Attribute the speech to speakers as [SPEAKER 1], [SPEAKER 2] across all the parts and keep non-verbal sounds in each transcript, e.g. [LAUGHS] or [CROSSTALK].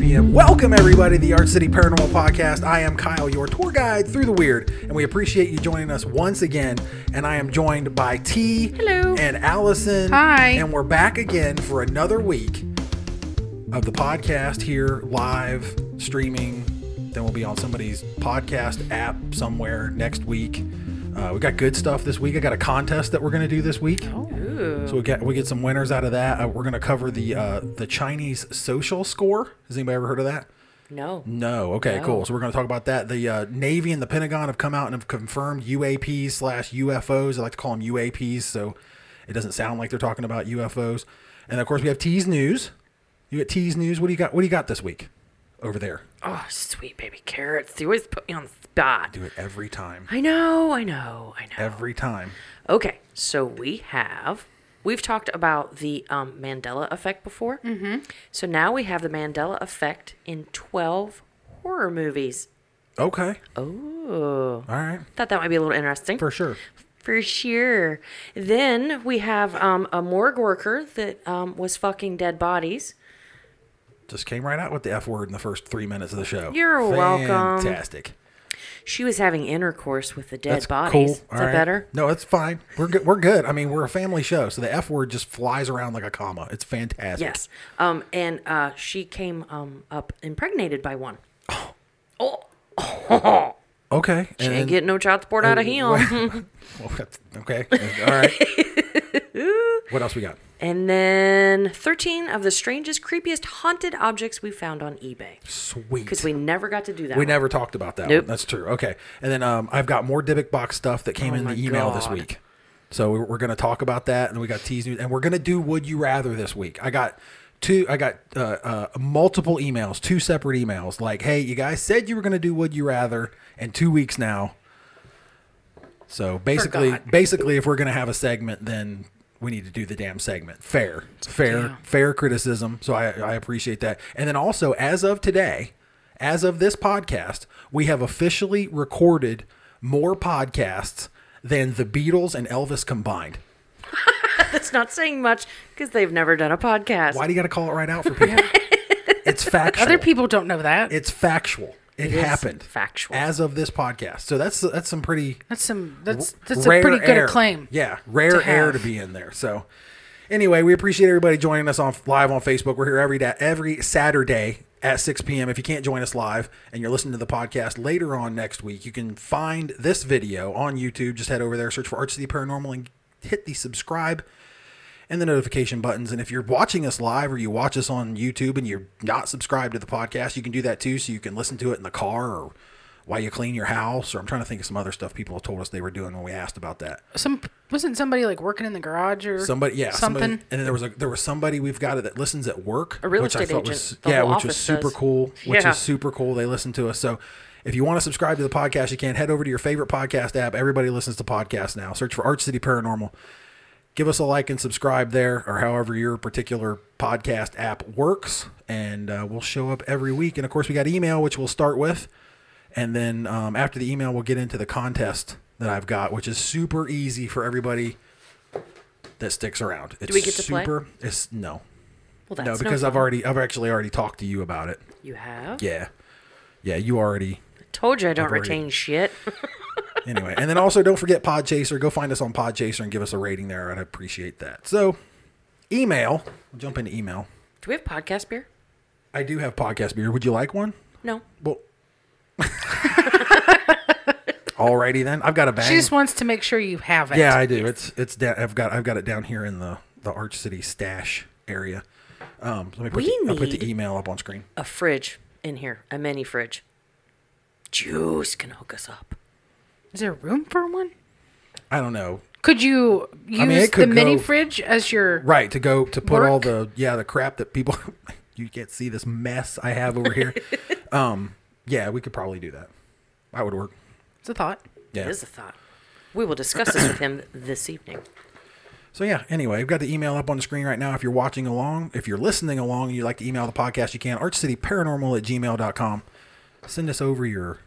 [SPEAKER 1] Welcome, everybody, to the Art City Paranormal Podcast. I am Kyle, your tour guide through the weird, and we appreciate you joining us once again. And I am joined by T.
[SPEAKER 2] Hello.
[SPEAKER 1] And Allison.
[SPEAKER 2] Hi.
[SPEAKER 1] And we're back again for another week of the podcast here live streaming. Then we'll be on somebody's podcast app somewhere next week. Uh, we got good stuff this week. I got a contest that we're going to do this week.
[SPEAKER 2] Oh.
[SPEAKER 1] So we get we get some winners out of that. Uh, we're going to cover the uh, the Chinese social score. Has anybody ever heard of that?
[SPEAKER 2] No.
[SPEAKER 1] No. Okay, cool. So we're going to talk about that. The uh, Navy and the Pentagon have come out and have confirmed UAPs slash UFOs. I like to call them UAPs, so it doesn't sound like they're talking about UFOs. And of course, we have T's news. You got T's news. What do you got? What do you got this week over there?
[SPEAKER 2] Oh, sweet baby carrots. You always put me on the spot.
[SPEAKER 1] Do it every time.
[SPEAKER 2] I know, I know, I know.
[SPEAKER 1] Every time.
[SPEAKER 2] Okay, so we have we've talked about the um, Mandela effect before. Mm-hmm. So now we have the Mandela effect in twelve horror movies.
[SPEAKER 1] Okay.
[SPEAKER 2] Ooh,
[SPEAKER 1] All right.
[SPEAKER 2] thought that might be a little interesting
[SPEAKER 1] For sure.
[SPEAKER 2] For sure. Then we have um, a morgue worker that um, was fucking dead bodies.
[SPEAKER 1] Just came right out with the F word in the first three minutes of the show.
[SPEAKER 2] You're welcome.
[SPEAKER 1] Fantastic.
[SPEAKER 2] She was having intercourse with the dead
[SPEAKER 1] That's
[SPEAKER 2] bodies.
[SPEAKER 1] cool.
[SPEAKER 2] Is
[SPEAKER 1] All
[SPEAKER 2] that
[SPEAKER 1] right.
[SPEAKER 2] better?
[SPEAKER 1] No, it's fine. We're good. We're good. I mean, we're a family show, so the F word just flies around like a comma. It's fantastic.
[SPEAKER 2] Yes. Um, and uh, she came um, up impregnated by one. Oh,
[SPEAKER 1] Okay. And Oh,
[SPEAKER 2] ain't getting no child support out
[SPEAKER 1] [LAUGHS]
[SPEAKER 2] of him.
[SPEAKER 1] well, that's- okay. All right.
[SPEAKER 2] [LAUGHS]
[SPEAKER 1] what else we got?
[SPEAKER 2] [LAUGHS] and then 13 of the strangest, creepiest haunted objects we found on eBay.
[SPEAKER 1] Sweet.
[SPEAKER 2] Because we never got to do that.
[SPEAKER 1] We
[SPEAKER 2] one.
[SPEAKER 1] never talked about that.
[SPEAKER 2] Nope.
[SPEAKER 1] One. That's true. Okay. And then um, I've got more Dybbuk box stuff that came in
[SPEAKER 2] Oh my
[SPEAKER 1] the email this
[SPEAKER 2] God.
[SPEAKER 1] week. So we're, we're going to talk about that, and we got tease news, and we're going to do Would You Rather this week. I got two. I got uh, uh, multiple emails, two separate emails. Like, hey, you guys said you were going to do Would You Rather, in two weeks now. So basically,
[SPEAKER 3] [LAUGHS]
[SPEAKER 2] Forgot.
[SPEAKER 1] basically, if we're going to have a segment, then we need to do the damn segment. Fair, fair, fair criticism. So I, I appreciate that. And then also, as of today, as of this podcast, we have officially recorded more podcasts than the Beatles and Elvis combined.
[SPEAKER 2] That's not saying much because they've never done a podcast.
[SPEAKER 1] Why do you got to call it right out for
[SPEAKER 3] [LAUGHS]
[SPEAKER 1] people? it's factual.
[SPEAKER 3] Other people don't know that.
[SPEAKER 1] It's factual. It,
[SPEAKER 2] is
[SPEAKER 1] happened.
[SPEAKER 2] factual.
[SPEAKER 1] As of this podcast. So that's that's some pretty
[SPEAKER 3] that's some. That's that's
[SPEAKER 1] rare
[SPEAKER 3] a pretty good
[SPEAKER 1] air.
[SPEAKER 3] acclaim.
[SPEAKER 1] Yeah, rare
[SPEAKER 3] to
[SPEAKER 1] air
[SPEAKER 3] have.
[SPEAKER 1] to be in there. So, anyway, we appreciate everybody joining us on live on Facebook. We're here every day, every Saturday at 6 p.m. If you can't join us live and you're listening to the podcast later on next week, you can find this video on YouTube. Just head over there, search for Arts of the Paranormal, and hit the subscribe and the notification buttons. And if you're watching us live or you watch us on YouTube and you're not subscribed to the podcast, you can do that too. So you can listen to it in the car or while you clean your house. Or I'm trying to think of some other stuff people have told us they were doing when we asked about that.
[SPEAKER 3] Some wasn't somebody like working in the garage or
[SPEAKER 1] Somebody, yeah,
[SPEAKER 3] something.
[SPEAKER 1] Somebody, and then there was a there was somebody we've got that listens at work,
[SPEAKER 2] real
[SPEAKER 1] which
[SPEAKER 2] estate
[SPEAKER 1] I thought
[SPEAKER 2] agent.
[SPEAKER 1] was
[SPEAKER 2] The
[SPEAKER 1] yeah,
[SPEAKER 2] whole
[SPEAKER 1] which was
[SPEAKER 2] office
[SPEAKER 1] super
[SPEAKER 2] does.
[SPEAKER 1] cool. Which
[SPEAKER 2] Yeah.
[SPEAKER 1] is super cool. They listen to us. So if you want to subscribe to the podcast, you can head over to your favorite podcast app. Everybody listens to podcasts now. Search for Arch City Paranormal. Give us a like and subscribe there, or however your particular podcast app works, and uh, we'll show up every week. And of course, we got email, which we'll start with. And then um, after the email, we'll get into the contest that I've got, which is super easy for everybody that sticks around. It's
[SPEAKER 2] we get to play?
[SPEAKER 1] super, It's no,
[SPEAKER 2] well, that's
[SPEAKER 1] no, because
[SPEAKER 2] no
[SPEAKER 1] I've already, I've actually already talked to you about it.
[SPEAKER 2] You have?
[SPEAKER 1] Yeah, yeah, you already.
[SPEAKER 2] Told you I don't
[SPEAKER 1] already-
[SPEAKER 2] retain shit. [LAUGHS]
[SPEAKER 1] Anyway, and then also don't forget Podchaser. Go find us on Podchaser and give us a rating there. I'd appreciate that. So, email. We'll jump into email.
[SPEAKER 2] do we have podcast beer?
[SPEAKER 1] I do have podcast beer. Would you like one?
[SPEAKER 2] No.
[SPEAKER 1] Well. [LAUGHS] Alrighty then. I've got a bag.
[SPEAKER 3] She just wants to make sure you have it.
[SPEAKER 1] Yeah, I do. It's it's down. I've got I've got it down here in the the Arch City stash area. Um, let me put
[SPEAKER 2] We
[SPEAKER 1] the, I'll put the
[SPEAKER 2] need-
[SPEAKER 1] email up on screen.
[SPEAKER 2] A fridge in here, a mini fridge. Juice can hook us up.
[SPEAKER 3] Is there room for one?
[SPEAKER 1] I don't know.
[SPEAKER 3] Could you use
[SPEAKER 1] mean, it
[SPEAKER 3] the
[SPEAKER 1] could
[SPEAKER 3] mini
[SPEAKER 1] go-
[SPEAKER 3] fridge as your?
[SPEAKER 1] Right to go to put all
[SPEAKER 3] Work.
[SPEAKER 1] the yeah the crap that people [LAUGHS] you can't see this mess I have over
[SPEAKER 3] [LAUGHS]
[SPEAKER 1] here. um, yeah, we could probably do that. That would work.
[SPEAKER 3] It's a thought.
[SPEAKER 1] Yeah.
[SPEAKER 2] It is a thought. We will discuss this with him this evening.
[SPEAKER 1] So yeah, anyway, I've got the email up on the screen right now. If you're watching along, if you're listening along and you'd like to email the podcast, you can archcityparanormal at gmail.com. Send us over your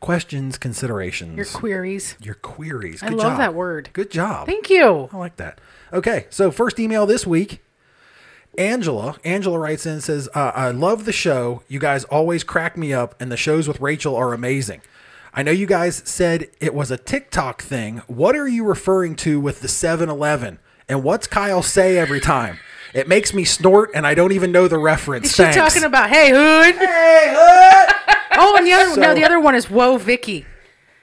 [SPEAKER 1] questions, considerations.
[SPEAKER 3] Your queries.
[SPEAKER 1] your queries.
[SPEAKER 3] I
[SPEAKER 1] Good
[SPEAKER 3] love
[SPEAKER 1] job.
[SPEAKER 3] that word.
[SPEAKER 1] Good job.
[SPEAKER 3] Thank you.
[SPEAKER 1] I like that. Okay, so first email this week Angela, Angela writes in and says, uh, "I love the show. You guys always crack me up, and the shows with Rachel are amazing. I know you guys said it was a TikTok thing. What are you referring to with the 7-Eleven? And what's Kyle say every time? It makes me snort, and I don't even know the reference.
[SPEAKER 3] She's
[SPEAKER 1] Thanks.
[SPEAKER 3] talking about hey hood.
[SPEAKER 1] Hey, hood!
[SPEAKER 3] [LAUGHS] Oh, and the other
[SPEAKER 1] So-
[SPEAKER 3] no, the other one is whoa Vicky.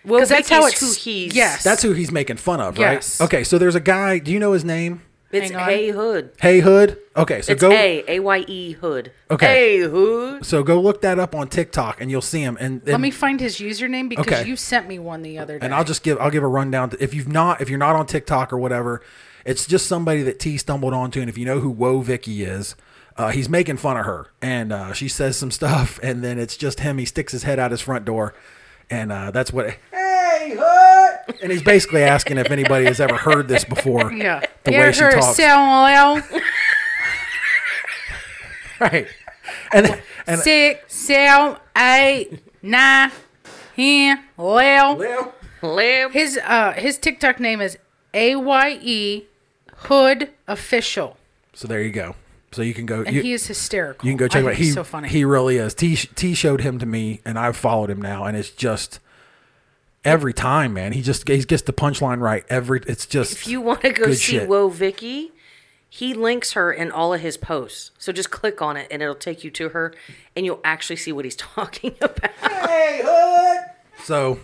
[SPEAKER 2] Well,
[SPEAKER 3] 'Cause that's
[SPEAKER 2] that's
[SPEAKER 3] how
[SPEAKER 2] how
[SPEAKER 3] it's-
[SPEAKER 2] who he's.
[SPEAKER 3] yes.
[SPEAKER 1] That's who he's making fun of,
[SPEAKER 3] Yes.
[SPEAKER 1] right? Okay, so there's a guy. Do you know his name?
[SPEAKER 2] It's
[SPEAKER 3] Hang on.
[SPEAKER 2] Hey Hood.
[SPEAKER 1] Hey Hood. Okay, so
[SPEAKER 2] It's
[SPEAKER 1] go.
[SPEAKER 2] A A Y E Hood.
[SPEAKER 1] Okay.
[SPEAKER 2] Hey Hood.
[SPEAKER 1] So go look that up on TikTok, and you'll see him. And, and
[SPEAKER 3] Let me find his username because
[SPEAKER 1] Okay.
[SPEAKER 3] you sent me one the other day.
[SPEAKER 1] and I'll just give I'll give a rundown. If you've not if you're not on TikTok or whatever, it's just somebody that T stumbled onto, and if you know who Woe Vicky is, uh, he's making fun of her, and uh, she says some stuff, [LAUGHS] and then it's just him. He sticks his head out his front door, and uh, that's what. Hey, hood! And he's basically asking if anybody has ever heard this before.
[SPEAKER 3] [LAUGHS] yeah.
[SPEAKER 1] the
[SPEAKER 3] You
[SPEAKER 1] way
[SPEAKER 3] ever
[SPEAKER 1] she
[SPEAKER 3] heard of
[SPEAKER 1] talks,
[SPEAKER 3] Salmonella?
[SPEAKER 1] right? And and
[SPEAKER 3] Six, seven, eight, nine, ten, eleven.
[SPEAKER 1] well,
[SPEAKER 2] Lamb.
[SPEAKER 3] His uh his TikTok name is A Y E Hood Official.
[SPEAKER 1] so there you go. So you can go.
[SPEAKER 3] And
[SPEAKER 1] you-
[SPEAKER 3] he is hysterical.
[SPEAKER 1] You can go check
[SPEAKER 3] I
[SPEAKER 1] him out.
[SPEAKER 3] think he's
[SPEAKER 1] He,
[SPEAKER 3] so funny.
[SPEAKER 1] he really is. T, T showed him to me, and I've followed him now, and it's just every time, man. He just he gets the punchline right every. It's just
[SPEAKER 2] If you want to go
[SPEAKER 1] good
[SPEAKER 2] see
[SPEAKER 1] shit.
[SPEAKER 2] Woe Vicky, he links her in all of his posts. So just click on it and it'll take you to her and you'll actually see what he's [LAUGHS] talking about.
[SPEAKER 1] So,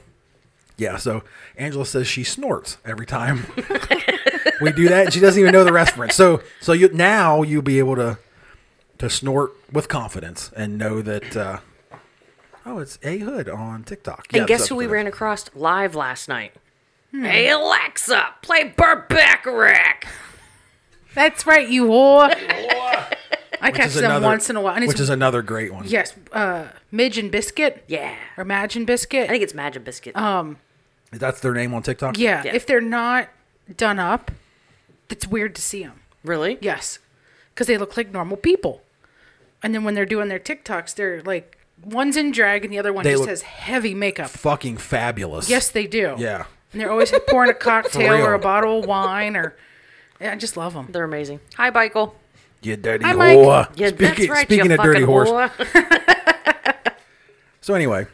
[SPEAKER 1] yeah. So Angela says she snorts every
[SPEAKER 3] [LAUGHS]
[SPEAKER 1] time we do that. and She doesn't even know the reference. So so you now you'll be able to to snort with confidence and know that. uh Oh, it's A Hood on TikTok.
[SPEAKER 2] and guess who we ran across live last night? Hey Alexa, play Burt Bacharach.
[SPEAKER 3] That's right, you whore. I catch
[SPEAKER 1] Which is
[SPEAKER 3] them
[SPEAKER 1] another-
[SPEAKER 3] once in a while. And it's,
[SPEAKER 1] Which is another great one.
[SPEAKER 3] yes, uh, Midge and Biscuit
[SPEAKER 2] Yeah. Oh.
[SPEAKER 3] or Madge and
[SPEAKER 2] I
[SPEAKER 3] Biscuit.
[SPEAKER 2] think it's Magic Biscuit.
[SPEAKER 1] That's their name on TikTok.
[SPEAKER 3] Yeah,
[SPEAKER 2] Yeah.
[SPEAKER 3] if they're not done up, it's weird to see them.
[SPEAKER 2] really?
[SPEAKER 3] Yes, because they look like normal people. And then when they're doing their TikToks, they're like one's in drag and the other one
[SPEAKER 1] They
[SPEAKER 3] just
[SPEAKER 1] look-
[SPEAKER 3] has heavy makeup.
[SPEAKER 1] fucking fabulous.
[SPEAKER 3] Yes, they do.
[SPEAKER 1] Yeah.
[SPEAKER 3] and they're always
[SPEAKER 1] [LAUGHS]
[SPEAKER 3] pouring a cocktail or
[SPEAKER 1] real.
[SPEAKER 3] a bottle of wine or. Yeah, I just love them.
[SPEAKER 2] They're amazing. Hi, Michael.
[SPEAKER 1] You dirty
[SPEAKER 3] Hi, Mike.
[SPEAKER 1] whore.
[SPEAKER 2] Yeah, that's right.
[SPEAKER 1] speaking
[SPEAKER 2] you
[SPEAKER 1] of dirty
[SPEAKER 2] fucking
[SPEAKER 1] horse.
[SPEAKER 2] whore.
[SPEAKER 1] So anyway,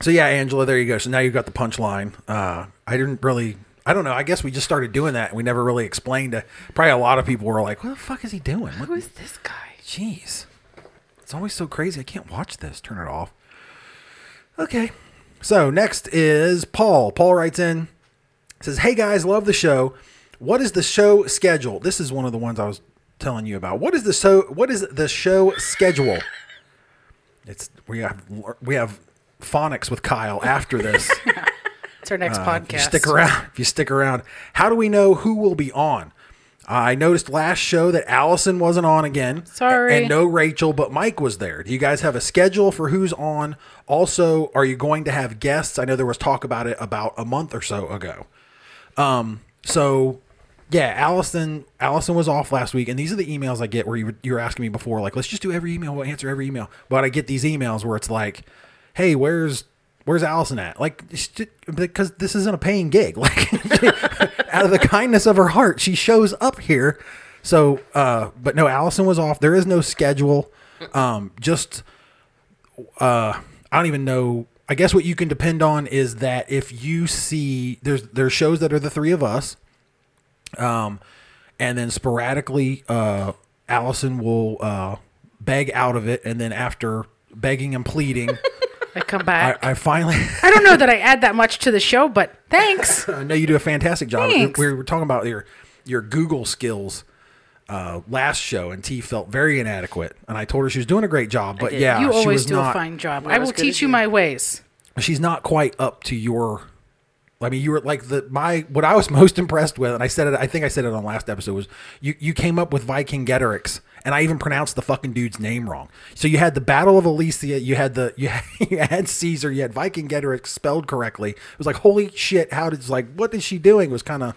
[SPEAKER 1] so yeah, Angela, there you go. So now you've got the punchline. Uh, I didn't really. I don't know. I guess we just started doing that. and We never really explained it. Probably a lot of people were like, "What the fuck is he doing?" What-
[SPEAKER 3] Who is this guy?
[SPEAKER 1] Jeez, it's always so crazy. I can't watch this. Turn it off. Okay. So next is Paul. Paul writes in, says, "Hey guys, love the show. What is the show schedule? This is one of the ones I was telling you about. What is the show? What is the show schedule? It's we have we have phonics with Kyle after this.
[SPEAKER 3] It's our next
[SPEAKER 1] If Uh, you
[SPEAKER 3] podcast.
[SPEAKER 1] stick around, [LAUGHS] if you stick around, how do we know who will be on? I noticed last show that Allison wasn't on again.
[SPEAKER 3] Sorry.
[SPEAKER 1] And no Rachel, but Mike was there. Do you guys have a schedule for who's on? Also, are you going to have guests? I know there was talk about it about a month or so ago. Um, so yeah, Allison Allison was off last week, and these are the emails I get where you were, you were asking me before, like, let's just do every email, we'll answer every email. But I get these emails where it's like, hey, where's where's Allison at? Like, st- because this isn't a paying gig. [LAUGHS] Like, out of the kindness of her heart, she shows up here. So, uh, but no, Allison was off. There is no schedule. Um, just I don't even know. I guess what you can depend on is that if you see there's there's shows that are the three of us, um, and then sporadically, uh, Allison will uh, beg out of it, and then after begging and
[SPEAKER 3] [LAUGHS]
[SPEAKER 1] pleading,
[SPEAKER 3] I come back.
[SPEAKER 1] I, I finally. [LAUGHS]
[SPEAKER 3] I don't know that I add that much to the show, but thanks.
[SPEAKER 1] I know you do a fantastic job. We-
[SPEAKER 3] Thanks.
[SPEAKER 1] We were talking about your your Google skills uh, last show, and T felt very inadequate, and I told her she was doing a great job, but
[SPEAKER 2] did.
[SPEAKER 1] yeah,
[SPEAKER 3] you
[SPEAKER 1] she was
[SPEAKER 3] always do
[SPEAKER 1] not,
[SPEAKER 3] a fine job.
[SPEAKER 2] Not
[SPEAKER 3] I
[SPEAKER 2] as
[SPEAKER 3] will
[SPEAKER 2] good as
[SPEAKER 3] teach you
[SPEAKER 2] you.
[SPEAKER 3] my ways.
[SPEAKER 1] she's not quite up to your I mean, you were like the my what I was [LAUGHS] most impressed with, and I said it. I think I said it on last episode was you. You came up with Viking Geterix, and I even pronounced the fucking dude's name wrong. So you had the Battle of Alesia, you had the [LAUGHS] you had, you had Caesar, you had Viking Geterix spelled correctly. It was like holy shit! How did like what is she doing? It was kind of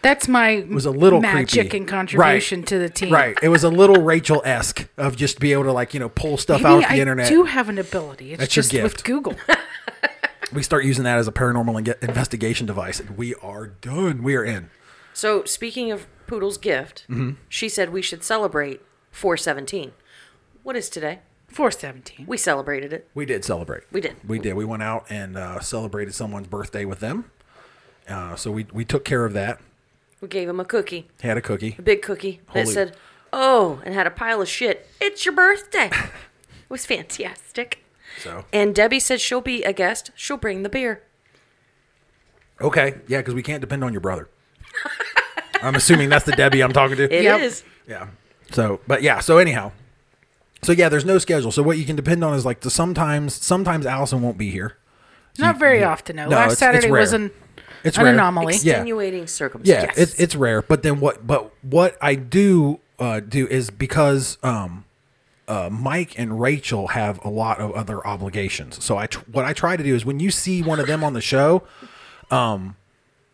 [SPEAKER 3] That's my
[SPEAKER 1] was a little
[SPEAKER 3] magic
[SPEAKER 1] creepy.
[SPEAKER 3] and contribution
[SPEAKER 1] Right.
[SPEAKER 3] to the team.
[SPEAKER 1] right. It was a little Rachel esque of just be able to like you know pull stuff
[SPEAKER 3] Maybe
[SPEAKER 1] out of the
[SPEAKER 3] I
[SPEAKER 1] internet.
[SPEAKER 3] do have an ability. It's
[SPEAKER 1] That's your
[SPEAKER 3] just
[SPEAKER 1] gift.
[SPEAKER 3] with Google. [LAUGHS]
[SPEAKER 1] We start using that as a paranormal inge- investigation device, and we are done. We are in. Mm-hmm.
[SPEAKER 2] So speaking of Poodle's gift, she said we should celebrate 417. What is today?
[SPEAKER 3] 417.
[SPEAKER 2] We celebrated it.
[SPEAKER 1] We did celebrate.
[SPEAKER 2] We did.
[SPEAKER 1] We did. We went out and uh, celebrated someone's birthday with them. Uh, so we, we took care of that.
[SPEAKER 2] We gave him a cookie,
[SPEAKER 1] Had a cookie.
[SPEAKER 2] a big cookie that
[SPEAKER 1] Holy-
[SPEAKER 2] said, "Oh," and had a pile of shit. It's
[SPEAKER 1] [LAUGHS]
[SPEAKER 2] your birthday. it was fantastic.
[SPEAKER 1] So
[SPEAKER 2] And Debbie said she'll be a guest. She'll bring the beer.
[SPEAKER 1] okay, yeah, because we can't depend on your
[SPEAKER 2] [LAUGHS]
[SPEAKER 1] brother. I'm assuming that's the Debbie I'm talking to.
[SPEAKER 2] It is.
[SPEAKER 3] Yep.
[SPEAKER 1] Yeah. So, but yeah. So anyhow, so yeah, there's no schedule. So what you can depend on is like the sometimes sometimes Allison won't be here.
[SPEAKER 3] Not very often, though.
[SPEAKER 1] No,
[SPEAKER 3] Last
[SPEAKER 1] it's- it's
[SPEAKER 3] Saturday was
[SPEAKER 1] rare.
[SPEAKER 3] an,
[SPEAKER 1] It's
[SPEAKER 3] an
[SPEAKER 1] rare.
[SPEAKER 3] anomaly.
[SPEAKER 1] Yeah.
[SPEAKER 2] extenuating
[SPEAKER 1] Yeah,
[SPEAKER 2] circumstances.
[SPEAKER 1] it's it's rare. But then what? But what I do uh, do is because um, uh, Mike and Rachel have a lot of other obligations. So I tr- what I try to do is when you see one of them on the show, um,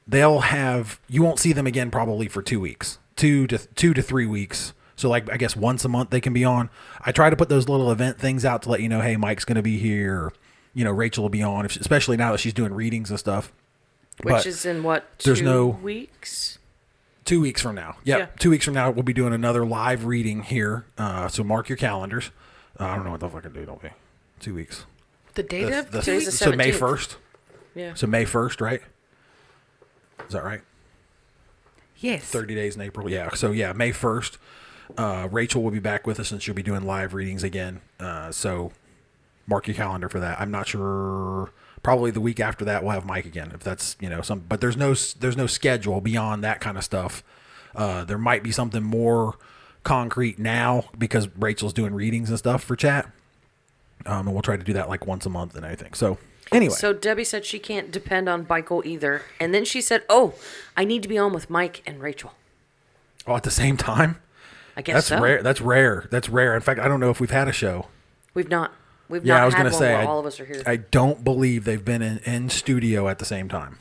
[SPEAKER 1] they'll have you won't see them again probably for two weeks, two to two to three weeks. So like I guess once a month they can be on. I try to put those little event things out to let you know, hey, Mike's going to be here. Or, you know, Rachel will be on, if she- especially now that she's doing readings and stuff.
[SPEAKER 2] Which
[SPEAKER 1] but-
[SPEAKER 2] is in what two
[SPEAKER 1] there's no-
[SPEAKER 2] weeks?
[SPEAKER 1] two weeks from now. Yep.
[SPEAKER 2] Yeah.
[SPEAKER 1] Two weeks from now, we'll be doing another live reading here. Uh, so mark your calendars. Uh, I don't know what the fuck I do, don't we? Two weeks.
[SPEAKER 3] the date
[SPEAKER 1] The-
[SPEAKER 3] of
[SPEAKER 1] the-
[SPEAKER 2] Today's the
[SPEAKER 1] so May
[SPEAKER 2] 17th.
[SPEAKER 1] 1st.
[SPEAKER 2] Yeah.
[SPEAKER 1] So May 1st, right? Is that right?
[SPEAKER 3] yes.
[SPEAKER 1] 30 days in April. Yeah. So yeah, May 1st. Uh, Rachel will be back with us and she'll be doing live readings again. Uh, so mark your calendar for that. I'm not sure. Probably the week after that, we'll have Mike again. If that's you know some, but there's no s- there's no schedule beyond that kind of stuff. Uh, there might be something more concrete now because Rachel's doing readings and stuff for chat. Um, and we'll try to do that like once a month and everything. So anyway,
[SPEAKER 2] So Debbie said she can't depend on Michael either. And then she said, "Oh, I need to be on with Mike and Rachel."
[SPEAKER 1] oh, at the same time,
[SPEAKER 2] I guess
[SPEAKER 1] that's
[SPEAKER 2] so.
[SPEAKER 1] rare. That's rare. That's rare. In fact, I don't know if we've had a show
[SPEAKER 2] We've not. We've
[SPEAKER 1] Yeah,
[SPEAKER 2] not
[SPEAKER 1] I was
[SPEAKER 2] had
[SPEAKER 1] gonna
[SPEAKER 2] one
[SPEAKER 1] say
[SPEAKER 2] where
[SPEAKER 1] I,
[SPEAKER 2] all of us are here.
[SPEAKER 1] I don't believe they've been in, in studio at the same time,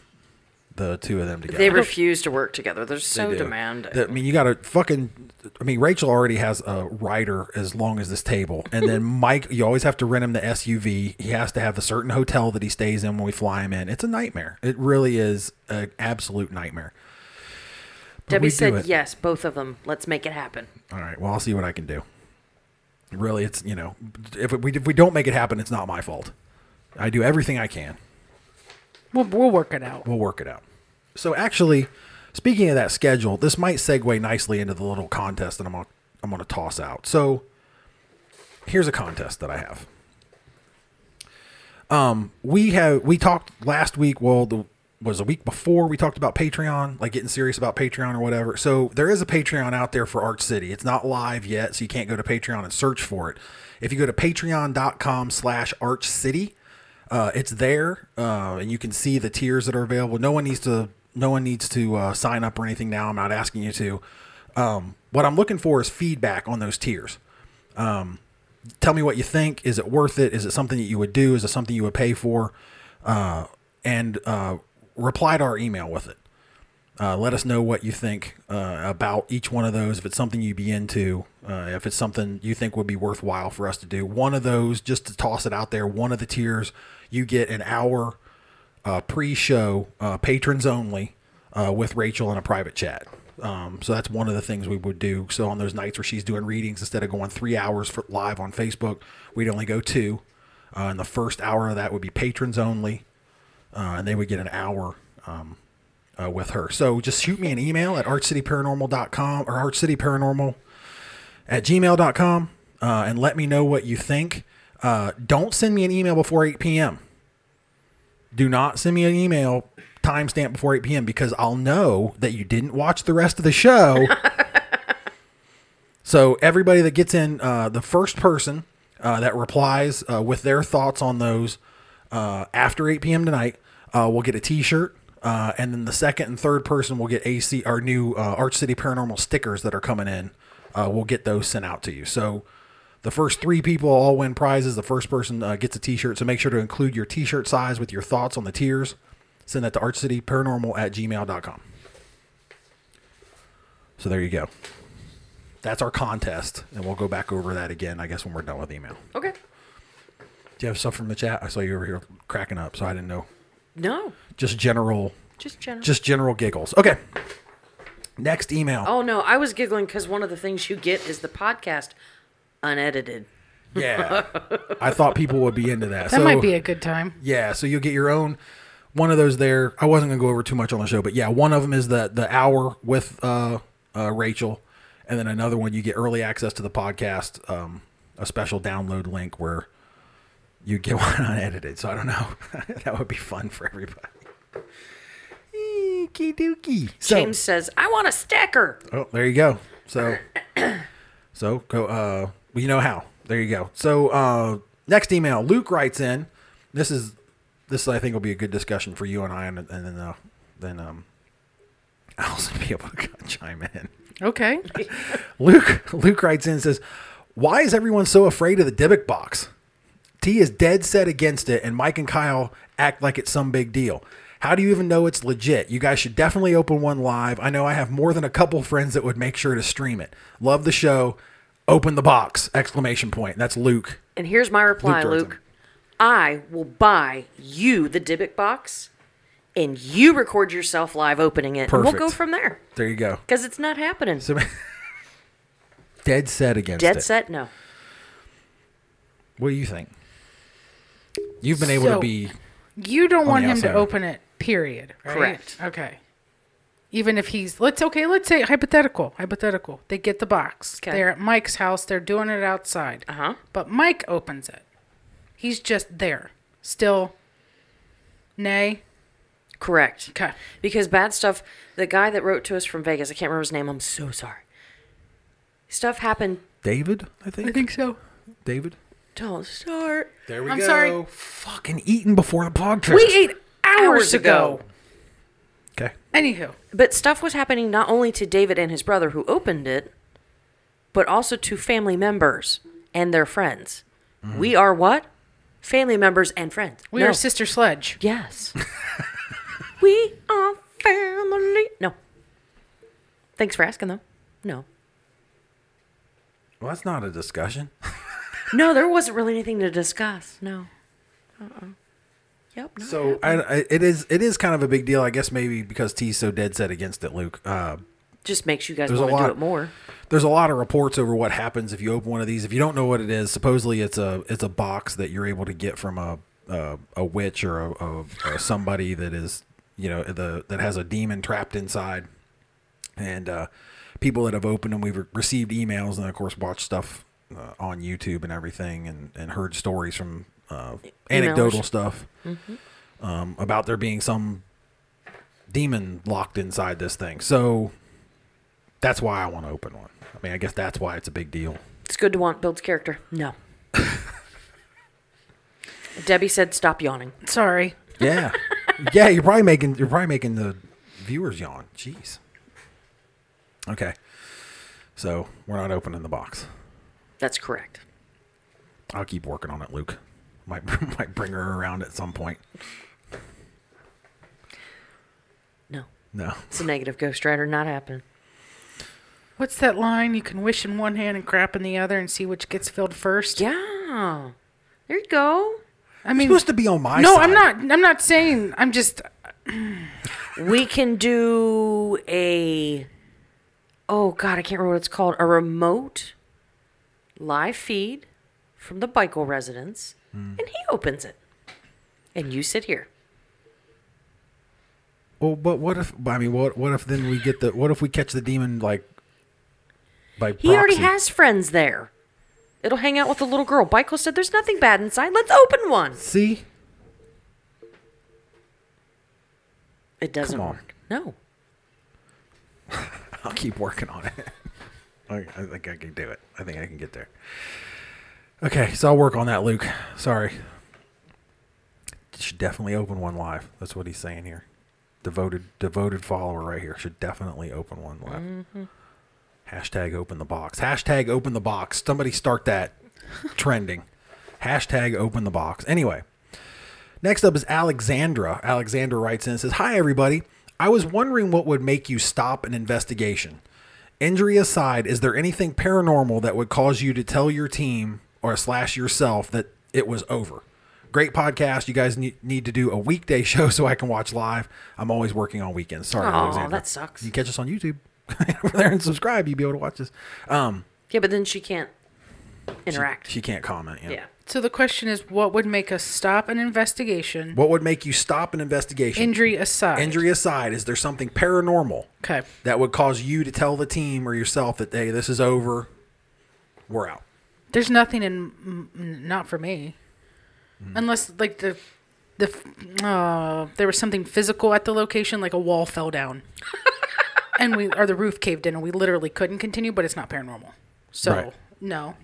[SPEAKER 1] the two of them together.
[SPEAKER 2] they refuse to work together. They're so
[SPEAKER 1] do.
[SPEAKER 2] demanding.
[SPEAKER 1] The- I mean, you got to fucking. I mean, Rachel already has a rider as long as this table, and
[SPEAKER 2] [LAUGHS]
[SPEAKER 1] then Mike, you always have to rent him the SUV. He has to have a certain hotel that he stays in when we fly him in. It's a nightmare. It really is an absolute nightmare. But
[SPEAKER 2] Debbie
[SPEAKER 1] we do
[SPEAKER 2] said,
[SPEAKER 1] it.
[SPEAKER 2] "Yes, both of them. Let's make it happen."
[SPEAKER 1] All right. Well, I'll see what I can do. Really, it's you know, if we if we don't make it happen, it's not my fault. I do everything I can.
[SPEAKER 3] We'll, we'll work it out.
[SPEAKER 1] We'll work it out. So actually, speaking of that schedule, this might segue nicely into the little contest that I'm gonna, I'm going to toss out. So here's a contest that I have. Um, we have we talked last week. Well, the was a week before we talked about Patreon, like getting serious about Patreon or whatever. So there is a Patreon out there for Arch City. It's not live yet, so you can't go to Patreon and search for it. If you go to patreon.com slash arch city, uh, it's there, uh, and you can see the tiers that are available. No one needs to no one needs to uh, sign up or anything now. I'm not asking you to. Um, what I'm looking for is feedback on those tiers tell me what you think. Is it worth it? Is it something that you would do? Is it something you would pay for? Uh, and uh, reply to our email with it. Uh, let us know what you think uh, about each one of those. If it's something you'd be into, uh, if it's something you think would be worthwhile for us to do, one of those, just to toss it out there, one of the tiers, you get an hour uh, pre-show, uh, patrons only, uh, with Rachel in a private chat. Um, so that's one of the things we would do. So on those nights where she's doing readings, instead of going three hours for live on Facebook, we'd only go two. Uh, and the first hour of that would be patrons only, uh, and they would get an hour um, uh, with her. So just shoot me an email at artcityparanormal.com or artcityparanormal at gmail.com uh, and let me know what you think. Uh, don't send me an email before 8 p.m do not send me an email timestamp before 8 p.m. because I'll know that you didn't watch the rest of the show. so everybody that gets in, uh, the first person uh, that replies uh, with their thoughts on those uh, after 8 p.m. tonight uh, will get a T-shirt. Uh, and then the second and third person will get AC our new uh, Arch City Paranormal stickers that are coming in. Uh, we'll get those sent out to you. So the first three people all win prizes. The first person uh, gets a T-shirt. So make sure to include your T-shirt size with your thoughts on the tiers. Send that to archcityparanormal at gmail.com. So there you go. That's our contest, and we'll go back over that again, I guess, when we're done with email.
[SPEAKER 2] Okay.
[SPEAKER 1] Do you have stuff from the chat? I saw you over here cracking up, so I didn't know.
[SPEAKER 2] No,
[SPEAKER 1] Just general,
[SPEAKER 2] just general.
[SPEAKER 1] just general giggles. Okay. Next email.
[SPEAKER 2] Oh no, I was giggling because one of the things you get is the podcast unedited.
[SPEAKER 1] Yeah. I thought people would be into that.
[SPEAKER 3] That
[SPEAKER 1] so,
[SPEAKER 3] might be a good time.
[SPEAKER 1] Yeah, so you'll get your own one of those there. I wasn't gonna go over too much on the show, but yeah, one of them is the the hour with uh, uh, Rachel, and then another one you get early access to the podcast, um, a special download link where you get [LAUGHS] one unedited. So I don't know, [LAUGHS] that would be fun for everybody. Eeky dookie. So,
[SPEAKER 2] James says, "I want a stacker."
[SPEAKER 1] Oh, there you go. So, so go. Uh, well, you know how. There you go. So, uh, next email, Luke writes in. This is this I think will be a good discussion for you and I, and, and then uh, then um, [LAUGHS] Allison be able to [LAUGHS] chime in.
[SPEAKER 3] Okay.
[SPEAKER 1] Luke Luke writes in and says, "Why is everyone so afraid of the Dybbuk box? T is dead set against it, and Mike and Kyle act like it's some big deal. How do you even know it's legit? You guys should definitely open one live. I know I have more than a couple friends that would make sure to stream it. Love the show. Open the box! Exclamation point. That's Luke.
[SPEAKER 2] And here's my reply,
[SPEAKER 1] Luke
[SPEAKER 2] Luke.
[SPEAKER 1] Jordan.
[SPEAKER 2] I will buy you the Dybbuk box, and you record yourself live opening it. And we'll go
[SPEAKER 1] Perfect.
[SPEAKER 2] from there
[SPEAKER 1] There you go.
[SPEAKER 2] because it's not happening.
[SPEAKER 1] So [LAUGHS] dead set against it.
[SPEAKER 2] Dead set, no.
[SPEAKER 1] What do you think? You've been able to
[SPEAKER 3] So-
[SPEAKER 1] be
[SPEAKER 3] You don't want
[SPEAKER 1] the
[SPEAKER 3] him to
[SPEAKER 1] outside.
[SPEAKER 3] open it, period. right?
[SPEAKER 2] Correct.
[SPEAKER 3] Okay. Even if he's let's okay, let's say hypothetical, hypothetical. They get the box.
[SPEAKER 2] Okay.
[SPEAKER 3] They're at Mike's house, they're doing it outside.
[SPEAKER 2] Uh huh.
[SPEAKER 3] But Mike opens it. He's just there. Still nay.
[SPEAKER 2] Correct.
[SPEAKER 3] Okay.
[SPEAKER 2] Because bad stuff, the guy that wrote to us from Vegas, I can't remember his name. I'm so sorry. Stuff happened.
[SPEAKER 1] David. I think.
[SPEAKER 3] so.
[SPEAKER 1] David.
[SPEAKER 2] Don't start.
[SPEAKER 1] There we
[SPEAKER 3] I'm go. sorry.
[SPEAKER 1] Fucking eaten before the blog trip.
[SPEAKER 3] We ate hours,
[SPEAKER 2] Hours
[SPEAKER 3] ago.
[SPEAKER 2] ago.
[SPEAKER 1] okay.
[SPEAKER 3] Anywho.
[SPEAKER 2] But stuff was happening not only to David and his brother who opened it, but also to family members and their friends. We are what? Family members and friends.
[SPEAKER 3] We
[SPEAKER 2] No.
[SPEAKER 3] are sister sledge. [LAUGHS]
[SPEAKER 2] Yes. we are family. No. Thanks for asking, though. No.
[SPEAKER 1] Well, that's not a discussion.
[SPEAKER 2] No, there wasn't really anything to discuss. No. Uh-uh. Yep. no.
[SPEAKER 1] So I, I, it is. It is kind of a big deal, I guess. Maybe because T's so dead set against it, Luke. Uh,
[SPEAKER 2] Just makes you guys
[SPEAKER 1] There's a
[SPEAKER 2] want to
[SPEAKER 1] lot-
[SPEAKER 2] do it more.
[SPEAKER 1] there's a lot of reports over what happens if you open one of these. If you don't know what it is, supposedly it's a it's a box that you're able to get from a a, a witch or a, a, a somebody that is you know the that has a demon trapped inside. And uh, people that have opened them, we've re- received emails and of course watched stuff uh, on YouTube and everything, and and heard stories from uh, anecdotal stuff um, about there being some demon locked inside this thing. So that's why I want to open one. I mean, I guess that's why it's a big deal.
[SPEAKER 2] It's good to want builds character.
[SPEAKER 1] [LAUGHS]
[SPEAKER 2] No. Debbie said, "Stop yawning."
[SPEAKER 3] Sorry.
[SPEAKER 1] Yeah, [LAUGHS] yeah. You're probably making you're probably making the viewers yawn. Jeez. Okay. So we're not opening the box.
[SPEAKER 2] That's correct.
[SPEAKER 1] I'll keep working on it, Luke. Might [LAUGHS] might bring her around at some point.
[SPEAKER 2] No,
[SPEAKER 1] No.
[SPEAKER 2] it's a negative Ghost Rider. Not happening.
[SPEAKER 3] What's that line? You can wish in one hand and crap in the other and see which gets filled first.
[SPEAKER 2] Yeah, there you go.
[SPEAKER 3] I mean,
[SPEAKER 1] supposed to be on my
[SPEAKER 3] no,
[SPEAKER 1] side.
[SPEAKER 3] I'm not. I'm not saying. I'm just.
[SPEAKER 2] We can do a. Oh God, I can't remember what it's called. A remote live feed from the Bikel residence,
[SPEAKER 1] Hmm.
[SPEAKER 2] and he opens it, and you sit here.
[SPEAKER 1] Well, but what if? I mean, what what if then we get the? What if we catch the demon like? By
[SPEAKER 2] He already
[SPEAKER 1] proxy?
[SPEAKER 2] has friends there. It'll hang out with the little girl. Bikel said, "There's nothing bad inside. Let's open one."
[SPEAKER 1] See,
[SPEAKER 2] It doesn't
[SPEAKER 1] on.
[SPEAKER 2] work. No.
[SPEAKER 1] [LAUGHS] I'll keep working on it. I, I think I can do it. I think I can get there. Okay, so I'll work on that, Luke. Sorry. Should definitely open one live. That's what he's saying here. Devoted, devoted follower right here. Should definitely open one live. Hashtag open the box. Hashtag open the box. Somebody start that trending. Hashtag open the box. Anyway. Next up is Alexandra. Alexandra writes in and says, Hi, everybody. I was wondering what would make you stop an investigation. Injury aside, is there anything paranormal that would cause you to tell your team or slash yourself that it was over? Great podcast. You guys need, need to do a [LAUGHS] weekday show so I can watch live. I'm always working on weekends. Sorry,
[SPEAKER 2] Aw,
[SPEAKER 1] Alexandra.
[SPEAKER 2] that sucks.
[SPEAKER 1] You can catch us on YouTube. [LAUGHS] over there and subscribe. You'd be able to watch this. Um,
[SPEAKER 2] Yeah, but then she can't interact.
[SPEAKER 1] she can't comment. Yeah.
[SPEAKER 2] yeah.
[SPEAKER 3] So the question is, what would make us stop an investigation?
[SPEAKER 1] What would make you stop an investigation?
[SPEAKER 3] Injury aside.
[SPEAKER 1] Injury aside, is there something paranormal
[SPEAKER 3] Okay.
[SPEAKER 1] that would cause you to tell the team or yourself that hey, this is over, we're out?
[SPEAKER 3] There's nothing in, mm, mm, not for me,
[SPEAKER 1] Mm.
[SPEAKER 3] unless like the, the, f- uh, there was something physical at the location, like a wall fell down,
[SPEAKER 1] [LAUGHS]
[SPEAKER 3] and we or the roof caved in, and we literally couldn't continue. But it's not paranormal, so
[SPEAKER 1] Right.
[SPEAKER 3] no,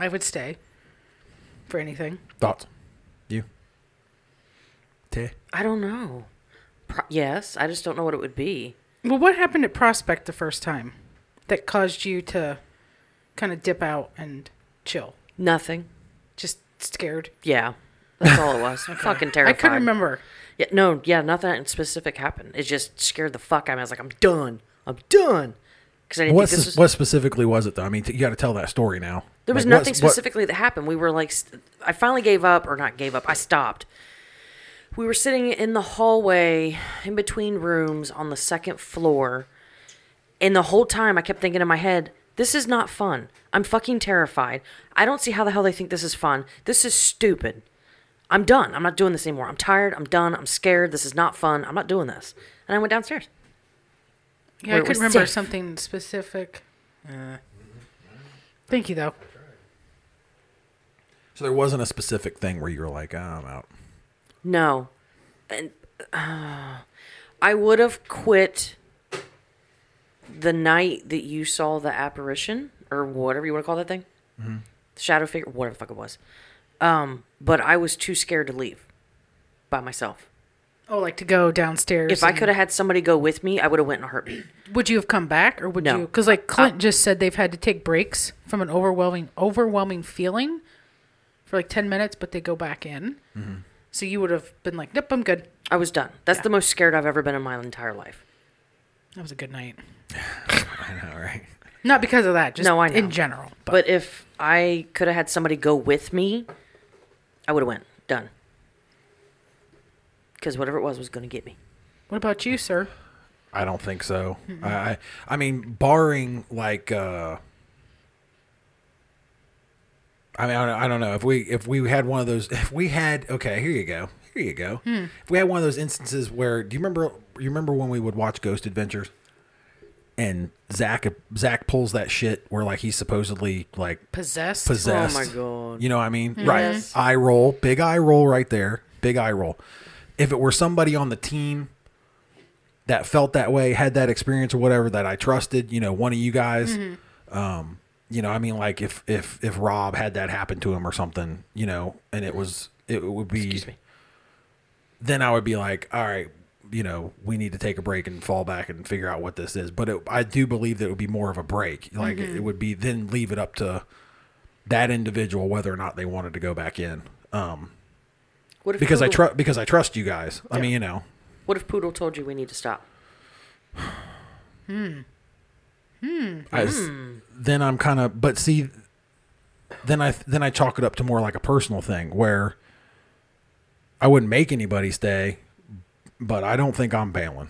[SPEAKER 3] I would stay. For anything,
[SPEAKER 1] Thoughts? You? Tay?
[SPEAKER 2] I don't know. Pro- yes, I just don't know what it would be.
[SPEAKER 3] well, what happened at Prospect the first time, that caused you to, kind of dip out and chill,
[SPEAKER 2] Nothing.
[SPEAKER 3] just scared.
[SPEAKER 2] Yeah, that's all
[SPEAKER 1] [LAUGHS]
[SPEAKER 2] it was. Fucking terrified.
[SPEAKER 3] I couldn't remember.
[SPEAKER 2] Yeah, no, yeah, nothing specific happened. It just scared the fuck out of me. I was like, I'm done. I'm done. Because I didn't
[SPEAKER 1] What's
[SPEAKER 2] think this
[SPEAKER 1] this-
[SPEAKER 2] was.
[SPEAKER 1] what specifically was it though? I mean, t- you got to tell that story now.
[SPEAKER 2] there was
[SPEAKER 1] Like, what-
[SPEAKER 2] nothing
[SPEAKER 1] what-
[SPEAKER 2] specifically that happened. We were like, st- I finally gave up, or not gave up. I stopped. We were sitting in the hallway in between rooms on the second floor. And the whole time I kept thinking in my head, this is not fun. I'm fucking terrified. I don't see how the hell they think this is fun. This is stupid. I'm done. I'm not doing this anymore. I'm tired. I'm done. I'm scared. This is not fun. I'm not doing this. And I went downstairs.
[SPEAKER 3] Yeah,
[SPEAKER 2] where
[SPEAKER 3] I
[SPEAKER 2] it
[SPEAKER 3] could
[SPEAKER 2] was
[SPEAKER 3] remember
[SPEAKER 2] safe.
[SPEAKER 3] something specific. Uh, thank you, though.
[SPEAKER 1] So there wasn't a specific thing where you were like, oh, I'm out. [LAUGHS]
[SPEAKER 2] No. And ah, I would have quit the night that you saw the apparition or whatever you want to call that thing. Shadow figure, whatever the fuck it was. Um, but I was too scared to leave by myself.
[SPEAKER 3] Oh, like to go downstairs.
[SPEAKER 2] If I
[SPEAKER 3] and-
[SPEAKER 2] could have had somebody go with me, I would have went and hurt me.
[SPEAKER 3] would you have come back, or would
[SPEAKER 2] No.
[SPEAKER 3] you? Because like Clint just said, they've had to take breaks from an overwhelming, overwhelming feeling for like ten minutes, but they go back in.
[SPEAKER 2] Mm-hmm.
[SPEAKER 3] So you would have been like, "Nope, I'm good."
[SPEAKER 2] I was done. That's the most scared I've ever been in my entire life.
[SPEAKER 3] That was a good night.
[SPEAKER 1] I know, right?
[SPEAKER 3] Not because of that, just
[SPEAKER 2] No, I know.
[SPEAKER 3] in general. But,
[SPEAKER 2] But if I could have had somebody go with me, I would have went. Done. Because whatever it was was going to get me.
[SPEAKER 3] what about you, sir?
[SPEAKER 1] I don't think so. I, I, I mean, barring like, uh, I mean, I don't, I don't know if we if we had one of those [LAUGHS] if we had okay here you go here you go if we had one of those instances where do you remember you remember when we would watch Ghost Adventures and Zach Zach pulls that shit where like he's supposedly like
[SPEAKER 3] Possessed.
[SPEAKER 1] possessed.
[SPEAKER 2] Oh my God. Mm-hmm.
[SPEAKER 1] You know what I mean?
[SPEAKER 2] Yes.
[SPEAKER 1] Right. Eye roll, big eye roll right there. Big eye roll. If it were somebody on the team that felt that way, had that experience or whatever that I trusted, you know, one of you guys,
[SPEAKER 2] Mm-hmm.
[SPEAKER 1] um, you know, I mean like if if if Rob had that happen to him or something, you know, and it was it would be
[SPEAKER 2] Excuse me.
[SPEAKER 1] then I would be like, all right, you know, we need to take a break and fall back and figure out what this is. But it, I do believe that it would be more of a break. Like it would be then leave it up to that individual whether or not they wanted to go back in. Um,
[SPEAKER 2] What if
[SPEAKER 1] because I
[SPEAKER 2] Poodle-
[SPEAKER 1] trust because I trust you guys. I mean, you know,
[SPEAKER 2] What if Poodle told you we need to stop?
[SPEAKER 1] I s- then I'm kind of but see then I then I chalk it up to more like a personal thing where I wouldn't make anybody stay, but I don't think I'm bailing.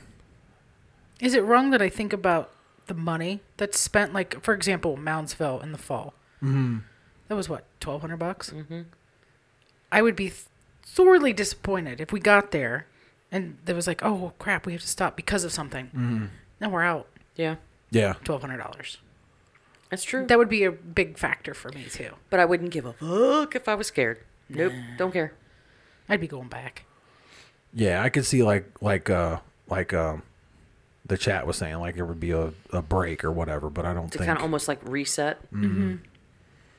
[SPEAKER 3] Is it wrong that I think about the money that's spent, like for example, Moundsville in the fall? Mm-hmm. That was what twelve hundred bucks. Mm-hmm. I would be sorely disappointed if we got there and there was like, oh well, crap, we have to stop because of something. Mm-hmm. Now we're out
[SPEAKER 2] Yeah,
[SPEAKER 1] Yeah.
[SPEAKER 3] twelve hundred dollars.
[SPEAKER 2] that's true.
[SPEAKER 3] That would be a big factor for me too.
[SPEAKER 2] but I wouldn't give a fuck if I was scared. Nope, don't care.
[SPEAKER 3] I'd be going back.
[SPEAKER 1] Yeah, I could see like like uh like um the chat was saying like it would be a, a break or whatever, but I don't
[SPEAKER 2] To
[SPEAKER 1] think.
[SPEAKER 2] kind of almost like reset.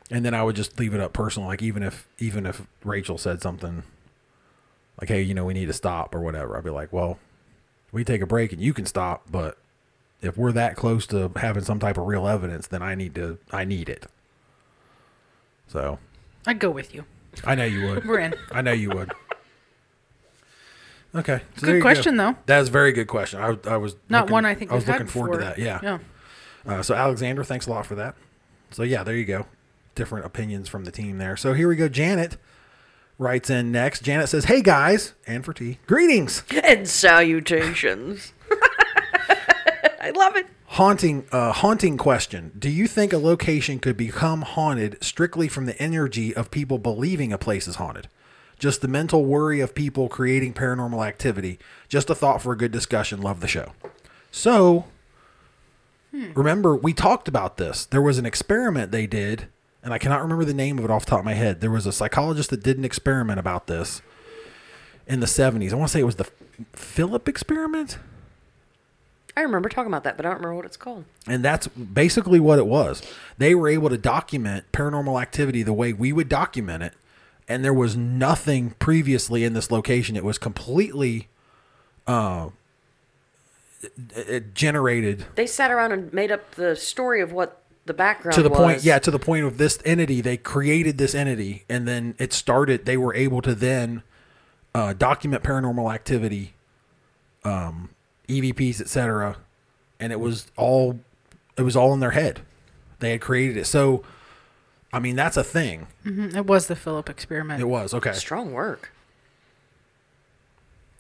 [SPEAKER 1] and then I would just leave it up personal, like even if even if Rachel said something like, "Hey, you know, we need to stop" or whatever, I'd be like, "Well, we take a break and you can stop, but if we're that close to having some type of real evidence, then I need to I need it." So
[SPEAKER 3] I'd go with you.
[SPEAKER 1] I know you would.
[SPEAKER 3] We're in.
[SPEAKER 1] I know you would. Okay. so there
[SPEAKER 3] Good
[SPEAKER 1] you go.
[SPEAKER 3] question though.
[SPEAKER 1] That is a very good question. I, I was
[SPEAKER 3] Not
[SPEAKER 1] looking-
[SPEAKER 3] one I think
[SPEAKER 1] I was
[SPEAKER 3] we've had
[SPEAKER 1] looking forward to
[SPEAKER 3] before.
[SPEAKER 1] that. Yeah.
[SPEAKER 3] Yeah.
[SPEAKER 1] Uh, so Alexander, thanks a lot for that. So yeah, there you go. Different opinions from the team there. So here we go. Janet writes in next. Janet says, "Hey guys, and for tea, greetings."
[SPEAKER 2] And salutations. I [LAUGHS] I love it.
[SPEAKER 1] Haunting, uh, haunting question. Do you think a location could become haunted strictly from the energy of people believing a place is haunted? Just the mental worry of people creating paranormal activity. Just a thought for a good discussion. Love the show. So, remember, we talked about this. There was an experiment they did, and I cannot remember the name of it off the top of my head. There was a psychologist that did an experiment about this in the 70s. I want to say it was the Philip experiment.
[SPEAKER 2] I remember talking about that, but I don't remember what it's called.
[SPEAKER 1] And that's basically what it was. They were able to document paranormal activity the way we would document it. And there was nothing previously in this location. It was completely uh, it- it generated
[SPEAKER 2] They sat around and made up the story of what the background
[SPEAKER 1] to the point
[SPEAKER 2] was.
[SPEAKER 1] yeah to the point of this entity they created this entity and then it started they were able to then uh, document paranormal activity um, evps etc and it was all it was all in their head they had created it so i mean that's a thing
[SPEAKER 2] Hmm.
[SPEAKER 3] Mhm, It was the Philip experiment.
[SPEAKER 1] it was okay
[SPEAKER 2] Strong work.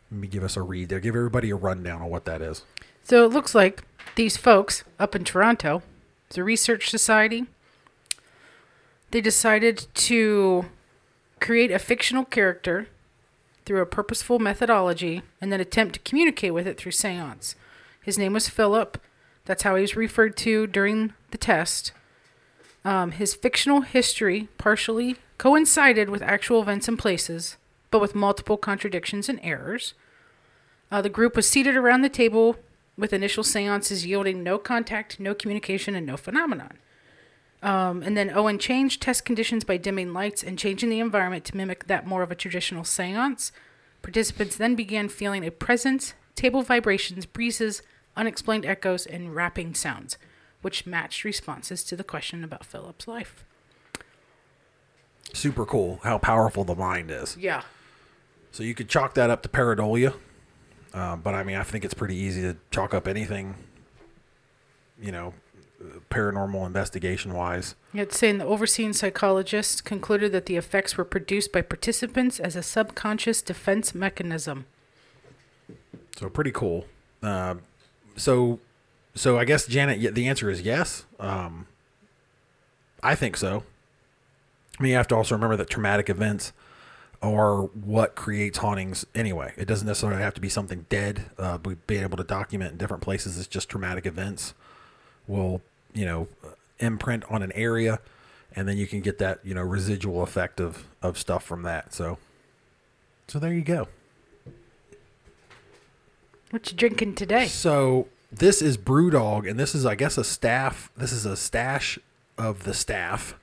[SPEAKER 1] let me give us a read there give everybody a rundown on what that is
[SPEAKER 3] So it looks like these folks up in Toronto, the research society, they decided to create a fictional character through a purposeful methodology and then attempt to communicate with it through seance. His name was Philip. That's how he was referred to during the test. Um, his fictional history partially coincided with actual events and places, but with multiple contradictions and errors. Uh, the group was seated around the table with initial seances yielding no contact, no communication, and no phenomenon. Um, and then Owen changed test conditions by dimming lights and changing the environment to mimic that more of a traditional seance. Participants then began feeling a presence, table vibrations, breezes, unexplained echoes, and rapping sounds, which matched responses to the question about Philip's life.
[SPEAKER 1] super cool how powerful the mind is
[SPEAKER 3] Yeah.
[SPEAKER 1] So you could chalk that up to pareidolia, uh, but I mean, I think it's pretty easy to chalk up anything, you know, uh, paranormal investigation wise.
[SPEAKER 3] It's saying the overseeing psychologist concluded that the effects were produced by participants as a subconscious defense mechanism.
[SPEAKER 1] So pretty cool. Uh, so, so I guess Janet, y- the answer is yes. Um, I think so. I mean, you have to also remember that traumatic events are what creates hauntings anyway. It doesn't necessarily have to be something dead. Uh, but being able to document in different places is just traumatic events will, you know, imprint on an area, and then you can get that, you know, residual effect of of stuff from that. So, so there you go.
[SPEAKER 3] What you drinking today?
[SPEAKER 1] So this is Brewdog, and this is, I guess, a staff. This is a stash of the staff.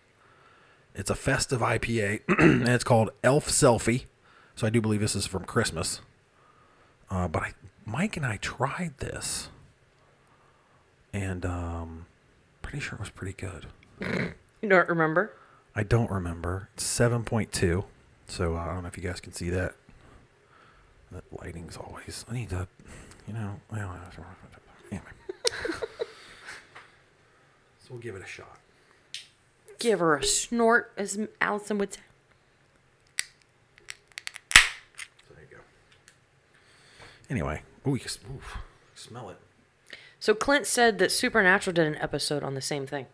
[SPEAKER 1] It's a [CLEARS THROAT] festive IPA, and it's called Elf Selfie. So I do believe this is from Christmas. Uh, but I, Mike and I tried this, and um, pretty sure it was pretty good.
[SPEAKER 2] You don't remember?
[SPEAKER 1] I don't remember. It's seven point two, so uh, I don't know if you guys can see that. That lighting's always. I need to, you know. Well, anyway. [LAUGHS] so we'll give it a shot.
[SPEAKER 2] Give her a snort, as Allison would say.
[SPEAKER 1] So there you go. Anyway, oh, you can s- oof, smell it.
[SPEAKER 2] So Clint said that Supernatural did an episode on the same thing.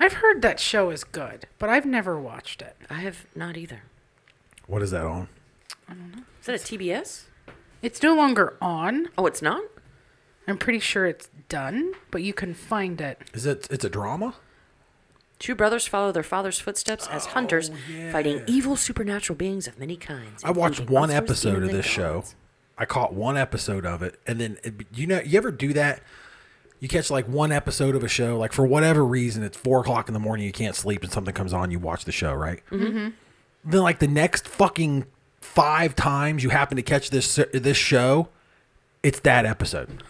[SPEAKER 3] I've heard that show is good, but I've never watched it.
[SPEAKER 2] I have not either.
[SPEAKER 1] What is that on?
[SPEAKER 2] Is that a TBS?
[SPEAKER 3] It's no longer on.
[SPEAKER 2] Oh, it's not?
[SPEAKER 3] I'm pretty sure it's done, but you can find it.
[SPEAKER 1] Is it? It's a drama.
[SPEAKER 2] Two brothers follow their father's footsteps as hunters, fighting
[SPEAKER 1] yeah.
[SPEAKER 2] evil supernatural beings of many kinds.
[SPEAKER 1] I watched
[SPEAKER 2] including
[SPEAKER 1] one
[SPEAKER 2] monsters,
[SPEAKER 1] episode of
[SPEAKER 2] demons, and
[SPEAKER 1] this show.
[SPEAKER 2] gods.
[SPEAKER 1] I caught one episode of it, and then it, you know, you ever do that? You catch like one episode of a show, like for whatever reason, it's four o'clock in the morning, you can't sleep, and something comes on, you watch the show, right? Mm-hmm. Then like the next fucking five times you happen to catch this this show, it's that episode.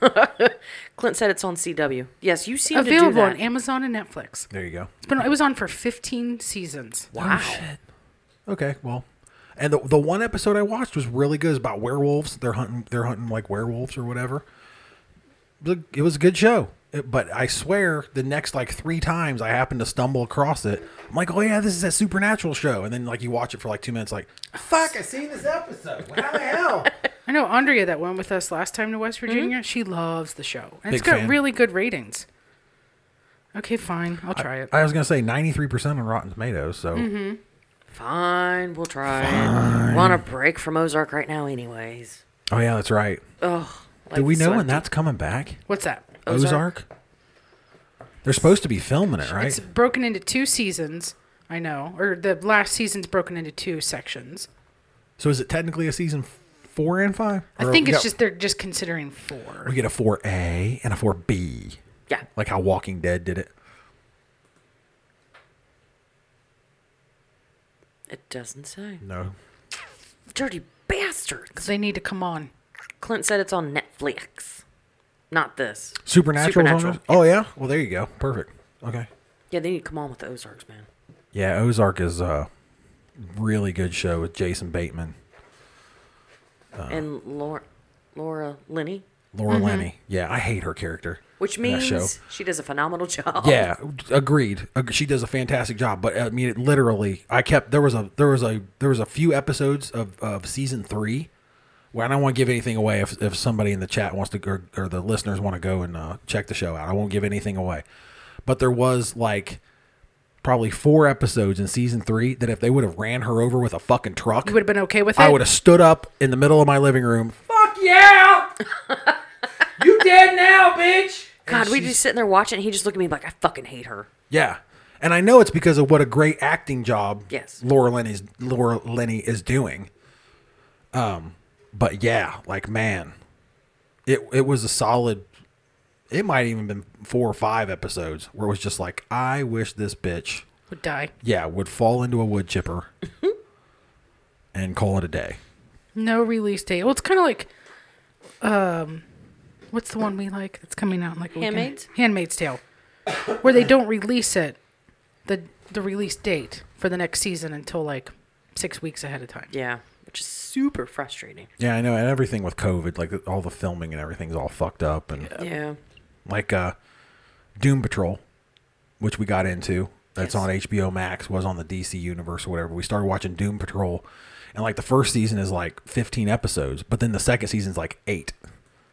[SPEAKER 2] Clint said it's on CW. Yes, you seem to do
[SPEAKER 3] Available
[SPEAKER 2] that.
[SPEAKER 3] on Amazon and Netflix.
[SPEAKER 1] There you go.
[SPEAKER 3] It's been it was on for 15 seasons.
[SPEAKER 2] wow.
[SPEAKER 1] Okay, well, and the the one episode I watched was really good. It's about werewolves. They're hunting. They're hunting like werewolves or whatever. It was a- It was a good show, It- but I swear the next like three times I happened to stumble across it, I'm like, oh yeah, this is that supernatural show, and then like you watch it for like two minutes, like, fuck, I seen this episode. How the hell?
[SPEAKER 3] I know Andrea that went with us last time to West
[SPEAKER 2] Hmm?
[SPEAKER 3] Virginia. She loves the show. And it's
[SPEAKER 1] Big
[SPEAKER 3] got
[SPEAKER 1] fan.
[SPEAKER 3] really good ratings. Okay, fine. I'll try it.
[SPEAKER 1] I was gonna say ninety three percent on Rotten Tomatoes. So
[SPEAKER 2] Fine, we'll try it. We're on a break from Ozark right now, anyways.
[SPEAKER 1] oh yeah, that's right.
[SPEAKER 2] Ugh.
[SPEAKER 1] Do
[SPEAKER 2] life
[SPEAKER 1] we
[SPEAKER 2] is
[SPEAKER 1] know
[SPEAKER 2] so
[SPEAKER 1] when
[SPEAKER 2] empty.
[SPEAKER 1] that's coming back?
[SPEAKER 3] What's that?
[SPEAKER 1] Ozark.
[SPEAKER 2] Ozark?
[SPEAKER 1] They're supposed to be filming it, right?
[SPEAKER 3] It's broken into two seasons. I know. Or the last season's broken into two sections.
[SPEAKER 1] So is it technically a season f- four and five?
[SPEAKER 3] I
[SPEAKER 1] Or
[SPEAKER 3] think
[SPEAKER 1] we
[SPEAKER 3] it's
[SPEAKER 1] got-
[SPEAKER 3] just they're just considering four.
[SPEAKER 1] we get a four A and a four B,
[SPEAKER 2] Yeah.
[SPEAKER 1] like how Walking Dead did it.
[SPEAKER 2] It doesn't say.
[SPEAKER 1] No,
[SPEAKER 2] Dirty bastards.
[SPEAKER 3] Because they need to come on.
[SPEAKER 2] Clint said it's on Netflix. Not this.
[SPEAKER 1] Supernatural's on
[SPEAKER 2] Supernatural.
[SPEAKER 1] this? Oh yeah. Well, there you go. Perfect. Okay.
[SPEAKER 2] Yeah, they need to come on with the Ozarks, man.
[SPEAKER 1] Yeah, Ozark is a really good show with Jason Bateman, Uh.
[SPEAKER 2] and Laura, Laura Linney,
[SPEAKER 1] Laura Lenny. Yeah, I hate her character.
[SPEAKER 2] which
[SPEAKER 1] in that show.
[SPEAKER 2] means she does a phenomenal [LAUGHS] job.
[SPEAKER 3] Oh,
[SPEAKER 1] Yeah, agreed. Ag- She does a fantastic job, but I mean, it literally, I kept there was a there was a there was a few episodes of of season three. Where I don't want to give anything away if, if somebody in the chat wants to or, or the listeners want to go and uh, check the show out. I won't give anything away, but there was like probably four episodes in season three that if they would have ran her over with a fucking truck,
[SPEAKER 3] You would have been okay with it.
[SPEAKER 1] I would have stood up in the middle of my living room.
[SPEAKER 4] Fuck yeah! you dead now, bitch!
[SPEAKER 2] God, we'd be sitting there watching. He just looked at me like, I fucking hate her.
[SPEAKER 1] Yeah. And I know it's because of what a great acting job
[SPEAKER 2] Yes.
[SPEAKER 1] Laura Lenny's Laura Lenny is doing. Um, but yeah, like man, it it was a solid it might even been four or five episodes where it was just like, I wish this bitch
[SPEAKER 3] would die.
[SPEAKER 1] yeah, would fall into a wood
[SPEAKER 2] [LAUGHS]
[SPEAKER 1] chipper and call it a day.
[SPEAKER 3] No release date. Well, it's kind of like, um, what's the one we like that's coming out in like a weekend?
[SPEAKER 2] Handmaid's?
[SPEAKER 3] Handmaid's Tale, where they don't release it, the the release date for the next season until like six weeks ahead of time.
[SPEAKER 2] Yeah, which is super frustrating.
[SPEAKER 1] Yeah, I know, and everything with COVID, like all the filming and everything's all fucked up and
[SPEAKER 2] Yeah.
[SPEAKER 1] like uh, Doom Patrol, which we got into. That's
[SPEAKER 2] Yes.
[SPEAKER 1] on HBO Max. Was on the DC universe or whatever. We started watching Doom Patrol, and like the first season is like 15 episodes, but then the second season's like eight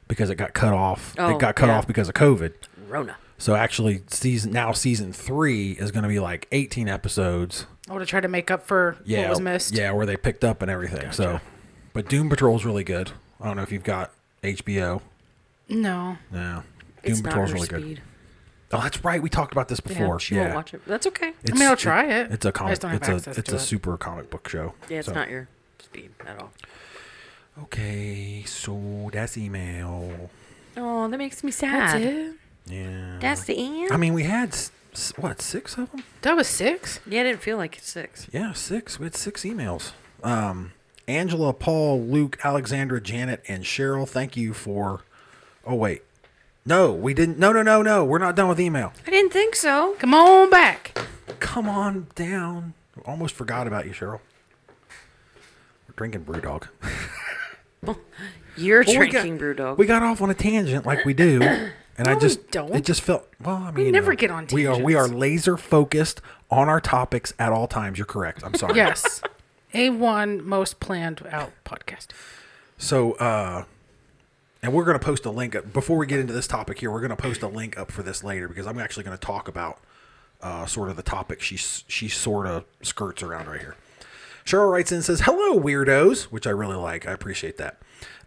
[SPEAKER 1] because it got cut off.
[SPEAKER 2] Oh,
[SPEAKER 1] it got cut
[SPEAKER 2] yeah.
[SPEAKER 1] off because of COVID.
[SPEAKER 2] Rona.
[SPEAKER 1] So actually, season now season three is going to be like 18 episodes.
[SPEAKER 3] Or to try to make up for
[SPEAKER 1] Yeah,
[SPEAKER 3] what was missed.
[SPEAKER 1] Yeah, where they picked up and everything. So, but Doom Patrol's really good. I don't know if you've got HBO.
[SPEAKER 3] No,
[SPEAKER 1] No,
[SPEAKER 2] It's
[SPEAKER 1] Doom
[SPEAKER 2] not
[SPEAKER 1] Patrol's
[SPEAKER 2] her
[SPEAKER 1] really
[SPEAKER 2] speed.
[SPEAKER 1] good. Oh, that's right. We talked about this before.
[SPEAKER 2] Yeah, she won't watch it. That's okay.
[SPEAKER 1] It's,
[SPEAKER 3] I mean, I'll try it.
[SPEAKER 1] It's a
[SPEAKER 3] I
[SPEAKER 1] comic.
[SPEAKER 3] just don't have
[SPEAKER 1] It's a
[SPEAKER 3] access
[SPEAKER 1] it's
[SPEAKER 3] to
[SPEAKER 1] a
[SPEAKER 3] it.
[SPEAKER 1] super comic book show.
[SPEAKER 2] Yeah, it's
[SPEAKER 1] So-
[SPEAKER 2] not your speed at all.
[SPEAKER 1] Okay, so that's email.
[SPEAKER 2] Oh, that makes me
[SPEAKER 3] That's
[SPEAKER 2] sad.
[SPEAKER 3] it.
[SPEAKER 1] Yeah.
[SPEAKER 2] That's the end.
[SPEAKER 1] I mean, we had s- s- what six of them?
[SPEAKER 3] That was six.
[SPEAKER 2] yeah, I didn't feel like it's six.
[SPEAKER 1] Yeah, six. We had six emails. Um, Angela, Paul, Luke, Alexandra, Janet, and Cheryl. Thank you for. Oh wait, no, we didn't. No, no, no, no. We're not done with email.
[SPEAKER 2] I didn't think so.
[SPEAKER 3] Come on back.
[SPEAKER 1] Come on down. Almost forgot about you, Cheryl. We're drinking brew dog.
[SPEAKER 2] You're
[SPEAKER 1] Well,
[SPEAKER 2] drinking
[SPEAKER 1] we got,
[SPEAKER 2] Brewdog.
[SPEAKER 1] We got off on a tangent like we
[SPEAKER 3] [CLEARS THROAT]
[SPEAKER 1] do, and I
[SPEAKER 3] we
[SPEAKER 1] just
[SPEAKER 3] don't.
[SPEAKER 1] It just felt well. I mean, you
[SPEAKER 3] never
[SPEAKER 1] know,
[SPEAKER 3] get on
[SPEAKER 1] We are we are
[SPEAKER 3] tangents.
[SPEAKER 1] laser focused on our topics at all times. You're correct. I'm sorry.
[SPEAKER 3] Yes. [LAUGHS] A1 most planned out podcast.
[SPEAKER 1] So, uh, and we're going to post a link up before we get into this topic here. We're going to post a link up for this later because I'm actually going to talk about uh, sort of the topic she s- she sort of skirts around right here. Cheryl writes in and says, "Hello, weirdos," which I really like. I appreciate that.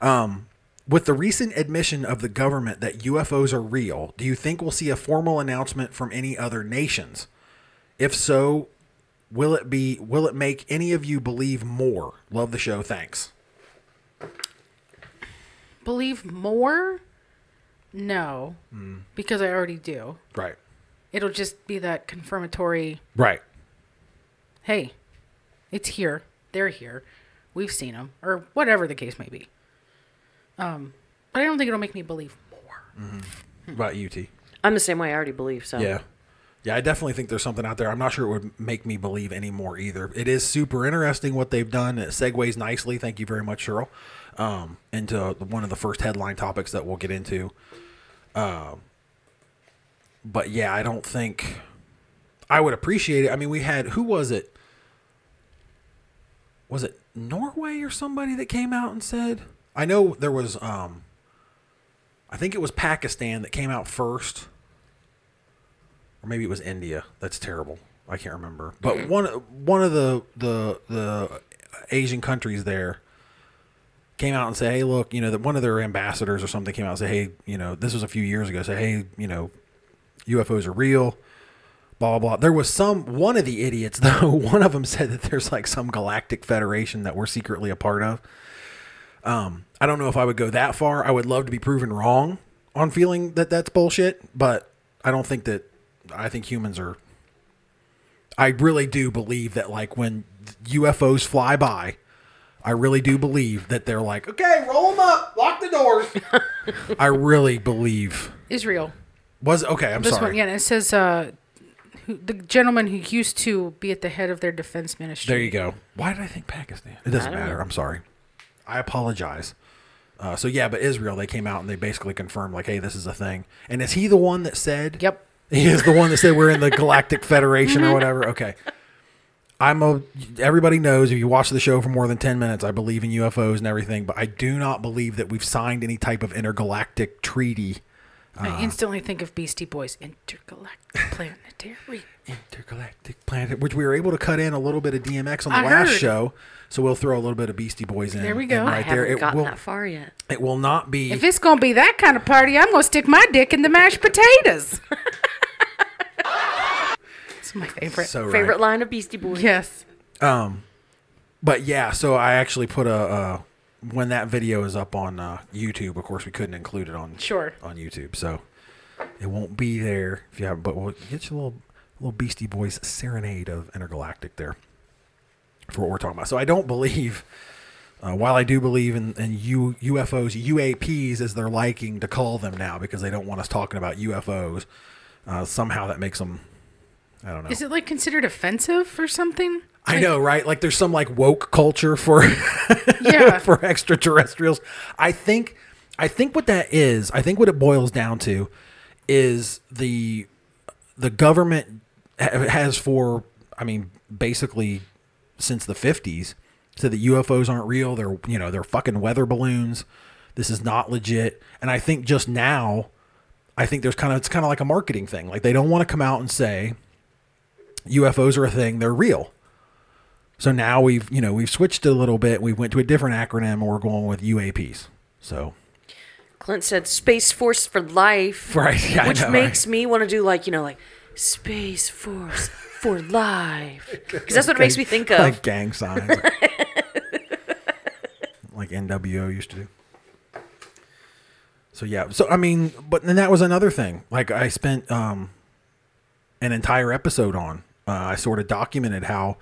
[SPEAKER 1] Um, with the recent admission of the government that UFOs are real, do you think we'll see a formal announcement from any other nations? If so, will it be will it make any of you believe more? Love the show. Thanks.
[SPEAKER 3] Believe more? No,
[SPEAKER 1] Hmm.
[SPEAKER 3] because I already do.
[SPEAKER 1] Right.
[SPEAKER 3] It'll just be that confirmatory
[SPEAKER 1] Right.
[SPEAKER 3] hey, it's here. They're here. We've seen them, or whatever the case may be. Um, but I don't think it'll make me believe more.
[SPEAKER 1] About UT.
[SPEAKER 2] I'm the same way. I already believe so.
[SPEAKER 1] Yeah. Yeah, I definitely think there's something out there. I'm not sure it would make me believe any more either. It is super interesting what they've done. It segues nicely. Thank you very much, Cheryl. Um, into one of the first headline topics that we'll get into. Um, but yeah, I don't think I would appreciate it. I mean, we had who was it? Was it Norway or somebody that came out and said, I know there was um I think it was Pakistan that came out first. Or maybe it was India. That's terrible. I can't remember. But one one of the the the Asian countries there came out and said, "Hey, look, you know, that one of their ambassadors or something came out and said, "Hey, you know, this was a few years ago. Said, "Hey, you know, UFOs are real." Blah, blah blah. There was some one of the idiots [LAUGHS] though. One of them said that there's like some galactic federation that we're secretly a part of. I don't know if I would go that far. I would love to be proven wrong on feeling that that's bullshit, but I don't think that. I think humans are. I really do believe that, like, when UFOs fly by, I really do believe that they're like, okay, roll them up, lock the
[SPEAKER 3] [LAUGHS]
[SPEAKER 1] doors. I really believe.
[SPEAKER 3] Israel.
[SPEAKER 1] Was okay. I'm
[SPEAKER 3] This
[SPEAKER 1] sorry.
[SPEAKER 3] one, yeah, and it says uh, who, the gentleman who used to be at the head of their defense ministry.
[SPEAKER 1] There you go. Why did I think Pakistan? It doesn't matter. I'm sorry. I apologize. Uh, so yeah, but Israel, they came out and they basically confirmed, like, hey, this is a thing. And is he the one that said?
[SPEAKER 3] Yep.
[SPEAKER 1] He is the one that said we're in the Galactic Federation or whatever. Okay. I'm a. Everybody knows if you watch the show for more than ten minutes, I believe in UFOs and everything, but I do not believe that we've signed any type of intergalactic treaty. Uh-huh.
[SPEAKER 3] I instantly think of Beastie Boys,
[SPEAKER 1] [LAUGHS]
[SPEAKER 3] intergalactic planetary.
[SPEAKER 1] Intergalactic planet, which we were able to cut in a little bit of DMX on the
[SPEAKER 3] I
[SPEAKER 1] last
[SPEAKER 3] heard.
[SPEAKER 1] show, so we'll throw a little bit of Beastie Boys in.
[SPEAKER 3] There we
[SPEAKER 1] and
[SPEAKER 3] go.
[SPEAKER 2] I
[SPEAKER 1] Right
[SPEAKER 2] haven't
[SPEAKER 1] there, it
[SPEAKER 2] gotten
[SPEAKER 1] will.
[SPEAKER 2] that far yet.
[SPEAKER 1] It will not be.
[SPEAKER 3] If it's gonna be that kind of party, I'm gonna stick my dick in the mashed potatoes. [LAUGHS] it's my favorite.
[SPEAKER 1] so Oh, right.
[SPEAKER 2] Favorite line of Beastie Boys.
[SPEAKER 3] yes.
[SPEAKER 1] but yeah, so I actually put a uh, when that video is up on uh, YouTube. Of course, we couldn't include it on
[SPEAKER 3] Sure.
[SPEAKER 1] on YouTube, so it won't be there if you have. But we'll get you a little little Beastie Boys serenade of intergalactic there for what we're talking about. So I don't believe. Uh, while I do believe in, in U, UFOs, UAPs as they're liking to call them now because they don't want us talking about UFOs, uh, somehow that makes them, I don't know.
[SPEAKER 3] Is it like considered offensive
[SPEAKER 1] [LAUGHS]
[SPEAKER 3] or something?
[SPEAKER 1] I know, right? Like there's some like woke culture for [LAUGHS]
[SPEAKER 3] Yeah.
[SPEAKER 1] for extraterrestrials. I think I think what that is, I think what it boils down to is the the government ha- has for I mean basically since the 50s said that UFOs aren't real, they're you know, they're fucking weather balloons. This is not legit. And I think just now I think there's kind of it's kind of like a marketing thing. Like they don't want to come out and say UFOs are a thing, they're real. So now we've you know we've switched it a little bit. We went to a different acronym, and we're going with UAPs. So [LAUGHS]
[SPEAKER 2] Clint said Space Force for life.
[SPEAKER 1] right, yeah, I
[SPEAKER 2] which
[SPEAKER 1] know, right?
[SPEAKER 2] makes me want to do like, you know, like Space Force for life. Because that's what it makes me think of.
[SPEAKER 1] like gang signs,
[SPEAKER 2] [LAUGHS]
[SPEAKER 1] like, NWO used to do. So yeah, so I mean, but then that was another thing. Like I spent um, an entire episode on. Uh, I sort of documented how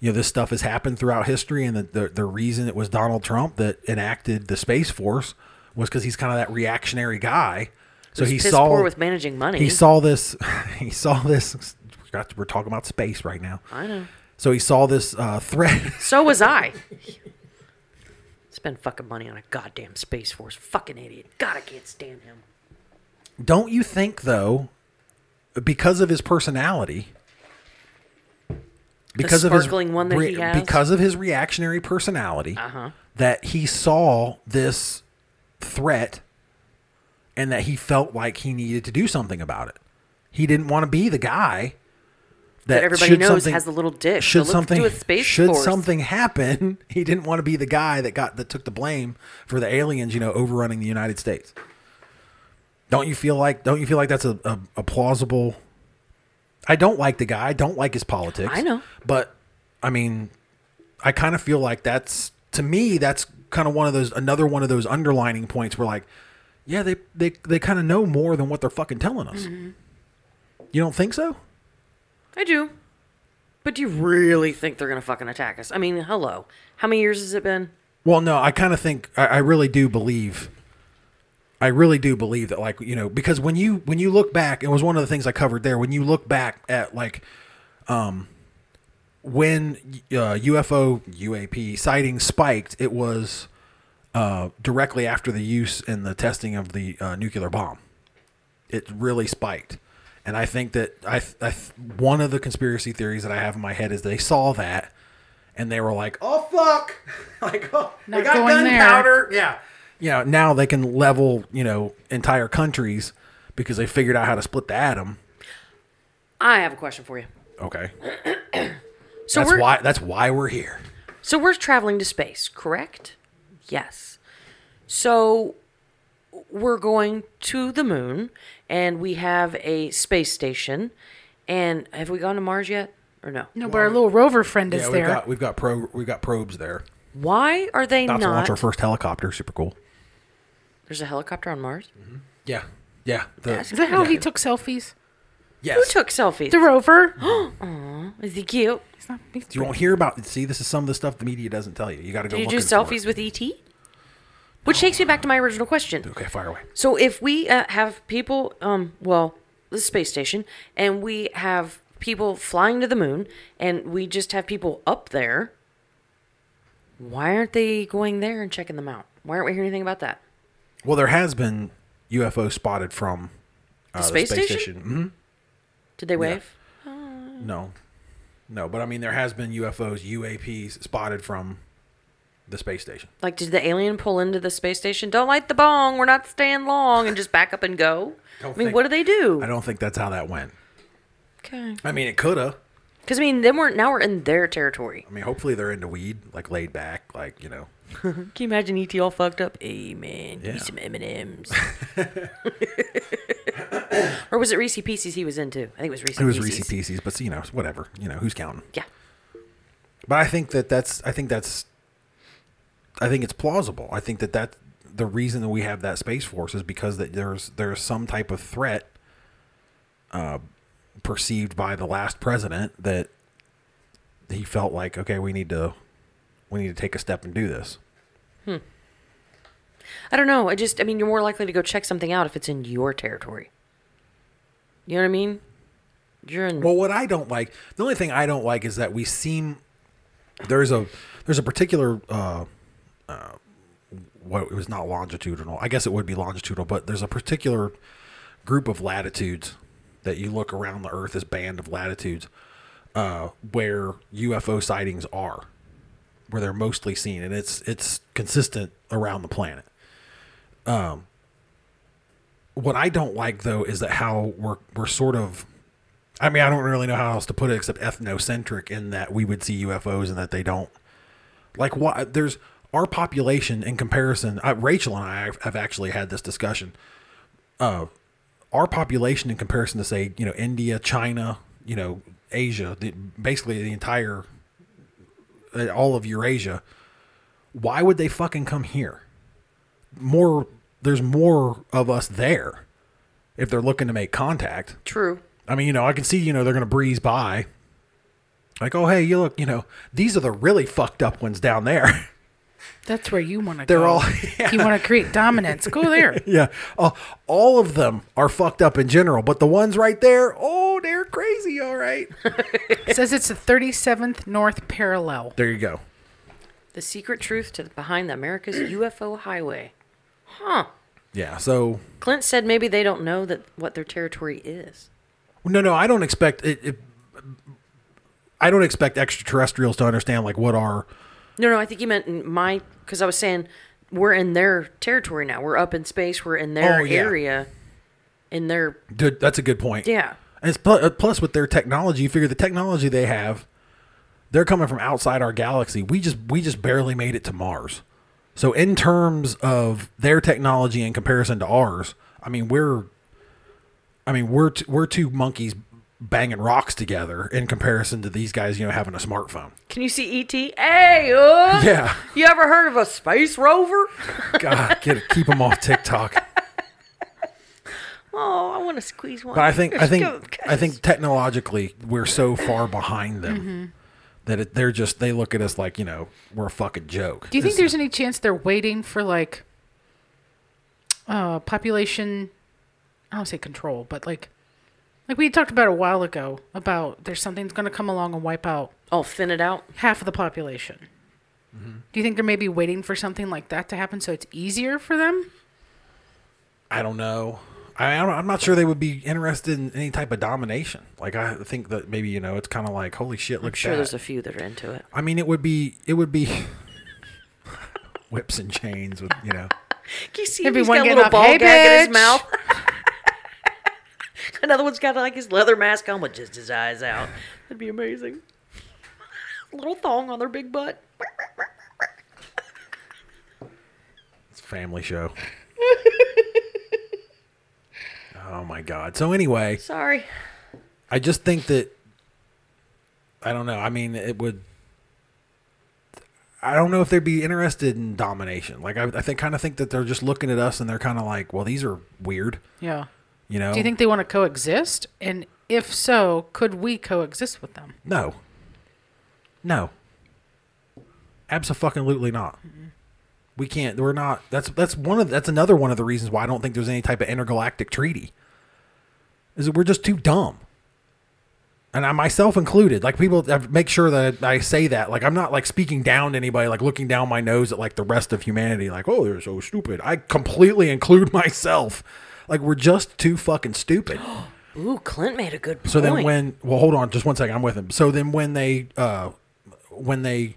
[SPEAKER 1] you know this stuff has happened throughout history, and the the, the reason it was Donald Trump that enacted the Space Force was because he's kind of that reactionary guy. So he
[SPEAKER 2] Piss
[SPEAKER 1] saw
[SPEAKER 2] poor with managing money.
[SPEAKER 1] he saw this [LAUGHS] he saw this forgot- we're talking about space right now
[SPEAKER 2] I know.
[SPEAKER 1] so he saw this uh, threat [LAUGHS]
[SPEAKER 2] So was I. Spend fucking money on a goddamn Space Force. Fucking idiot. God, I can't stand
[SPEAKER 1] Uh,
[SPEAKER 2] him.
[SPEAKER 1] don't you think though because of his personality because of his
[SPEAKER 2] sparkling one that he has? Uh-huh.
[SPEAKER 1] because of his reactionary personality that he saw this threat and that he felt like he needed to do something about it he didn't want to be the guy that,
[SPEAKER 2] That everybody
[SPEAKER 1] should
[SPEAKER 2] knows
[SPEAKER 1] something-
[SPEAKER 2] has the little dick. so
[SPEAKER 1] should
[SPEAKER 2] let's
[SPEAKER 1] something
[SPEAKER 2] do a Space
[SPEAKER 1] should
[SPEAKER 2] Force.
[SPEAKER 1] something happen [LAUGHS] he didn't want to be the guy that got that took the blame for the aliens you know overrunning the united states don't you feel like don't you feel like that's a, a, a plausible i don't like the guy i don't like his politics
[SPEAKER 2] I know.
[SPEAKER 1] but i mean i kind of feel like that's to me that's kind of one of those another one of those underlining points where like yeah they they, they kind of know more than what they're fucking telling us
[SPEAKER 2] Mm-hmm.
[SPEAKER 1] you don't think so
[SPEAKER 2] I do. But do you really think they're going to fucking attack us? I mean, hello. How many years has it been?
[SPEAKER 1] Well, no, I kind of think I, I really do believe. I really do believe that, like you know, because when you when you look back, it was one of the things I covered there. When you look back at like, um, when uh, UFO UAP sightings spiked, it was uh, directly after the use and the testing of the uh, nuclear bomb. It really spiked, and I think that I, I one of the conspiracy theories that I have in my head is they saw that and they were like, "Oh fuck!" [LAUGHS] like, "Oh, they
[SPEAKER 3] Not
[SPEAKER 1] got
[SPEAKER 3] going there.
[SPEAKER 1] gunpowder." Yeah, you know, now they can level, you know, entire countries because they figured out how to split the atom.
[SPEAKER 2] I have a question for you.
[SPEAKER 1] Okay.
[SPEAKER 2] So
[SPEAKER 1] That's
[SPEAKER 2] we're
[SPEAKER 1] why that's why we're here.
[SPEAKER 2] so we're traveling to space, correct? Yes. So we're going to the moon, and we have a space station. And have we gone to Mars yet, or no?
[SPEAKER 3] No, but our little rover friend is
[SPEAKER 1] Yeah, we've
[SPEAKER 3] there.
[SPEAKER 1] got we've got pro we've got probes there.
[SPEAKER 2] Why are they
[SPEAKER 1] About to launch our
[SPEAKER 2] not?
[SPEAKER 1] first helicopter. Super cool.
[SPEAKER 2] There's a helicopter on Mars.
[SPEAKER 1] Yeah. Mhm. Yeah. The,
[SPEAKER 2] That's
[SPEAKER 3] is that how he took selfies?
[SPEAKER 1] yes.
[SPEAKER 2] Who took selfies?
[SPEAKER 3] The rover. [GASPS]
[SPEAKER 2] Is he cute?
[SPEAKER 3] He's not- he's
[SPEAKER 1] you won't hear about see this is some of the stuff the media doesn't tell you. You got to go
[SPEAKER 2] Do you do
[SPEAKER 1] looking for it.
[SPEAKER 2] selfies with ET? Which takes me back to my original question.
[SPEAKER 1] Okay, fire away.
[SPEAKER 2] So if we uh, have people, um, well, the space station, and we have people flying to the moon, and we just have people up there, why aren't they going there and checking them out? Why aren't we hearing anything about that?
[SPEAKER 1] Well, there has been UFO spotted from uh, the
[SPEAKER 2] space station?
[SPEAKER 1] Mhm.
[SPEAKER 2] Did they wave?
[SPEAKER 1] Mm-hmm. No, no, but I mean there has been UFOs, UAPs spotted from the space station.
[SPEAKER 2] Like, did the alien pull into the space station? Don't light the bong. We're not staying long, and just back up and go. I
[SPEAKER 1] Don't
[SPEAKER 2] mean,
[SPEAKER 1] think-
[SPEAKER 2] what do they do?
[SPEAKER 1] I don't think that's how that went.
[SPEAKER 2] Okay.
[SPEAKER 1] I mean, it coulda.
[SPEAKER 2] Because I mean, then we're now we're in their territory.
[SPEAKER 1] I mean, hopefully they're into weed, like laid back, like you know.
[SPEAKER 2] Can you imagine ET all fucked up? Hey man, give
[SPEAKER 1] Yeah.
[SPEAKER 2] me some M
[SPEAKER 1] [LAUGHS]
[SPEAKER 2] and M's. Or was it Reese Pieces he was into? I think it was Reese.
[SPEAKER 1] It was
[SPEAKER 2] Pieces.
[SPEAKER 1] Reese Pieces, but you know, whatever. You know, who's counting?
[SPEAKER 2] Yeah.
[SPEAKER 1] But I think that that's I think that's I think it's plausible. I think that that the reason that we have that space force is because that there's there's some type of threat uh, perceived by the last president that he felt like okay we need to we need to take a step and do this.
[SPEAKER 2] I don't know. I just, I mean, you're more likely to go check something out if it's in your territory. You know what I mean? You're in.
[SPEAKER 1] Well, what I don't like, the only thing I don't like is that we seem there's a there's a particular uh, uh, what it was not longitudinal. I guess it would be longitudinal, but there's a particular group of latitudes that you look around the Earth as band of latitudes uh, where UFO sightings are, where they're mostly seen, and it's it's consistent around the planet. Um, what I don't like though is that how we're we're sort of I mean, I don't really know how else to put it except ethnocentric in that we would see UFOs and that they don't. Like, why? There's our population in comparison. Uh, Rachel and I have- have actually had this discussion. Uh, our population in comparison to, say, you know, India, China, you know, Asia, the, basically the entire, uh, all of Eurasia, why would they fucking come here? More, there's more of us there if they're looking to make contact.
[SPEAKER 2] True.
[SPEAKER 1] I mean, you know, I can see, you know, they're going to breeze by. Like, oh, hey, you look, you know, these are the really fucked up ones down there. [LAUGHS]
[SPEAKER 3] That's where you want to go.
[SPEAKER 1] They're all- [LAUGHS]
[SPEAKER 3] You want to create dominance. Go there.
[SPEAKER 1] yeah. Uh, all of them are fucked up in general, but the ones right there, oh, they're crazy. All right. [LAUGHS]
[SPEAKER 3] It says it's the 37th North Parallel.
[SPEAKER 1] there you go.
[SPEAKER 2] The secret truth to the, behind America's [CLEARS THROAT] UFO highway.
[SPEAKER 1] Yeah. So,
[SPEAKER 2] Clint said maybe they don't know that what their territory is.
[SPEAKER 1] no, no, I don't expect it. it I don't expect extraterrestrials to understand, like, what are.
[SPEAKER 2] No, no, I think he meant in my because I was saying we're in their territory now. We're up in space. We're in their
[SPEAKER 1] Oh, yeah.
[SPEAKER 2] area. In their
[SPEAKER 1] Dude, that's a good point.
[SPEAKER 2] yeah.
[SPEAKER 1] And it's pl- uh, plus with their technology, you figure the technology they have, they're coming from outside our galaxy. We just we just barely made it to Mars. So in terms of their technology in comparison to ours, I mean we're, I mean we're t- we're two monkeys banging rocks together in comparison to these guys, you know, having a smartphone.
[SPEAKER 2] Can you see ET? Hey, uh,
[SPEAKER 1] Yeah,
[SPEAKER 2] You ever heard of a space rover?
[SPEAKER 1] God, get it, keep them off TikTok.
[SPEAKER 2] Oh, I want to squeeze one.
[SPEAKER 1] But I think I
[SPEAKER 2] [LAUGHS] Let's
[SPEAKER 1] think
[SPEAKER 2] go, guys.
[SPEAKER 1] I think technologically we're so far behind them
[SPEAKER 3] Mm-hmm.
[SPEAKER 1] that it, they're just they look at us like you know we're a fucking joke.
[SPEAKER 3] Do you think
[SPEAKER 1] It's-
[SPEAKER 3] there's any chance they're waiting for like uh population I don't say control, but like like we talked about a while ago about there's something's gonna come along and wipe out
[SPEAKER 2] I'll thin it out.
[SPEAKER 3] half of the population. Do you think they're maybe waiting for something like that to happen so it's easier for them?
[SPEAKER 1] I don't know. I, I don't, I'm not sure they would be interested in any type of domination. Like I think that maybe you know it's kind of like holy shit, look
[SPEAKER 2] I'm sure
[SPEAKER 1] at that.
[SPEAKER 2] there's a few that are into it.
[SPEAKER 1] [LAUGHS] I mean, it would be it would be whips and chains with you know
[SPEAKER 2] Can you see him?
[SPEAKER 3] Maybe
[SPEAKER 2] He's
[SPEAKER 3] one
[SPEAKER 2] got a
[SPEAKER 3] getting
[SPEAKER 2] little
[SPEAKER 3] up,
[SPEAKER 2] ball
[SPEAKER 3] "Hey,
[SPEAKER 2] gag in his
[SPEAKER 3] bitch."
[SPEAKER 2] mouth. [LAUGHS] Another one's got like his leather mask on with just his eyes out. That'd be amazing. [LAUGHS] little thong on their big butt.
[SPEAKER 1] It's a family
[SPEAKER 3] [LAUGHS]
[SPEAKER 1] show. oh my god. So anyway,
[SPEAKER 2] Sorry.
[SPEAKER 1] I just think that I don't know. I mean, it would. I don't know if they'd be interested in domination. Like I, I think kind of think that they're just looking at us and they're kind of like, well, these are weird.
[SPEAKER 3] Yeah.
[SPEAKER 1] You know?
[SPEAKER 3] Do you think they want to coexist? And if so, could we coexist with them?
[SPEAKER 1] No. No. Absolutely not. We can't. We're not. That's that's one of that's another one of the reasons why I don't think there's any type of intergalactic treaty. Is that we're just too dumb. And I myself included, like people I make sure that I say that. Like I'm not like speaking down to anybody, like looking down my nose at like the rest of humanity, like, oh, they're so stupid. I completely include [LAUGHS] myself. Like we're just too fucking stupid.
[SPEAKER 2] Ooh, Clint made a good point.
[SPEAKER 1] So then when well hold on just one second I'm with him. So then when they uh when they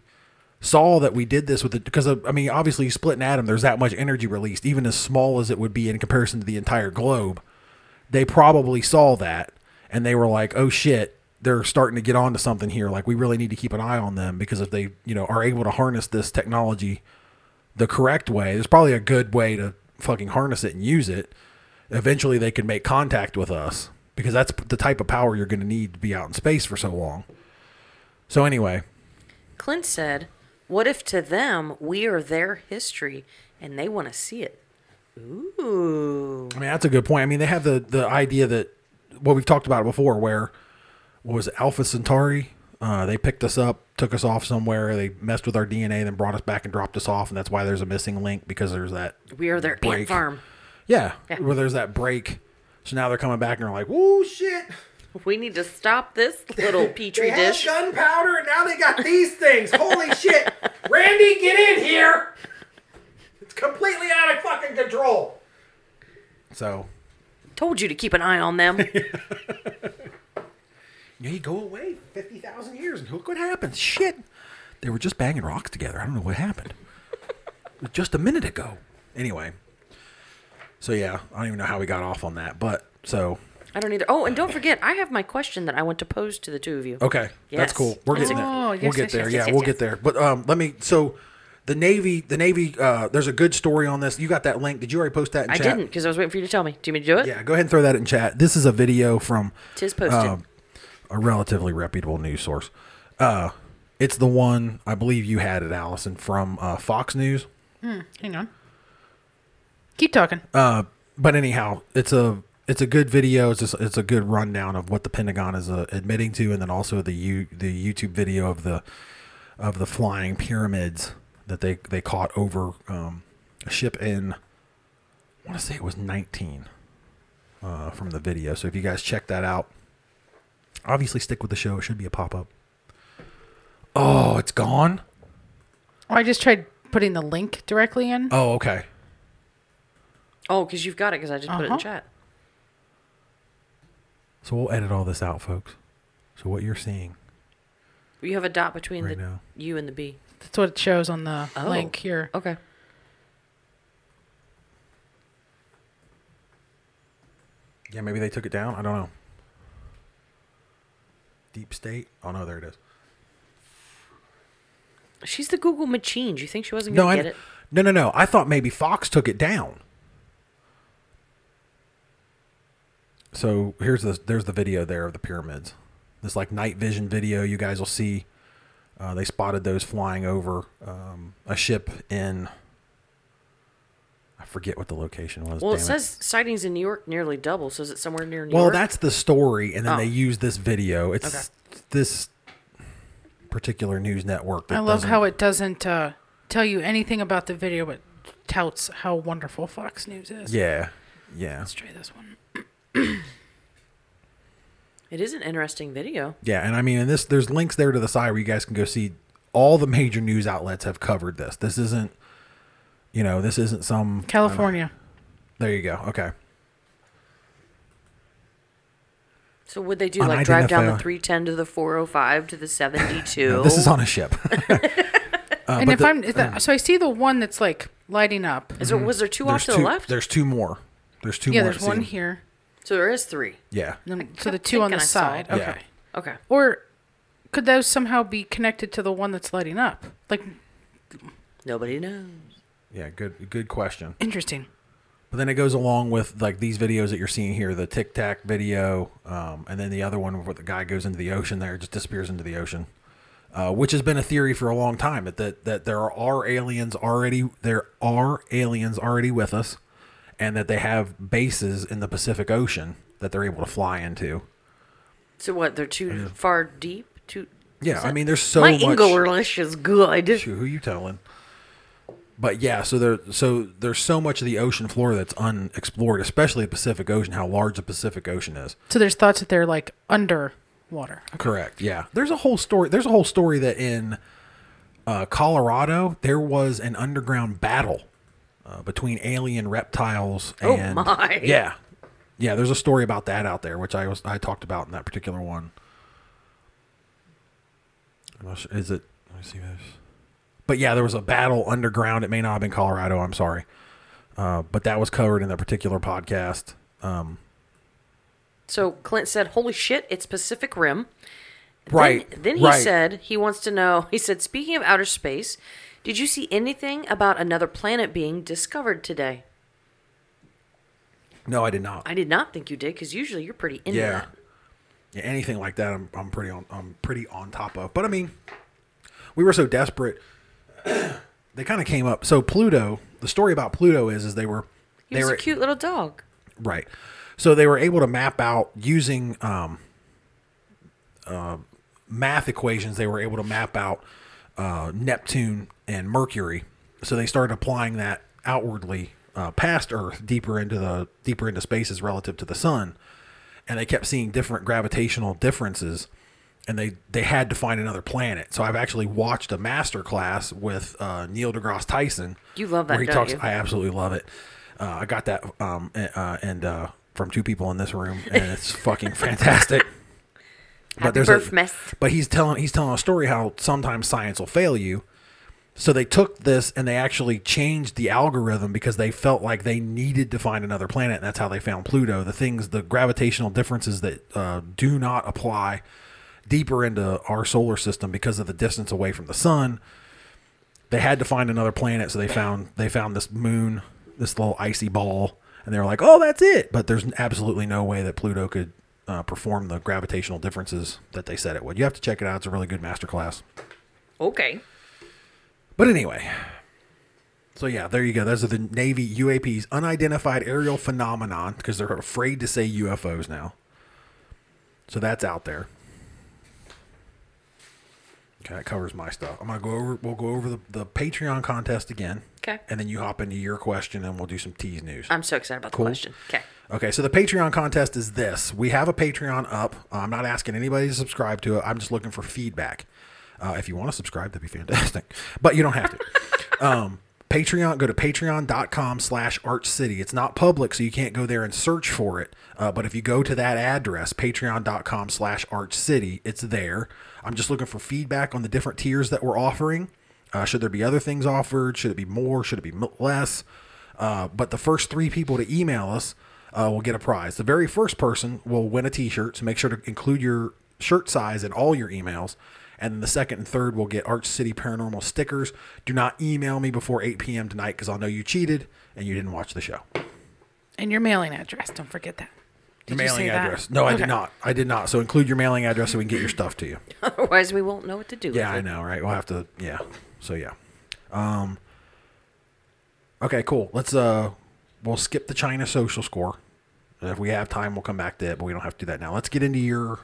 [SPEAKER 1] saw that we did this with it because uh, I mean obviously you split an atom there's that much energy released even as small as it would be in comparison to the entire globe. They probably saw that and they were like oh shit they're starting to get onto something here like we really need to keep an eye on them because if they you know are able to harness this technology the correct way. There's probably a good way to fucking harness it and use it. Eventually, they could make contact with us because that's the type of power you're going to need to be out in space for so long. So anyway,
[SPEAKER 2] Clint said, What if to them we are their history and they want to see it? Ooh.
[SPEAKER 1] I mean that's a good point. I mean they have the the idea that what we've talked about before, where what was it, Alpha Centauri? Uh, they picked us up, took us off somewhere. They messed with our DNA, then brought us back and dropped us off, and that's why there's a missing link because there's that
[SPEAKER 2] We are their
[SPEAKER 1] Break.
[SPEAKER 2] ant farm.
[SPEAKER 1] yeah,
[SPEAKER 2] Yeah.
[SPEAKER 1] where there's that break. So now they're coming back and they're like, "Whoa, shit!"
[SPEAKER 2] We need to stop this
[SPEAKER 1] [LAUGHS]
[SPEAKER 2] little petri
[SPEAKER 4] They had
[SPEAKER 2] dish.
[SPEAKER 4] gunpowder and now they got these things. Holy shit. Randy, get in here. It's completely out of fucking control.
[SPEAKER 1] So
[SPEAKER 2] Told you to keep an eye on
[SPEAKER 1] [LAUGHS]
[SPEAKER 2] them.
[SPEAKER 1] Yeah, you go away 50,000 years and look what happens. Shit. They were just banging rocks together. I don't know what happened. just a minute ago. Anyway. So, yeah, I don't even know how we got off on that. But, so,
[SPEAKER 2] I don't either. Oh, and don't forget, I have my question that I want to pose to the two of you.
[SPEAKER 1] okay. That's
[SPEAKER 2] Yes.
[SPEAKER 1] cool. We're getting there.
[SPEAKER 3] Oh, yes,
[SPEAKER 1] we'll get
[SPEAKER 3] yes,
[SPEAKER 1] there.
[SPEAKER 3] yes,
[SPEAKER 1] yeah,
[SPEAKER 3] yes,
[SPEAKER 1] we'll
[SPEAKER 3] yes,
[SPEAKER 1] get there. But um, let me, so the Navy, the Navy, uh, there's a good story on this. You got that link. Did you already post that in
[SPEAKER 2] I
[SPEAKER 1] chat?
[SPEAKER 2] didn't because I was waiting for you to tell me. Do you mean to do it?
[SPEAKER 1] Yeah, go ahead and throw that in chat. This is a video from
[SPEAKER 2] Tis posted.
[SPEAKER 1] um, a relatively reputable news source. Uh, it's the one I believe you had it, Allison, from uh, Fox News.
[SPEAKER 3] Hang on. Keep talking.
[SPEAKER 1] Uh, but anyhow, it's a it's a good video. It's just, it's a good rundown of what the Pentagon is uh, admitting to, and then also the you the YouTube video of the of the flying pyramids that they they caught over um, a ship in. I want to say it was 19 uh, from the video. So if you guys check that out, obviously stick with the show. It should be a pop up. Oh, it's gone.
[SPEAKER 3] Oh, I just tried putting the link directly in.
[SPEAKER 1] Oh, okay.
[SPEAKER 2] Oh, because you've got it because I just put it
[SPEAKER 3] Uh-huh.
[SPEAKER 2] in chat.
[SPEAKER 1] So we'll edit all this out, folks. So what you're seeing
[SPEAKER 2] You have a dot between
[SPEAKER 1] Right
[SPEAKER 2] the
[SPEAKER 1] now.
[SPEAKER 2] U and the B.
[SPEAKER 3] That's what it shows on the
[SPEAKER 2] Oh.
[SPEAKER 3] link here.
[SPEAKER 2] Okay.
[SPEAKER 1] Yeah, maybe they took it down. I don't know. Deep state. Oh no, there it is.
[SPEAKER 2] She's the Google machine. Do you think she wasn't
[SPEAKER 1] No,
[SPEAKER 2] going
[SPEAKER 1] I,
[SPEAKER 2] to get it?
[SPEAKER 1] no, no, no. I thought maybe Fox took it down. So here's the there's the video there of the pyramids. This like night vision video you guys will see. Uh, they spotted those flying over um, a ship in. I forget what the location was.
[SPEAKER 2] Well, it
[SPEAKER 1] damn
[SPEAKER 2] says sightings in New York nearly double. So is it somewhere near New
[SPEAKER 1] Well,
[SPEAKER 2] York?
[SPEAKER 1] that's the story, and then
[SPEAKER 2] Oh.
[SPEAKER 1] they use this video. It's this particular news network. That
[SPEAKER 3] I love
[SPEAKER 1] Oh, doesn't-
[SPEAKER 3] how it doesn't uh, tell you anything about the video, but touts how wonderful Fox News is.
[SPEAKER 1] Yeah, yeah,
[SPEAKER 3] Let's try this one.
[SPEAKER 2] It is an interesting video.
[SPEAKER 1] yeah. And I mean, and this there's links there to the side where you guys can go see all the major news outlets have covered this. This isn't, you know, this isn't some
[SPEAKER 3] California.
[SPEAKER 1] There you go. Okay.
[SPEAKER 2] So would they do
[SPEAKER 1] On
[SPEAKER 2] like drive down the
[SPEAKER 1] IDFL.
[SPEAKER 2] 310 to the 405 to the 72?
[SPEAKER 1] [LAUGHS] This is on a ship. Uh,
[SPEAKER 3] [LAUGHS] and if I'm is that, so, I see the one that's like lighting up.
[SPEAKER 2] Is there, was there two
[SPEAKER 1] There's
[SPEAKER 2] off to
[SPEAKER 1] two,
[SPEAKER 2] the left?
[SPEAKER 1] There's two more. There's two
[SPEAKER 3] Yeah,
[SPEAKER 1] more.
[SPEAKER 3] there's
[SPEAKER 1] to
[SPEAKER 3] one
[SPEAKER 1] see.
[SPEAKER 3] here.
[SPEAKER 2] so there is three.
[SPEAKER 1] Yeah.
[SPEAKER 3] and then-
[SPEAKER 2] I
[SPEAKER 3] so the
[SPEAKER 2] kept
[SPEAKER 3] two on the
[SPEAKER 2] thinking I saw
[SPEAKER 3] side.
[SPEAKER 2] it.
[SPEAKER 3] Okay.
[SPEAKER 1] Yeah.
[SPEAKER 2] Okay.
[SPEAKER 3] Or could those somehow be connected to the one that's lighting up? Like,
[SPEAKER 2] Nobody knows.
[SPEAKER 1] Yeah. Good. Good question.
[SPEAKER 3] interesting.
[SPEAKER 1] But then it goes along with like these videos that you're seeing here, the Tic Tac video, um, and then the other one where the guy goes into the ocean there, just disappears into the ocean, uh, which has been a theory for a long time that that, that there are aliens already there are aliens already with us, and that they have bases in the Pacific Ocean that they're able to fly into.
[SPEAKER 2] So what? They're too far deep. Too.
[SPEAKER 1] Yeah,
[SPEAKER 2] is
[SPEAKER 1] I
[SPEAKER 2] that-
[SPEAKER 1] mean, there's so
[SPEAKER 2] my
[SPEAKER 1] much.
[SPEAKER 2] English is good.
[SPEAKER 1] Shoot, who you telling? But yeah, so there, so there's so much of the ocean floor that's unexplored, especially the Pacific Ocean. How large the Pacific Ocean is.
[SPEAKER 3] So there's thoughts that they're like underwater.
[SPEAKER 1] Correct. Yeah. There's a whole story. There's a whole story that in uh, Colorado there was an underground battle uh, between alien reptiles.
[SPEAKER 2] Oh,
[SPEAKER 1] And,
[SPEAKER 2] my.
[SPEAKER 1] Yeah. Yeah. There's a story about that out there, which I was I talked about in that particular one. I'm not sure- Is it? Let me see this. But yeah, there was a battle underground. It may not have been Colorado. I'm sorry. Uh, but that was covered in that particular podcast. Um,
[SPEAKER 2] So Clint said, "Holy shit, it's Pacific Rim."
[SPEAKER 1] right.
[SPEAKER 2] Then, then he
[SPEAKER 1] right.
[SPEAKER 2] said he wants to know. He said, "Speaking of outer space, did you see anything about another planet being discovered today?"
[SPEAKER 1] No, I did not.
[SPEAKER 2] I did not think you did because usually you're pretty into
[SPEAKER 1] yeah.
[SPEAKER 2] that.
[SPEAKER 1] Yeah, anything like that, I'm, I'm pretty on I'm pretty on top of. But I mean, we were so desperate. [COUGHS] they kind of came up. So Pluto, the story about Pluto is is they were
[SPEAKER 2] He
[SPEAKER 1] they
[SPEAKER 2] was
[SPEAKER 1] were
[SPEAKER 2] a cute little dog.
[SPEAKER 1] right. So they were able to map out using um, uh, math equations. They were able to map out uh, Neptune and Mercury. So they started applying that outwardly uh, past Earth, deeper into the deeper into spaces relative to the sun and they kept seeing different gravitational differences and they they had to find another planet so i've actually watched a master class with uh, neil degrasse tyson
[SPEAKER 2] You love that,
[SPEAKER 1] where he
[SPEAKER 2] don't
[SPEAKER 1] talks
[SPEAKER 2] you?
[SPEAKER 1] i absolutely love it uh, i got that um and, uh, and uh, from two people in this room and it's fucking
[SPEAKER 2] [LAUGHS]
[SPEAKER 1] fantastic
[SPEAKER 2] Happy birth
[SPEAKER 1] a,
[SPEAKER 2] mess.
[SPEAKER 1] but he's telling he's telling a story how sometimes science will fail you so they took this and they actually changed the algorithm because they felt like they needed to find another planet, and that's how they found Pluto. The things, the gravitational differences that uh, do not apply deeper into our solar system because of the distance away from the sun. They had to find another planet, so they found they found this moon, this little icy ball, and they were like, "Oh, that's it!" But there's absolutely no way that Pluto could uh, perform the gravitational differences that they said it would. You have to check it out; it's a really good masterclass.
[SPEAKER 2] Okay.
[SPEAKER 1] But anyway. So yeah, there you go. Those are the Navy UAPs, unidentified aerial phenomenon, because they're afraid to say UFOs now. So that's out there. Okay, that covers my stuff. I'm gonna go over. We'll go over the, the Patreon contest again.
[SPEAKER 2] Okay.
[SPEAKER 1] And then you hop into your question, and we'll do some tease news.
[SPEAKER 2] I'm so excited about the
[SPEAKER 1] Cool.
[SPEAKER 2] question. Okay. [LAUGHS]
[SPEAKER 1] Okay, so the Patreon contest is this. We have a Patreon up. Uh, I'm not asking anybody to subscribe to it. I'm just looking for feedback. Uh, if you want to subscribe, that'd be fantastic. [LAUGHS] But you don't have to. um, Patreon, go to patreon.com slash archcity. It's not public, so you can't go there and search for it. Uh, but if you go to that address, patreon.com slash archcity, it's there. I'm just looking for feedback on the different tiers that we're offering. Uh, should there be other things offered? Should it be more? Should it be m- less? Uh, but the first three people to email us uh, will get a prize. The very first person will win a T-shirt. So make sure to include your shirt size in all your emails. And then the second and third will get Arch City Paranormal stickers. Do not email me before 8 p.m. tonight because I'll know you cheated and you didn't watch the show.
[SPEAKER 3] And your mailing address. Don't forget that.
[SPEAKER 1] Your
[SPEAKER 3] Did you say that?
[SPEAKER 1] No, I
[SPEAKER 3] Okay.
[SPEAKER 1] did not. I did not. So include your mailing address so we can get your stuff to you.
[SPEAKER 2] Otherwise, we won't know what to do.
[SPEAKER 1] Yeah, I
[SPEAKER 2] with it.
[SPEAKER 1] know, right? We'll have to. Yeah. So yeah. Um. Okay, cool. Let's uh, we'll skip the China social score. And if we have time, we'll come back to it, but we don't have to do that now. Let's get into your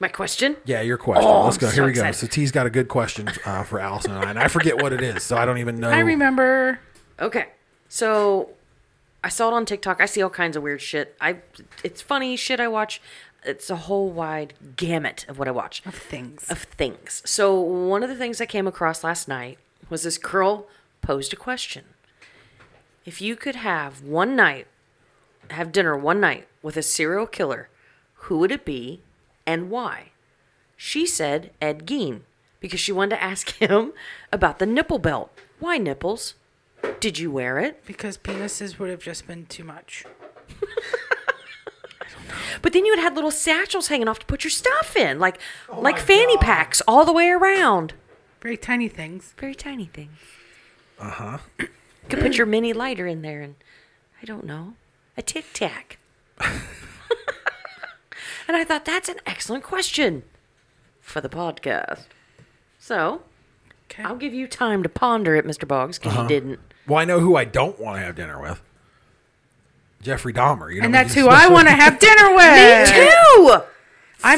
[SPEAKER 2] My question.
[SPEAKER 1] yeah your question.
[SPEAKER 2] Oh,
[SPEAKER 1] Let's go.
[SPEAKER 2] I'm so
[SPEAKER 1] Here we go.
[SPEAKER 2] excited.
[SPEAKER 1] So T's got a good question uh, for Allison and I, and I forget what it is, so I don't even know.
[SPEAKER 3] I remember.
[SPEAKER 2] Okay. So I saw it on TikTok. I see all kinds of weird shit. I it's funny shit I watch. It's a whole wide gamut of what I watch.
[SPEAKER 3] Things.
[SPEAKER 2] Of things. So one of the things I came across last night was this girl posed a question. If you could have one night have dinner one night with a serial killer, who would it be and why? She said [LAUGHS] Ed Gein because she wanted to ask him about the nipple belt. Why nipples? Did you wear it?
[SPEAKER 3] because penises would have just been too much.
[SPEAKER 2] But then you would have little satchels hanging off to put your stuff in, like like
[SPEAKER 4] Oh my
[SPEAKER 2] fanny
[SPEAKER 4] God.
[SPEAKER 2] packs all the way around.
[SPEAKER 3] Very tiny things.
[SPEAKER 2] Very tiny thing.
[SPEAKER 1] Uh-huh.
[SPEAKER 2] Uh huh. Could put your mini lighter in there, and I don't know, a tic tac. [LAUGHS] and I thought that's an excellent question for the podcast. So
[SPEAKER 3] Okay.
[SPEAKER 2] I'll give you time to ponder it, Mr. Boggs, because
[SPEAKER 1] Uh-huh.
[SPEAKER 2] you didn't.
[SPEAKER 1] Well, I know who I don't want to have dinner with. Jeffrey Dahmer. You know,
[SPEAKER 3] and
[SPEAKER 1] he
[SPEAKER 3] that's
[SPEAKER 1] just-
[SPEAKER 3] who
[SPEAKER 1] [LAUGHS]
[SPEAKER 3] I want to have dinner with.
[SPEAKER 2] Two.
[SPEAKER 1] Fuck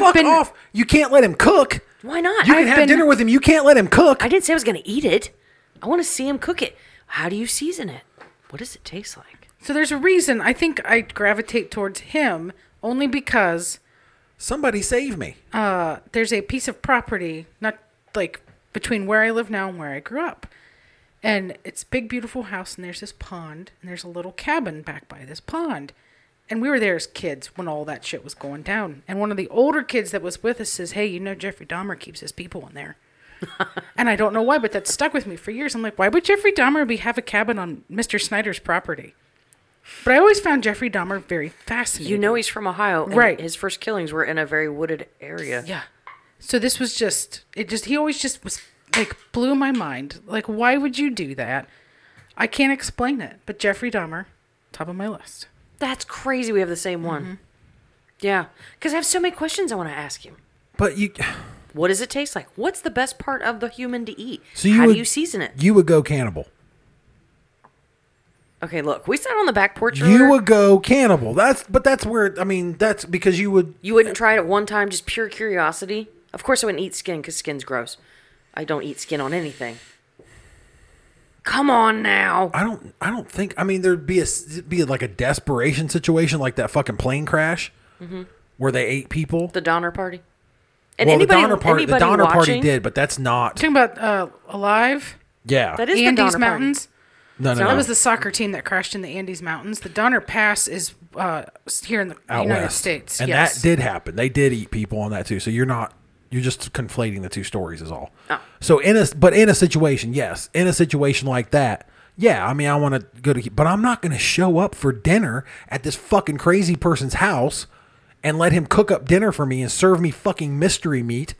[SPEAKER 3] I've been
[SPEAKER 1] off. You can't let him cook.
[SPEAKER 2] Why not?
[SPEAKER 1] You
[SPEAKER 2] I,
[SPEAKER 1] can have
[SPEAKER 3] been-
[SPEAKER 1] dinner with him. You can't let him cook.
[SPEAKER 2] I didn't say I was going to eat it. I want to see him cook it. How do you season it? What does it taste like?
[SPEAKER 3] So there's a reason I think I gravitate towards him only because
[SPEAKER 1] Somebody save me.
[SPEAKER 3] uh, there's a piece of property, not like between where I live now and where I grew up. And it's a big, beautiful house, and there's this pond, and there's a little cabin back by this pond. And we were there as kids when all that shit was going down. And one of the older kids that was with us says, Hey, you know, Jeffrey Dahmer keeps his people
[SPEAKER 2] [LAUGHS]
[SPEAKER 3] in there. and I don't know why, but that stuck with me for years. I'm like, Why would Jeffrey Dahmer be have a cabin on Mr. Snyder's property? But I always found Jeffrey Dahmer very fascinating.
[SPEAKER 2] You know he's from Ohio, and
[SPEAKER 3] Right.
[SPEAKER 2] His first killings were in a very wooded area.
[SPEAKER 3] Yeah. So this was just it just he always just was like blew my mind. Like why would you do that? I can't explain it. But Jeffrey Dahmer, top of my list.
[SPEAKER 2] That's crazy. We have the same
[SPEAKER 1] Mm-hmm.
[SPEAKER 2] one. Yeah, because I have so many questions I want to ask him.
[SPEAKER 1] But you.
[SPEAKER 2] What does it taste like? What's the best part of the human to eat?
[SPEAKER 1] So you
[SPEAKER 2] How
[SPEAKER 1] would-
[SPEAKER 2] do you season it?
[SPEAKER 1] You would go cannibal.
[SPEAKER 2] okay, look, we sat on the back porch.
[SPEAKER 1] You
[SPEAKER 2] earlier.
[SPEAKER 1] would go cannibal. That's but that's where I mean that's because you would
[SPEAKER 2] You wouldn't try it at one time, just pure curiosity. Of course, I wouldn't eat skin because skin's gross. I don't eat skin on anything. Come on now.
[SPEAKER 1] I don't I don't think I mean there'd be a s- be like a desperation situation like that fucking plane crash
[SPEAKER 3] Mm-hmm.
[SPEAKER 1] where they ate people.
[SPEAKER 2] The Donner Party. And
[SPEAKER 1] well,
[SPEAKER 2] anybody,
[SPEAKER 1] the Donner party the
[SPEAKER 2] anybody
[SPEAKER 1] Donner party
[SPEAKER 2] watching-
[SPEAKER 1] did, but that's not
[SPEAKER 3] Talking about uh, Alive,
[SPEAKER 1] yeah.
[SPEAKER 2] That is the
[SPEAKER 3] Andes
[SPEAKER 2] Donner
[SPEAKER 3] Mountains.
[SPEAKER 1] no no,
[SPEAKER 2] so
[SPEAKER 1] no.
[SPEAKER 3] That was the soccer team that crashed in the Andes Mountains. The Donner Pass is uh, here in the
[SPEAKER 1] out
[SPEAKER 3] United
[SPEAKER 1] west.
[SPEAKER 3] States.
[SPEAKER 1] and
[SPEAKER 3] yes.
[SPEAKER 1] that did happen. They did eat people on that too. So you're not you're just conflating the two stories is all.
[SPEAKER 2] Oh.
[SPEAKER 1] So in a but in a situation, yes, in a situation like that, yeah. I mean, I want to go to, but I'm not going to show up for dinner at this fucking crazy person's house and let him cook up dinner for me and serve me fucking mystery meat.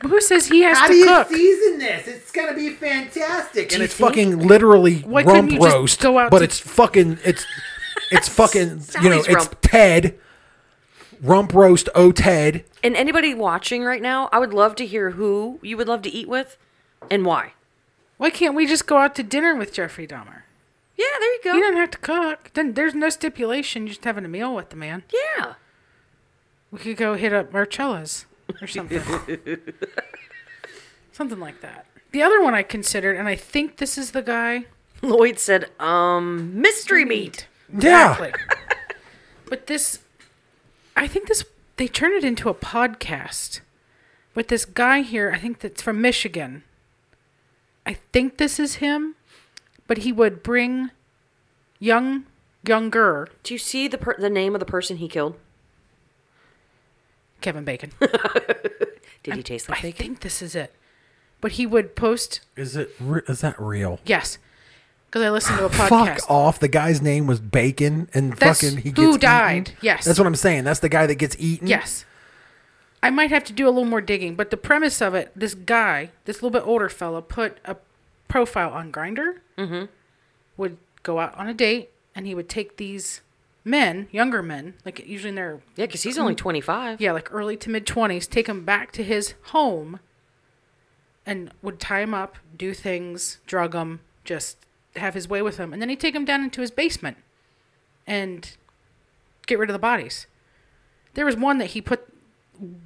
[SPEAKER 3] But Who says he has
[SPEAKER 4] How do
[SPEAKER 3] to
[SPEAKER 4] you
[SPEAKER 3] cook?
[SPEAKER 4] season this? It's gonna be fantastic.
[SPEAKER 1] And
[SPEAKER 4] And
[SPEAKER 1] it's
[SPEAKER 4] it's
[SPEAKER 1] fucking literally
[SPEAKER 3] Why couldn't
[SPEAKER 1] rump
[SPEAKER 3] you just
[SPEAKER 1] roast,
[SPEAKER 3] go out
[SPEAKER 1] but
[SPEAKER 3] to-
[SPEAKER 1] it's fucking it's
[SPEAKER 3] [LAUGHS]
[SPEAKER 1] it's fucking you know
[SPEAKER 2] Sally's
[SPEAKER 1] it's
[SPEAKER 2] rump.
[SPEAKER 1] Ted rump roast. Oh Ted.
[SPEAKER 2] And anybody watching right now, I would love to hear who you would love to eat with and why.
[SPEAKER 3] Why can't we just go out to dinner with Jeffrey Dahmer?
[SPEAKER 2] Yeah, there you go.
[SPEAKER 3] He doesn't have to cook. Then there's no stipulation. You're just having a meal with the man.
[SPEAKER 2] yeah.
[SPEAKER 3] We could go hit up Marcella's or something. [LAUGHS] something like that. The other one I considered, and I think this is the guy.
[SPEAKER 2] Lloyd said, um, mystery meat.
[SPEAKER 1] Yeah.
[SPEAKER 3] but this, I think this, they turned it into a podcast. But this guy here, I think that's from Michigan. I think this is him, but he would bring young, younger
[SPEAKER 2] Do you see the per- the name of the person he killed?
[SPEAKER 1] [LAUGHS]
[SPEAKER 3] Kevin Bacon.
[SPEAKER 2] Did he taste like
[SPEAKER 3] I
[SPEAKER 2] bacon?
[SPEAKER 3] think this is it. But he would post
[SPEAKER 1] Is it re- is that real?
[SPEAKER 3] Yes, because I listened to a podcast.
[SPEAKER 1] Fuck off. The guy's name was Bacon and
[SPEAKER 3] That's
[SPEAKER 1] fucking he gets
[SPEAKER 3] who
[SPEAKER 1] eaten.
[SPEAKER 3] died. Yes.
[SPEAKER 1] That's what I'm saying. That's the guy that gets eaten.
[SPEAKER 3] Yes, I might have to do a little more digging, but the premise of it, this guy, this little bit older fella, put a profile on Grinder. Mm-hmm. Would go out on a date, and he would take these men, younger men, like usually in their
[SPEAKER 2] Yeah, because he's only 25.
[SPEAKER 3] yeah, like early to mid 20s, take him back to his home and would tie him up, do things, drug him, just have his way with him. And then he'd take him down into his basement and get rid of the bodies. There was one that he put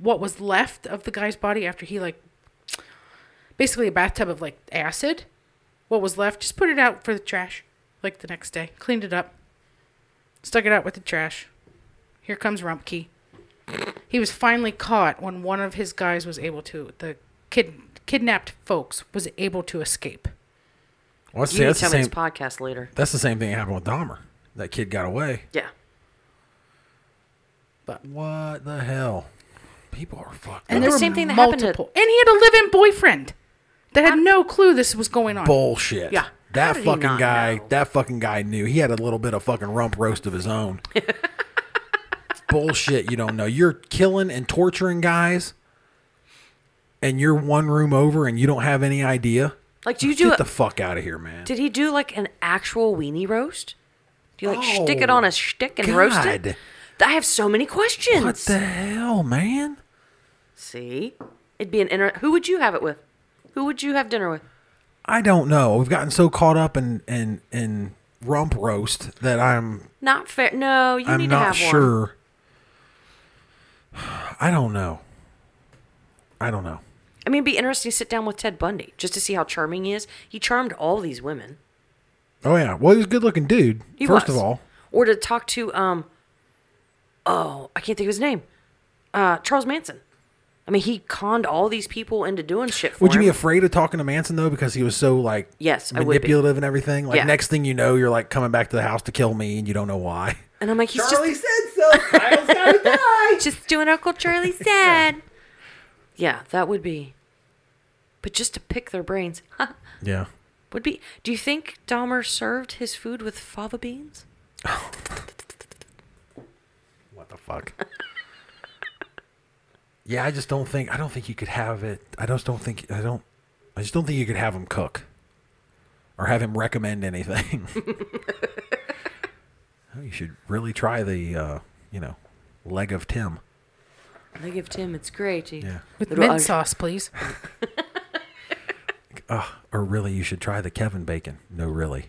[SPEAKER 3] what was left of the guy's body after he, like, basically a bathtub of, like, acid. What was left, just put it out for the trash, like, the next day. Cleaned it up, stuck it out with the trash. Here comes Rumpke he was finally caught when one of his guys was able to the kid kidnapped folks was able to escape
[SPEAKER 1] Well, that's,
[SPEAKER 2] You
[SPEAKER 1] see,
[SPEAKER 2] need to
[SPEAKER 1] that's, the
[SPEAKER 2] tell me this
[SPEAKER 1] same,
[SPEAKER 2] podcast later.
[SPEAKER 1] that's the same thing that happened with Dahmer. That kid got away.
[SPEAKER 2] Yeah.
[SPEAKER 1] What the hell? People are fucked
[SPEAKER 2] And
[SPEAKER 1] up.
[SPEAKER 2] the
[SPEAKER 3] There
[SPEAKER 2] same
[SPEAKER 3] were
[SPEAKER 2] thing that happened to-
[SPEAKER 3] and he had a live-in boyfriend that had no clue this was going on
[SPEAKER 1] Bullshit.
[SPEAKER 3] Yeah.
[SPEAKER 1] That
[SPEAKER 2] did he
[SPEAKER 1] fucking
[SPEAKER 2] not
[SPEAKER 1] guy.
[SPEAKER 2] know?
[SPEAKER 1] That fucking guy knew. He had a little bit of fucking rump roast of his
[SPEAKER 2] [LAUGHS]
[SPEAKER 1] own. Bullshit. You don't know. You're killing and torturing guys, and you're one room over, and you don't have any idea.
[SPEAKER 2] Like, do you do
[SPEAKER 1] Get
[SPEAKER 2] it?
[SPEAKER 1] the fuck out of here, man.
[SPEAKER 2] Did he do like an actual weenie roast? Do you like stick it
[SPEAKER 1] Oh,
[SPEAKER 2] on a stick and roast
[SPEAKER 1] God.
[SPEAKER 2] it? Th- I have so many questions.
[SPEAKER 1] What the hell, man?
[SPEAKER 2] See, it'd be an inter. Who would you have it with? Who would you have dinner with?
[SPEAKER 1] I don't know. We've gotten so caught up in in in rump roast that I'm
[SPEAKER 2] Not fair. No, you
[SPEAKER 1] I'm
[SPEAKER 2] need
[SPEAKER 1] not
[SPEAKER 2] to have one.
[SPEAKER 1] sure. [SIGHS] I don't know. I don't know.
[SPEAKER 2] I mean, it'd be interesting to sit down with Ted Bundy just to see how charming he is. He charmed all these women.
[SPEAKER 1] Oh yeah. Well, he was a good-looking dude.
[SPEAKER 2] He
[SPEAKER 1] first
[SPEAKER 2] was.
[SPEAKER 1] of all,
[SPEAKER 2] or to talk to um, oh, I can't think of his name, uh, Charles Manson. I mean, he conned all these people into doing shit for
[SPEAKER 1] would you
[SPEAKER 2] him.
[SPEAKER 1] be afraid of talking to Manson though because he was so like
[SPEAKER 2] Yes, I would be.
[SPEAKER 1] manipulative and everything? Like
[SPEAKER 2] Yeah.
[SPEAKER 1] next thing you know, you're like coming back to the house to kill me and you don't know why. [LAUGHS]
[SPEAKER 2] and I'm like, he's just
[SPEAKER 4] Charlie said so. Kyle's gotta die.
[SPEAKER 2] just doing Uncle Charlie said. yeah, that would be. But just to pick their brains
[SPEAKER 1] Yeah.
[SPEAKER 2] would be. Do you think Dahmer served his food with fava beans?
[SPEAKER 1] What the fuck? [LAUGHS] yeah, I just don't think I don't think you could have it. I just don't think I don't I just don't think you could have him cook or have him recommend
[SPEAKER 2] [LAUGHS]
[SPEAKER 1] anything. [LAUGHS] Oh, you should really try the uh, you know, leg of Tim.
[SPEAKER 2] They give Tim. It's great. He-
[SPEAKER 1] Yeah.
[SPEAKER 3] With
[SPEAKER 2] Little
[SPEAKER 3] mint
[SPEAKER 2] ug-
[SPEAKER 3] sauce, please.
[SPEAKER 1] Or really you should try the Kevin bacon. No, really.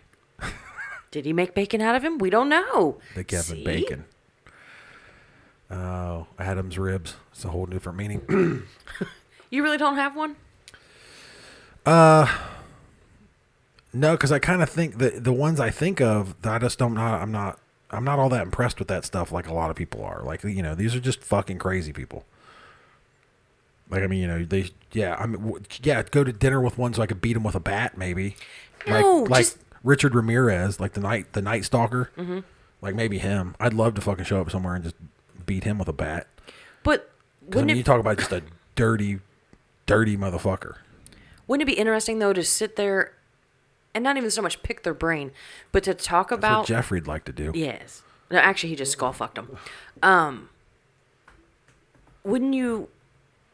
[SPEAKER 2] Did he make bacon out of him? We don't know.
[SPEAKER 1] The Kevin
[SPEAKER 2] See?
[SPEAKER 1] bacon. Oh, Adam's ribs. It's a whole different meaning.
[SPEAKER 2] You really don't have one.
[SPEAKER 1] no, because I kind of think that the ones I think of, that I just don't not. I'm not. I'm not all that impressed with that stuff. Like a lot of people are. Like you know, these are just fucking crazy people. Like I mean, you know, they yeah. I mean, w- yeah. Go to dinner with one so I could beat him with a bat, maybe.
[SPEAKER 2] No,
[SPEAKER 1] like, like
[SPEAKER 2] just- Mm-hmm.
[SPEAKER 1] Richard Ramirez, like the night the night stalker. Like maybe him. I'd love to fucking show up somewhere and just beat him with a bat. Because
[SPEAKER 2] But
[SPEAKER 1] I
[SPEAKER 2] wouldn't
[SPEAKER 1] mean, you
[SPEAKER 2] it,
[SPEAKER 1] talk about just a dirty, dirty motherfucker.
[SPEAKER 2] wouldn't it be interesting though to sit there, and not even so much pick their brain, but to talk
[SPEAKER 1] That's
[SPEAKER 2] about
[SPEAKER 1] what Jeffrey'd like to do.
[SPEAKER 2] Yes. No, actually, he just skull fucked him. Um, wouldn't you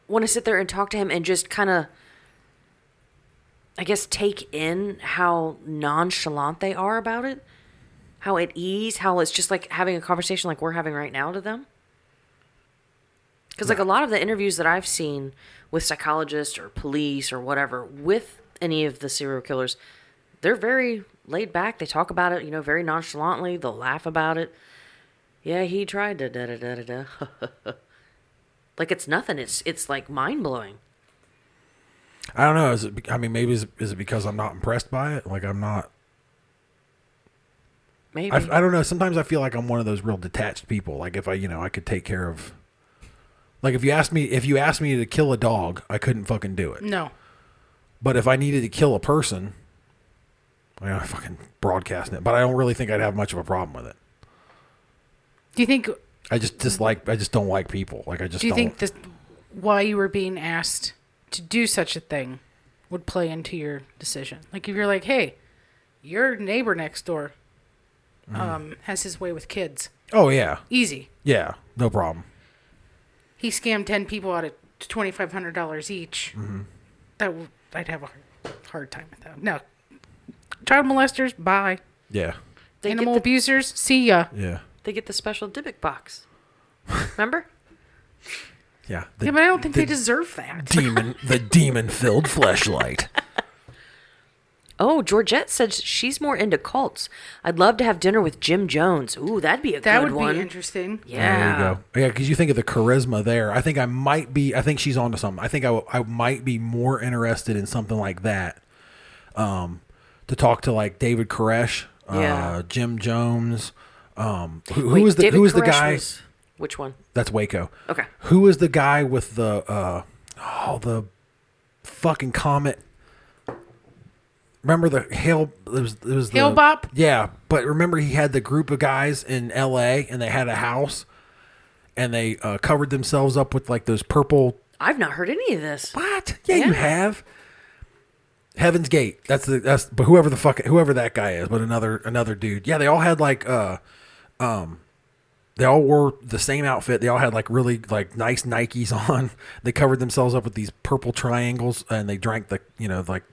[SPEAKER 2] want to sit there and talk to him and just kind of, I guess, take in how nonchalant they are about it? How at ease, how it's just like having a conversation like we're having right now to them? Because, like, a lot of the interviews that I've seen with psychologists or police or whatever with any of the serial killers, they're very laid back. They talk about it, you know, very nonchalantly. They'll laugh about it. Yeah, he tried to da da da da da. [LAUGHS] like it's nothing. It's it's like mind blowing.
[SPEAKER 1] I don't know. Is it? be- I mean, maybe is, is it because I'm not impressed by it? Like I'm not.
[SPEAKER 2] Maybe
[SPEAKER 1] I, I don't know. Sometimes I feel like I'm one of those real detached people. Like if I, you know, I could take care of. Like if you asked me, if you asked me to kill a dog, I couldn't fucking do it.
[SPEAKER 3] No.
[SPEAKER 1] But if I needed to kill a person, I am fucking broadcasting it. But I don't really think I'd have much of a problem with it.
[SPEAKER 3] Do you think? Do
[SPEAKER 1] I just dislike. I just don't like people. Like I just do
[SPEAKER 3] you
[SPEAKER 1] not
[SPEAKER 3] think this? Why you were being asked to do such a thing would play into your decision? Like if you're like, hey, your neighbor next door um, has his way with kids.
[SPEAKER 1] oh yeah,
[SPEAKER 3] Easy.
[SPEAKER 1] yeah, no problem.
[SPEAKER 3] He scammed ten people out of twenty five hundred dollars each. That w- I'd have a hard, hard time with that. No. Child molesters, bye.
[SPEAKER 1] Yeah,
[SPEAKER 2] they
[SPEAKER 3] Animal
[SPEAKER 2] get the,
[SPEAKER 3] abusers, see ya.
[SPEAKER 1] yeah,
[SPEAKER 2] they get the special Dybbuk box. Remember?
[SPEAKER 1] yeah.
[SPEAKER 3] Yeah, but I don't think they deserve that.
[SPEAKER 1] demon the demon filled fleshlight.
[SPEAKER 2] Oh, Georgette said she's more into cults. I'd love to have dinner with Jim Jones. Ooh, that'd be a
[SPEAKER 3] That
[SPEAKER 2] good
[SPEAKER 3] would
[SPEAKER 2] one.
[SPEAKER 3] be interesting.
[SPEAKER 2] Yeah.
[SPEAKER 1] There you go. Yeah, because you think of the charisma there. I think I might be. I think she's onto something. I think I, w- I might be more interested in something like that. Um, to talk to like David Koresh, uh,
[SPEAKER 2] Yeah.
[SPEAKER 1] Jim Jones. Um, who,
[SPEAKER 2] Wait,
[SPEAKER 1] who was the
[SPEAKER 2] David
[SPEAKER 1] who was the
[SPEAKER 2] Koresh
[SPEAKER 1] guy?
[SPEAKER 2] was- which one?
[SPEAKER 1] That's Waco.
[SPEAKER 2] Okay.
[SPEAKER 1] Who was the guy with the uh oh the fucking comet? Remember the hail? It was it was
[SPEAKER 3] Hail
[SPEAKER 1] the,
[SPEAKER 3] Bop?
[SPEAKER 1] Yeah, but remember he had the group of guys in L.A. and they had a house, and they uh, covered themselves up with like those purple.
[SPEAKER 2] I've not heard any of this.
[SPEAKER 1] What? Yeah, you
[SPEAKER 2] Yeah.
[SPEAKER 1] have. Heaven's Gate. That's the that's but whoever the fuck whoever that guy is, but another another dude. Yeah, they all had like uh um they all wore the same outfit. They all had like really like nice Nikes [LAUGHS] on. They covered themselves up with these purple triangles and they drank the, you know, like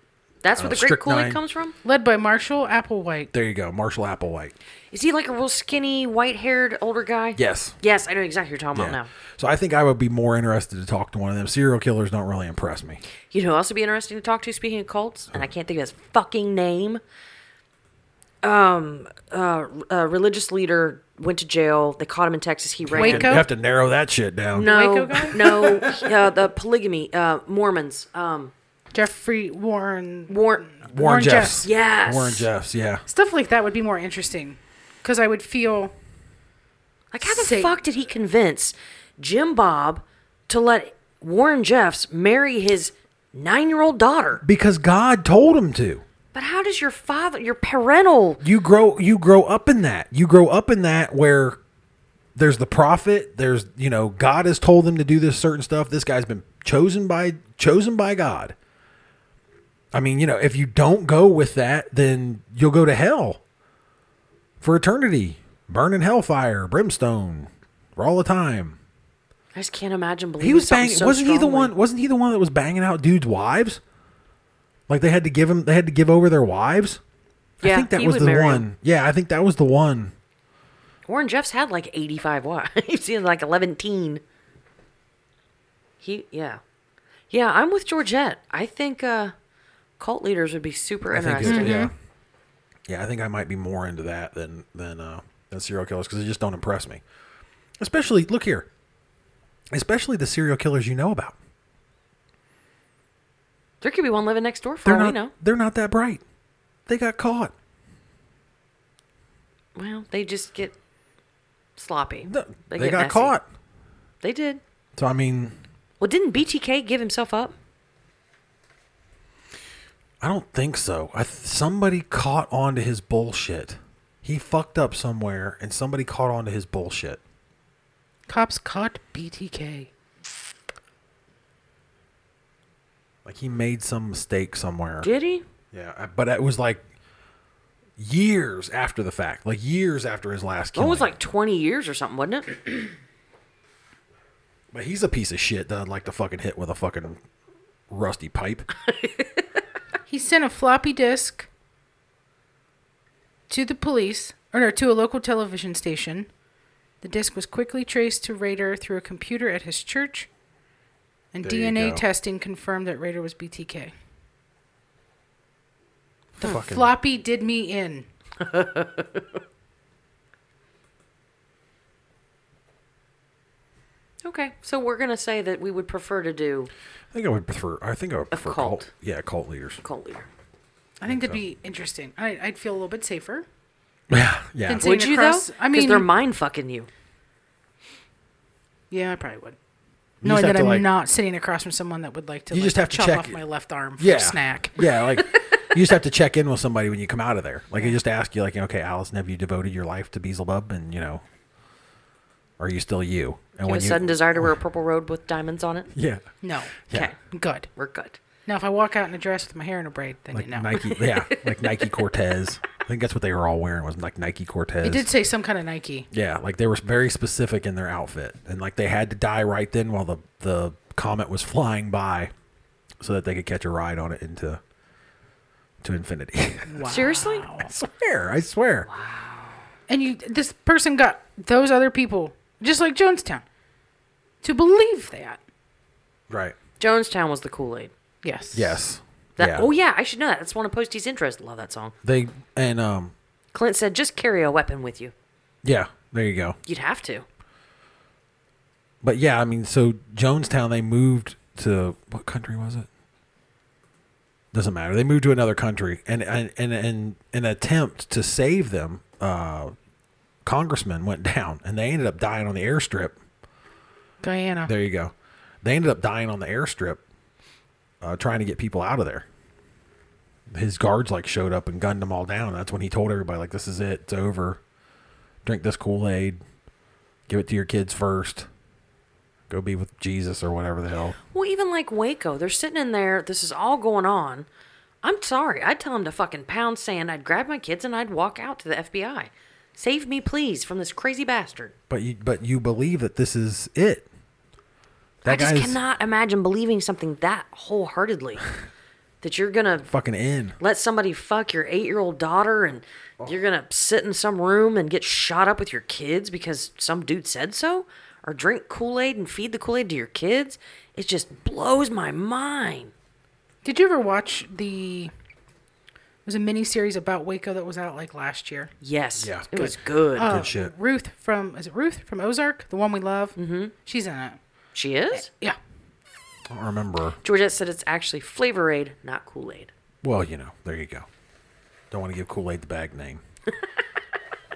[SPEAKER 2] That's
[SPEAKER 1] Uh,
[SPEAKER 2] where the Great
[SPEAKER 1] strychnine.
[SPEAKER 2] Kool-Aid comes from.
[SPEAKER 3] Led by Marshall Applewhite.
[SPEAKER 1] there you go, Marshall Applewhite.
[SPEAKER 2] Is he like a real skinny, white-haired older guy?
[SPEAKER 1] Yes.
[SPEAKER 2] Yes, I know exactly what you're talking
[SPEAKER 1] Yeah.
[SPEAKER 2] about now.
[SPEAKER 1] So I think I would be more interested to talk to one of them. Serial killers don't really impress me.
[SPEAKER 2] You know, who else would be interesting to talk to. Speaking of cults, and I can't think of his fucking name. Um, uh, a religious leader went to jail. They caught him in Texas. He ran.
[SPEAKER 3] Waco?
[SPEAKER 1] You have to narrow that shit down.
[SPEAKER 2] No,
[SPEAKER 3] Waco guy?
[SPEAKER 2] no, uh, the polygamy, uh, Mormons. Um,
[SPEAKER 3] Jeffrey Warren.
[SPEAKER 2] war-
[SPEAKER 1] Warren,
[SPEAKER 3] Warren
[SPEAKER 1] Jeffs.
[SPEAKER 3] Jeffs.
[SPEAKER 2] Yes.
[SPEAKER 1] Warren Jeffs, yeah.
[SPEAKER 3] Stuff like that would be more interesting because I would feel
[SPEAKER 2] like, how the
[SPEAKER 3] Say-
[SPEAKER 2] fuck did he convince Jim Bob to let Warren Jeffs marry his nine-year-old daughter?
[SPEAKER 1] Because God told him to.
[SPEAKER 2] But how does your father, your parental,
[SPEAKER 1] you grow you grow up in that you grow up in that where there's the prophet there's you know god has told them to do this certain stuff this guy's been chosen by chosen by god i mean you know if you don't go with that then you'll go to hell for eternity burning hellfire brimstone for all the time
[SPEAKER 2] I just can't imagine believing
[SPEAKER 1] he was
[SPEAKER 2] something
[SPEAKER 1] banging
[SPEAKER 2] so
[SPEAKER 1] wasn't he the
[SPEAKER 2] strongly.
[SPEAKER 1] one wasn't he the one that was banging out dudes wives like they had to give him they had to give over their wives
[SPEAKER 2] Yeah,
[SPEAKER 1] i think that
[SPEAKER 2] he
[SPEAKER 1] was
[SPEAKER 2] would
[SPEAKER 1] the
[SPEAKER 2] marry him.
[SPEAKER 1] one yeah i think that was the one
[SPEAKER 2] Warren Jeffs had like 85 wives. [LAUGHS] he had like 11 teen. He, yeah. Yeah, I'm with Georgette. I think uh, cult leaders would be super
[SPEAKER 1] I think it-
[SPEAKER 2] interesting. Mm-hmm.
[SPEAKER 1] yeah, yeah. I think I might be more into that than than uh, than serial killers because they just don't impress me. Especially, look here, especially the serial killers you know about.
[SPEAKER 2] There could be one living next door for
[SPEAKER 1] They're
[SPEAKER 2] all
[SPEAKER 1] not.
[SPEAKER 2] Oh, we know.
[SPEAKER 1] They're not that bright. They got caught.
[SPEAKER 2] Well, they just get sloppy.
[SPEAKER 1] No, They,
[SPEAKER 2] get
[SPEAKER 1] got
[SPEAKER 2] messy.
[SPEAKER 1] caught.
[SPEAKER 2] They did.
[SPEAKER 1] So I mean,
[SPEAKER 2] Well, didn't BTK give himself up?
[SPEAKER 1] I don't think so. I th- somebody caught on to his bullshit. He fucked up somewhere, and somebody caught on to his bullshit.
[SPEAKER 3] cops caught BTK.
[SPEAKER 1] Like he made some mistake somewhere.
[SPEAKER 2] Did he?
[SPEAKER 1] Yeah, I- but it was like years after the fact, like years after his last
[SPEAKER 2] Well,
[SPEAKER 1] killing.
[SPEAKER 2] it was like 20 years or something, wasn't it?
[SPEAKER 1] but he's a piece of shit that I'd like to fucking hit with a fucking rusty pipe.
[SPEAKER 3] He sent a floppy disk to the police, or no, to a local television station. The disk was quickly traced to Raider through a computer at his church, and
[SPEAKER 1] There you
[SPEAKER 3] DNA
[SPEAKER 1] go.
[SPEAKER 3] testing confirmed that Raider was BTK. The
[SPEAKER 1] Fucking-
[SPEAKER 3] floppy did me in.
[SPEAKER 2] Okay. So we're going to say that we would prefer to do
[SPEAKER 1] I think I would prefer. I think I would prefer cult.
[SPEAKER 2] cult.
[SPEAKER 1] Yeah, cult leaders. [LAUGHS]
[SPEAKER 2] cult leader.
[SPEAKER 3] I think that'd be interesting. I, I'd feel a little bit safer.
[SPEAKER 1] Yeah, yeah.
[SPEAKER 3] Then
[SPEAKER 2] Would
[SPEAKER 3] Sitting
[SPEAKER 2] you,
[SPEAKER 3] across-
[SPEAKER 2] though?
[SPEAKER 3] I
[SPEAKER 2] Because they're
[SPEAKER 3] mean-
[SPEAKER 2] mind fucking you.
[SPEAKER 3] Yeah, I probably would.
[SPEAKER 1] You
[SPEAKER 3] Knowing
[SPEAKER 1] just have
[SPEAKER 3] that
[SPEAKER 1] to,
[SPEAKER 3] I'm
[SPEAKER 1] like-
[SPEAKER 3] not sitting across from someone that would like to,
[SPEAKER 1] You
[SPEAKER 3] like,
[SPEAKER 1] just have to
[SPEAKER 3] chop
[SPEAKER 1] check
[SPEAKER 3] off
[SPEAKER 1] it.
[SPEAKER 3] my left arm for
[SPEAKER 1] yeah.
[SPEAKER 3] a snack.
[SPEAKER 1] Yeah,
[SPEAKER 3] [LAUGHS]
[SPEAKER 1] like you just have to check in with somebody when you come out of there. Like they just ask you, like, okay, Allison, have you devoted your life to Beelzebub? And you know, are you still you? And
[SPEAKER 2] You have a sudden desire to wear a purple robe with diamonds on it?
[SPEAKER 1] [LAUGHS]
[SPEAKER 3] [LAUGHS]
[SPEAKER 1] yeah,
[SPEAKER 3] No,
[SPEAKER 1] yeah.
[SPEAKER 2] Okay.
[SPEAKER 3] good.
[SPEAKER 2] We're good.
[SPEAKER 3] Now, if I walk out in a dress with my hair in a braid, then
[SPEAKER 1] Like
[SPEAKER 3] you know.
[SPEAKER 1] Nike, yeah, like Nike Cortez. I think that's what they were all wearing was like Nike Cortez.
[SPEAKER 3] It did say some kind of Nike.
[SPEAKER 1] Yeah, like they were very specific in their outfit, and like they had to die right then while the the comet was flying by, so that they could catch a ride on it into to infinity. [LAUGHS]
[SPEAKER 3] Wow.
[SPEAKER 2] Seriously?
[SPEAKER 1] I swear, I swear.
[SPEAKER 3] And you, this person got those other people, just like Jonestown, to believe that.
[SPEAKER 1] Right.
[SPEAKER 2] Jonestown was the Kool Aid.
[SPEAKER 3] Yes.
[SPEAKER 1] Yes.
[SPEAKER 2] That,
[SPEAKER 1] yeah.
[SPEAKER 2] Oh yeah, I should know that. That's one of Postie's interests. Love that song.
[SPEAKER 1] They and um
[SPEAKER 2] Clint said, "Just carry a weapon with you.
[SPEAKER 1] yeah, there you go.
[SPEAKER 2] You'd have to."
[SPEAKER 1] But yeah, I mean, so Jonestown, they moved to what country was it? Doesn't matter. They moved to another country, and and and, and an attempt to save them, uh, congressman went [LAUGHS] down, and they ended up dying on the airstrip.
[SPEAKER 3] Guyana.
[SPEAKER 1] There you go. They ended up dying on the airstrip, uh, trying to get people out of there. His guards like showed up and gunned them all down. That's when he told everybody like, "This is it. It's over. Drink this Kool Aid. Give it to your kids first. Go be with Jesus or whatever the hell."
[SPEAKER 2] Well, even like Waco, they're sitting in there. This is all going on. I'm sorry. I'd tell him to fucking pound sand. I'd grab my kids and I'd walk out to the FBI. Save me, please, from this crazy bastard.
[SPEAKER 1] But you but you believe that this is it. That
[SPEAKER 2] I just
[SPEAKER 1] guy's
[SPEAKER 2] cannot imagine believing something that
[SPEAKER 1] [SIGHS]
[SPEAKER 2] wholeheartedly. that you're gonna
[SPEAKER 1] fucking in.
[SPEAKER 2] let somebody fuck your eight year old daughter and you're gonna sit in some room and get shot up with your kids because some dude said so? Or drink Kool Aid and feed the Kool Aid to your kids? It just blows my mind.
[SPEAKER 3] Did you ever watch the? It was a mini series about Waco that was out like last year. Oh.
[SPEAKER 2] Yes.
[SPEAKER 1] Yeah.
[SPEAKER 2] It was good.
[SPEAKER 3] Uh,
[SPEAKER 1] Good shit.
[SPEAKER 3] Ruth from is it Ruth from Ozark, the one we love? Mm-hmm. She's in it.
[SPEAKER 2] she is?
[SPEAKER 3] Yeah.
[SPEAKER 1] I don't remember.
[SPEAKER 2] Georgette said it's actually Flavor Aid, not Kool Aid.
[SPEAKER 1] Well, you know, there you go. Don't want to give Kool Aid the bag
[SPEAKER 2] [LAUGHS]
[SPEAKER 1] name.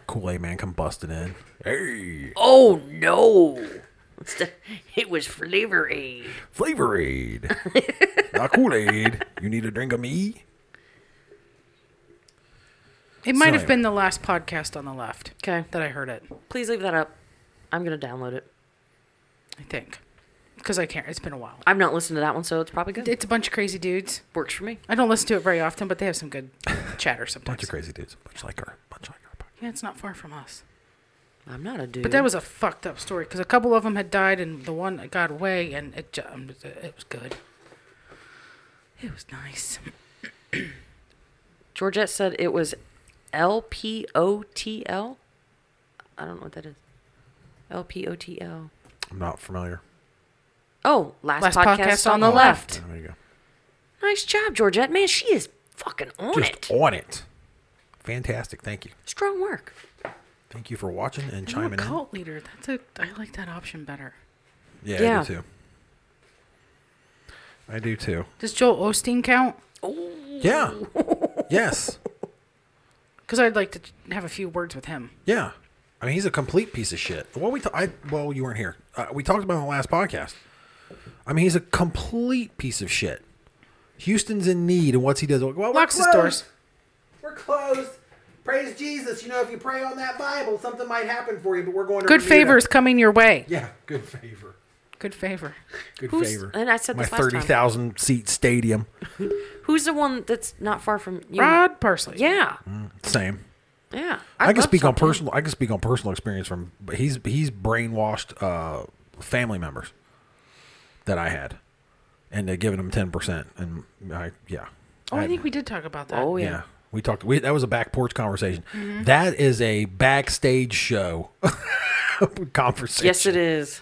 [SPEAKER 1] Kool Aid man come busting in. Hey,
[SPEAKER 2] Oh no. [LAUGHS] It was Flavor Aid.
[SPEAKER 1] Flavor
[SPEAKER 2] [LAUGHS]
[SPEAKER 1] Aid. Not Kool Aid. You need a drink of me?
[SPEAKER 3] It might
[SPEAKER 1] So-
[SPEAKER 3] have been the last podcast on the left.
[SPEAKER 2] Okay.
[SPEAKER 3] That I heard it.
[SPEAKER 2] Please leave that up. I'm going to download it.
[SPEAKER 3] I think. Because I can't. It's been a while.
[SPEAKER 2] I've not listened to that one, so it's probably good. It
[SPEAKER 3] It's a bunch of crazy dudes.
[SPEAKER 2] works for me.
[SPEAKER 3] I don't listen to it very often, but they have some good chatter sometimes.
[SPEAKER 1] Bunch of crazy dudes. Bunch like her. Bunch like her.
[SPEAKER 3] Yeah, it's not far from us.
[SPEAKER 2] I'm not a dude.
[SPEAKER 3] But that was a fucked up story because a couple of them had died and the one got away and it ju- um, it was good. It was nice.
[SPEAKER 2] Georgette said it was L P O T L. I don't know what that is. L P O T L.
[SPEAKER 1] I'm not familiar. Oh,
[SPEAKER 2] Oh, last, podcast, on the left.
[SPEAKER 1] There you go.
[SPEAKER 2] Nice job, Georgette. Man, she is fucking on
[SPEAKER 1] Just
[SPEAKER 2] it.
[SPEAKER 1] on it. Fantastic. Thank you.
[SPEAKER 2] Strong work.
[SPEAKER 1] Thank you for watching and
[SPEAKER 3] I'm a
[SPEAKER 1] chiming in.
[SPEAKER 3] cult leader. That's a. I like that option better.
[SPEAKER 1] Yeah, I
[SPEAKER 2] Yeah.
[SPEAKER 1] do too. I do too.
[SPEAKER 3] Does Joel Osteen count?
[SPEAKER 2] [LAUGHS]
[SPEAKER 1] Yeah. yes.
[SPEAKER 3] Because I'd like to ch- have a few words with him.
[SPEAKER 1] Yeah. I mean, he's a complete piece of shit. Well, we ta- I well, you weren't here. Uh, we talked about it on the last podcast. I mean, he's a complete piece of shit. Houston's in need, and what's he does? Well, we're
[SPEAKER 3] Locks his
[SPEAKER 1] close.
[SPEAKER 3] doors.
[SPEAKER 4] We're closed. Praise Jesus. You know, if you pray on that Bible, something might happen for you, but we're going to.
[SPEAKER 3] Good
[SPEAKER 4] Bermuda.
[SPEAKER 3] favor is coming your way.
[SPEAKER 1] Yeah, good favor.
[SPEAKER 3] Good favor.
[SPEAKER 1] Good
[SPEAKER 2] Who's-
[SPEAKER 1] favor.
[SPEAKER 2] and I said
[SPEAKER 1] my
[SPEAKER 2] this last time.
[SPEAKER 1] thirty thousand seat stadium.
[SPEAKER 2] Who's the one that's not far from you?
[SPEAKER 3] Rod Parsley.
[SPEAKER 2] Yeah.
[SPEAKER 1] Same.
[SPEAKER 2] Yeah.
[SPEAKER 1] Mm. i
[SPEAKER 2] I'd
[SPEAKER 1] can
[SPEAKER 2] love
[SPEAKER 1] speak on
[SPEAKER 2] something.
[SPEAKER 1] personal. I can speak on personal experience from. But he's he's brainwashed uh, family members that I had, and they giving him ten percent. And I yeah.
[SPEAKER 3] Oh, I think we did talk about that.
[SPEAKER 2] Oh, yeah. Mm-hmm.
[SPEAKER 1] Yeah. We talked. We, that was a back porch conversation. That is a backstage show [LAUGHS] conversation.
[SPEAKER 2] Yes, it is.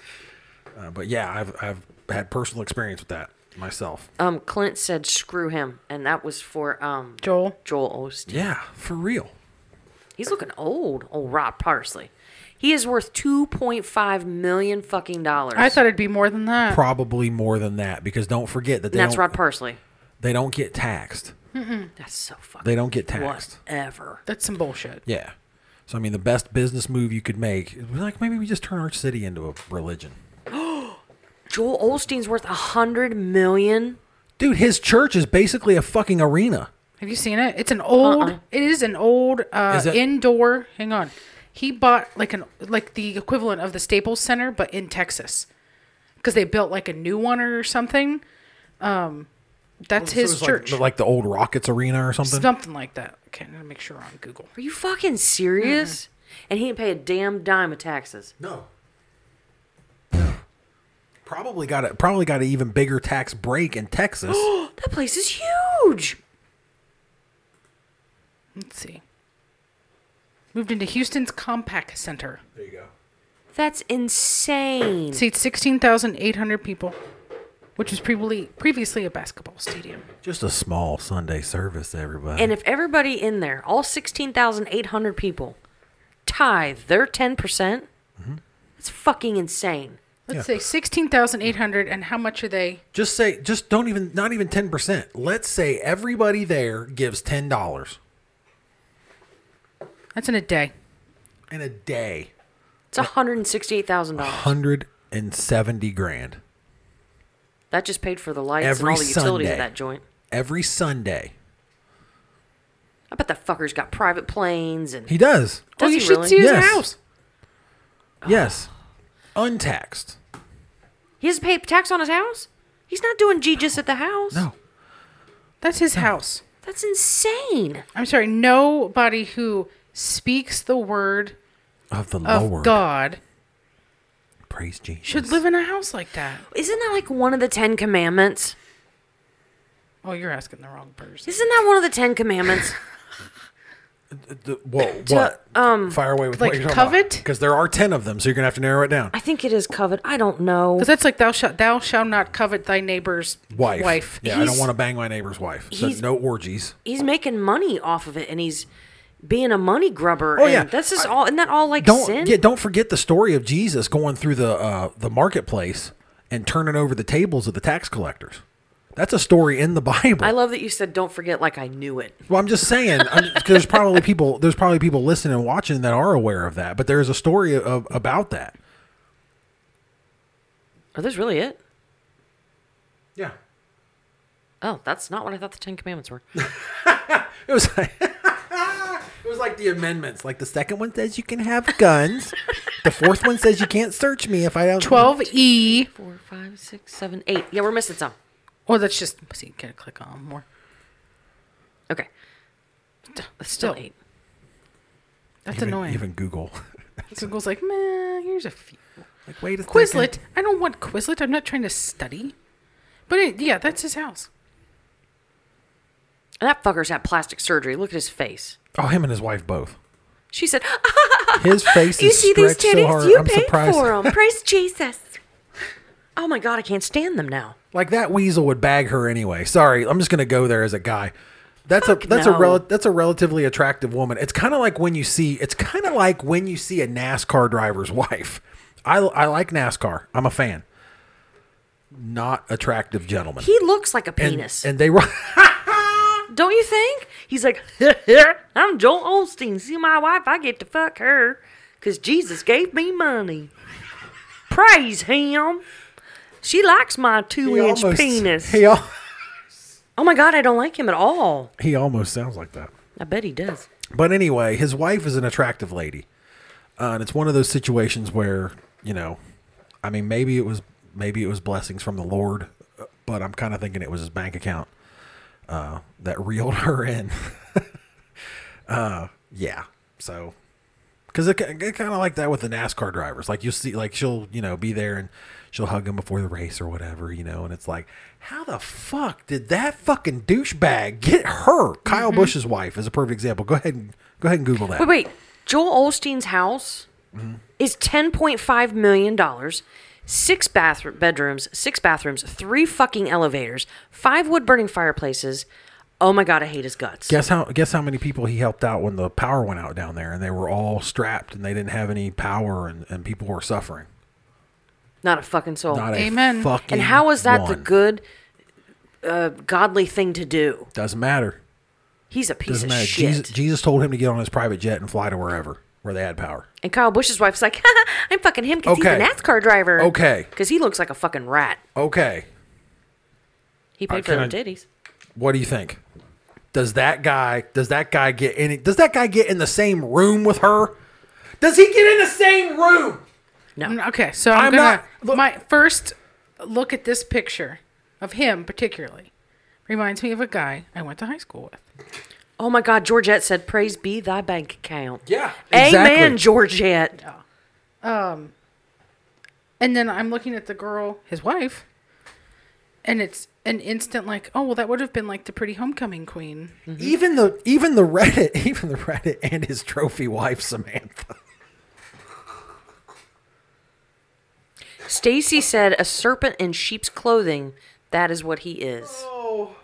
[SPEAKER 1] Uh, but yeah, I've I've had personal experience with that myself.
[SPEAKER 2] Um, Clint said, screw him. And that was for um,
[SPEAKER 3] Joel.
[SPEAKER 2] Joel Osteen.
[SPEAKER 1] Yeah, for real.
[SPEAKER 2] He's looking old, old Rob Parsley. He is worth two point five million fucking dollars.
[SPEAKER 3] I thought it'd be more than
[SPEAKER 1] [LAUGHS]
[SPEAKER 3] that.
[SPEAKER 1] Probably more than that because don't forget that they
[SPEAKER 2] and that's
[SPEAKER 1] don't,
[SPEAKER 2] Rod Parsley.
[SPEAKER 1] they don't get taxed.
[SPEAKER 2] That's so fucking.
[SPEAKER 1] They don't get taxed.
[SPEAKER 2] Whatever.
[SPEAKER 3] That's some bullshit.
[SPEAKER 1] Yeah. So I mean, the best business move you could make is like maybe we just turn our city into a religion.
[SPEAKER 2] Joel Olstein's worth a hundred million.
[SPEAKER 1] Dude, his church is basically a fucking arena.
[SPEAKER 3] Have you seen it? It's an old. It is an old uh,
[SPEAKER 1] Is it-
[SPEAKER 3] indoor. Hang on. He bought like an like the equivalent of the Staples Center, but in Texas, because they built like a new one or something. Um, that's
[SPEAKER 1] So
[SPEAKER 3] his
[SPEAKER 1] it's like-
[SPEAKER 3] church,
[SPEAKER 1] like, the old Rockets arena or something.
[SPEAKER 3] something like that. Okay, I'm gonna make sure on Google.
[SPEAKER 2] Are you fucking serious? And he didn't pay a damn dime of taxes.
[SPEAKER 1] No. Probably got a probably got an even bigger tax break in [GASPS] Texas.
[SPEAKER 2] That place is huge.
[SPEAKER 3] Let's see. Moved into Houston's Compact Center.
[SPEAKER 1] there you go.
[SPEAKER 2] That's insane.
[SPEAKER 3] Seats sixteen thousand eight hundred people, which was previously previously a basketball stadium.
[SPEAKER 1] Just a small Sunday service, everybody.
[SPEAKER 2] And if everybody in there, all sixteen thousand eight hundred people, tithe their ten percent,
[SPEAKER 3] Mm-hmm.
[SPEAKER 2] that's fucking insane.
[SPEAKER 3] Let's
[SPEAKER 1] Yeah.
[SPEAKER 3] say sixteen thousand eight hundred, and how much are they?
[SPEAKER 1] just say, just don't even, not even ten percent. Let's say everybody there gives ten dollars
[SPEAKER 3] That's in a day.
[SPEAKER 1] in a day,
[SPEAKER 2] It's one hundred and sixty-eight thousand dollars.
[SPEAKER 1] hundred and seventy grand
[SPEAKER 2] That just paid for the lights
[SPEAKER 1] Every
[SPEAKER 2] and all the utilities
[SPEAKER 1] Sunday.
[SPEAKER 2] of that joint.
[SPEAKER 1] every Sunday.
[SPEAKER 2] I bet that fucker's got private planes and
[SPEAKER 1] He does,
[SPEAKER 3] Oh,
[SPEAKER 2] Does
[SPEAKER 3] you
[SPEAKER 2] he
[SPEAKER 3] should
[SPEAKER 2] really?
[SPEAKER 3] see his
[SPEAKER 1] Yes.
[SPEAKER 3] house.
[SPEAKER 1] yes, untaxed.
[SPEAKER 2] he doesn't pay tax on his house. He's not doing G just at the house.
[SPEAKER 1] No,
[SPEAKER 3] That's his house.
[SPEAKER 2] That's insane.
[SPEAKER 3] I'm sorry, nobody who speaks the word
[SPEAKER 1] Of the
[SPEAKER 3] of
[SPEAKER 1] Lord.
[SPEAKER 3] God
[SPEAKER 1] Praise Jesus.
[SPEAKER 3] should live in a house like that.
[SPEAKER 2] Isn't that like one of the Ten Commandments?
[SPEAKER 3] Oh, you're asking the wrong person.
[SPEAKER 2] Isn't that one of the Ten Commandments?
[SPEAKER 1] The- whoa, what? Um, Fire away with
[SPEAKER 3] like
[SPEAKER 1] what you're talking about.
[SPEAKER 3] covet?
[SPEAKER 1] Because there are 10 of them, so you're going to have to narrow it down.
[SPEAKER 2] I think it is covet. I don't know.
[SPEAKER 3] Because that's like thou shalt thou shall not covet thy neighbor's
[SPEAKER 1] Wife.
[SPEAKER 3] wife.
[SPEAKER 1] Yeah, I don't
[SPEAKER 2] He's-
[SPEAKER 1] want to bang my neighbor's wife. So
[SPEAKER 2] he's-
[SPEAKER 1] no orgies.
[SPEAKER 2] He's making money off of it, and he's being a money grubber.
[SPEAKER 1] Oh,
[SPEAKER 2] and
[SPEAKER 1] yeah.
[SPEAKER 2] That's just all. Isn't that all like
[SPEAKER 1] Don't
[SPEAKER 2] sin?
[SPEAKER 1] yeah, don't forget the story of Jesus going through the uh, the marketplace and turning over the tables of the tax collectors. That's a story in the Bible.
[SPEAKER 2] I love that you said don't forget like I knew it.
[SPEAKER 1] Well, I'm just saying, I'm, 'cause there's probably people, there's probably people listening and watching that are aware of that, but there is a story of, about that.
[SPEAKER 2] Oh, that's really it?
[SPEAKER 1] Yeah,
[SPEAKER 2] Oh, that's not what I thought the Ten
[SPEAKER 1] [LAUGHS]
[SPEAKER 2] Commandments were.
[SPEAKER 1] it was. Like, [LAUGHS] it was like the amendments. Like the second one says you can have guns. the fourth one says you can't search me if I don't.
[SPEAKER 3] Twelve E.
[SPEAKER 2] Four, five, six, seven, eight. Yeah, we're missing some.
[SPEAKER 3] Oh, that's just see. Gotta click on more.
[SPEAKER 2] Okay. That's still
[SPEAKER 3] Still.
[SPEAKER 2] eight.
[SPEAKER 3] That's
[SPEAKER 1] Even,
[SPEAKER 3] annoying.
[SPEAKER 1] even Google. [LAUGHS]
[SPEAKER 3] Google's like, man, here's a few.
[SPEAKER 1] like wait a
[SPEAKER 3] Quizlet. I don't want Quizlet. I'm not trying to study. But it, yeah, that's his house.
[SPEAKER 2] And that fucker's had plastic surgery. Look at his face.
[SPEAKER 1] Oh, him and his wife both.
[SPEAKER 2] She said,
[SPEAKER 1] His face
[SPEAKER 2] [LAUGHS] You
[SPEAKER 1] is
[SPEAKER 2] see these
[SPEAKER 1] stretched so
[SPEAKER 2] titties?
[SPEAKER 1] hard.
[SPEAKER 2] you
[SPEAKER 1] I'm
[SPEAKER 2] paid
[SPEAKER 1] surprised.
[SPEAKER 2] for
[SPEAKER 1] [LAUGHS]
[SPEAKER 2] them. Praise Jesus. Oh my God, I can't stand them now.
[SPEAKER 1] Like that weasel would bag her anyway. Sorry, I'm just gonna go there as a guy. That's a
[SPEAKER 2] Fuck
[SPEAKER 1] that's a
[SPEAKER 2] no.
[SPEAKER 1] rel- that's a relatively attractive woman. It's kind of like when you see it's kind of like when you see a NASCAR driver's [LAUGHS] wife. I I like NASCAR. I'm a fan. Not attractive gentlemen.
[SPEAKER 2] He looks like a
[SPEAKER 1] and,
[SPEAKER 2] penis.
[SPEAKER 1] and they run.
[SPEAKER 2] Don't you think? He's like, [LAUGHS] I'm Joel Olstein. See my wife? I get to fuck her because Jesus gave me money. Praise him. She likes my two inch penis.
[SPEAKER 1] He, al-
[SPEAKER 2] Oh my God, I don't like him at all.
[SPEAKER 1] he almost sounds like that.
[SPEAKER 2] I bet he does.
[SPEAKER 1] But anyway, his wife is an attractive lady, uh, and it's one of those situations where you know, I mean, maybe it was maybe it was blessings from the Lord, uh, but I'm kind of thinking it was his bank account uh, that [LAUGHS] reeled her in. uh, yeah, so because it, it kind of like that with the NASCAR drivers, like you see, like she'll you know be there and she'll hug him before the race or whatever, you know, and it's like. How the fuck did that fucking douchebag get her? Kyle Bush's wife is a perfect example. Go ahead and go ahead and Google that.
[SPEAKER 2] Wait, wait. Joel Olstein's house
[SPEAKER 1] Mm-hmm.
[SPEAKER 2] is ten point five million dollars. Six bathroom bedrooms, six bathrooms, three fucking elevators, five wood burning fireplaces. Oh my god, I hate his guts.
[SPEAKER 1] Guess how guess how many people he helped out when the power went out down there and they were all strapped and they didn't have any power and, and people were suffering.
[SPEAKER 2] Not a fucking soul.
[SPEAKER 1] Not a
[SPEAKER 3] Amen.
[SPEAKER 1] fucking
[SPEAKER 2] Oh, and how is that the
[SPEAKER 1] one.
[SPEAKER 2] good, uh, godly thing to do?
[SPEAKER 1] Doesn't matter.
[SPEAKER 2] He's a piece
[SPEAKER 1] Doesn't
[SPEAKER 2] of
[SPEAKER 1] matter.
[SPEAKER 2] shit.
[SPEAKER 1] Jesus, Jesus told him to get on his private jet and fly to wherever where they had power.
[SPEAKER 2] And Kyle Bush's wife's like, [LAUGHS] I'm fucking him because
[SPEAKER 1] Okay.
[SPEAKER 2] he's a NASCAR driver.
[SPEAKER 1] Okay.
[SPEAKER 2] Because he looks like a fucking rat.
[SPEAKER 1] Okay.
[SPEAKER 2] He paid
[SPEAKER 1] I
[SPEAKER 2] for the
[SPEAKER 1] kinda-
[SPEAKER 2] titties.
[SPEAKER 1] What do you think? Does that guy does that guy get any does that guy get in the same room with her? Does he get in the same room?
[SPEAKER 3] Mm, Okay, so I'm,
[SPEAKER 1] I'm
[SPEAKER 3] gonna
[SPEAKER 1] not- look-
[SPEAKER 3] my first look at this picture of him particularly reminds me of a guy I went to high school with.
[SPEAKER 2] Oh my God, Georgette said, Praise be thy bank account.
[SPEAKER 1] Yeah.
[SPEAKER 2] Amen, Georgette.
[SPEAKER 3] And then I'm looking at the girl, his wife, and it's an instant like, oh well, that would have been like the pretty homecoming queen.
[SPEAKER 2] Mm-hmm.
[SPEAKER 1] Even the even the Reddit, [LAUGHS] even the Reddit and his trophy wife Samantha.
[SPEAKER 2] Stacy said, A serpent in sheep's clothing, that is what he is.
[SPEAKER 4] Oh,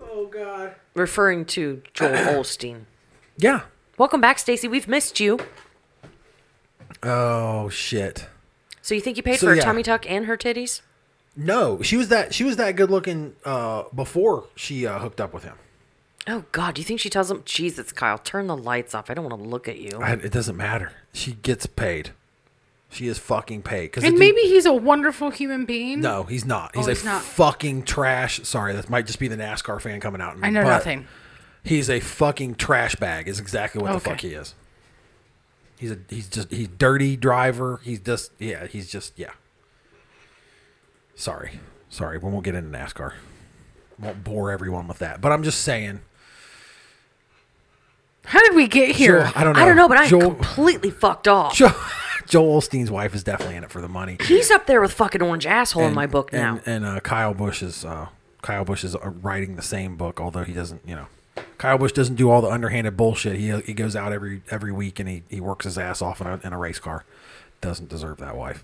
[SPEAKER 4] oh God.
[SPEAKER 2] Referring to
[SPEAKER 1] [CLEARS THROAT]
[SPEAKER 2] Joel Olstein.
[SPEAKER 1] Yeah.
[SPEAKER 2] Welcome back, Stacy. We've missed you.
[SPEAKER 1] Oh shit.
[SPEAKER 2] So you think you paid
[SPEAKER 1] So,
[SPEAKER 2] for her
[SPEAKER 1] yeah.
[SPEAKER 2] tummy tuck and her titties?
[SPEAKER 1] No, she was that she was that good looking uh, before she uh, hooked up with him.
[SPEAKER 2] Oh God, do you think she tells him, Jesus, Kyle, turn the lights off. I don't want to look at you.
[SPEAKER 1] I, it doesn't matter. She gets paid. She is fucking paid. Cause the
[SPEAKER 3] And
[SPEAKER 1] dude-
[SPEAKER 3] maybe he's a wonderful human being.
[SPEAKER 1] no, he's not. He's
[SPEAKER 3] Oh,
[SPEAKER 1] a
[SPEAKER 3] he's not.
[SPEAKER 1] fucking trash. Sorry, that might just be the NASCAR fan coming out. in me,
[SPEAKER 3] I know
[SPEAKER 1] but
[SPEAKER 3] nothing.
[SPEAKER 1] He's a fucking trash bag. Is exactly what the
[SPEAKER 3] Okay.
[SPEAKER 1] fuck he is. He's a he's just he's dirty driver. He's just yeah. He's just yeah. Sorry, sorry. We won't get into NASCAR. Won't bore everyone with that. But I'm just saying.
[SPEAKER 3] How did we get here?
[SPEAKER 1] Joel, I don't know.
[SPEAKER 2] I don't know, but I am
[SPEAKER 1] Joel,
[SPEAKER 2] completely fucked
[SPEAKER 1] [LAUGHS]
[SPEAKER 2] off.
[SPEAKER 1] Joel, Joel Osteen's wife is definitely in it for the money.
[SPEAKER 2] He's up there with fucking orange asshole in
[SPEAKER 1] And-
[SPEAKER 2] my book now.
[SPEAKER 1] And, and uh, Kyle Bush is uh, Kyle Bush is uh, writing the same book, although he doesn't. You know, Kyle Bush doesn't do all the underhanded bullshit. He he goes out every every week and he, he works his ass off in a, in a race car. Doesn't deserve that wife.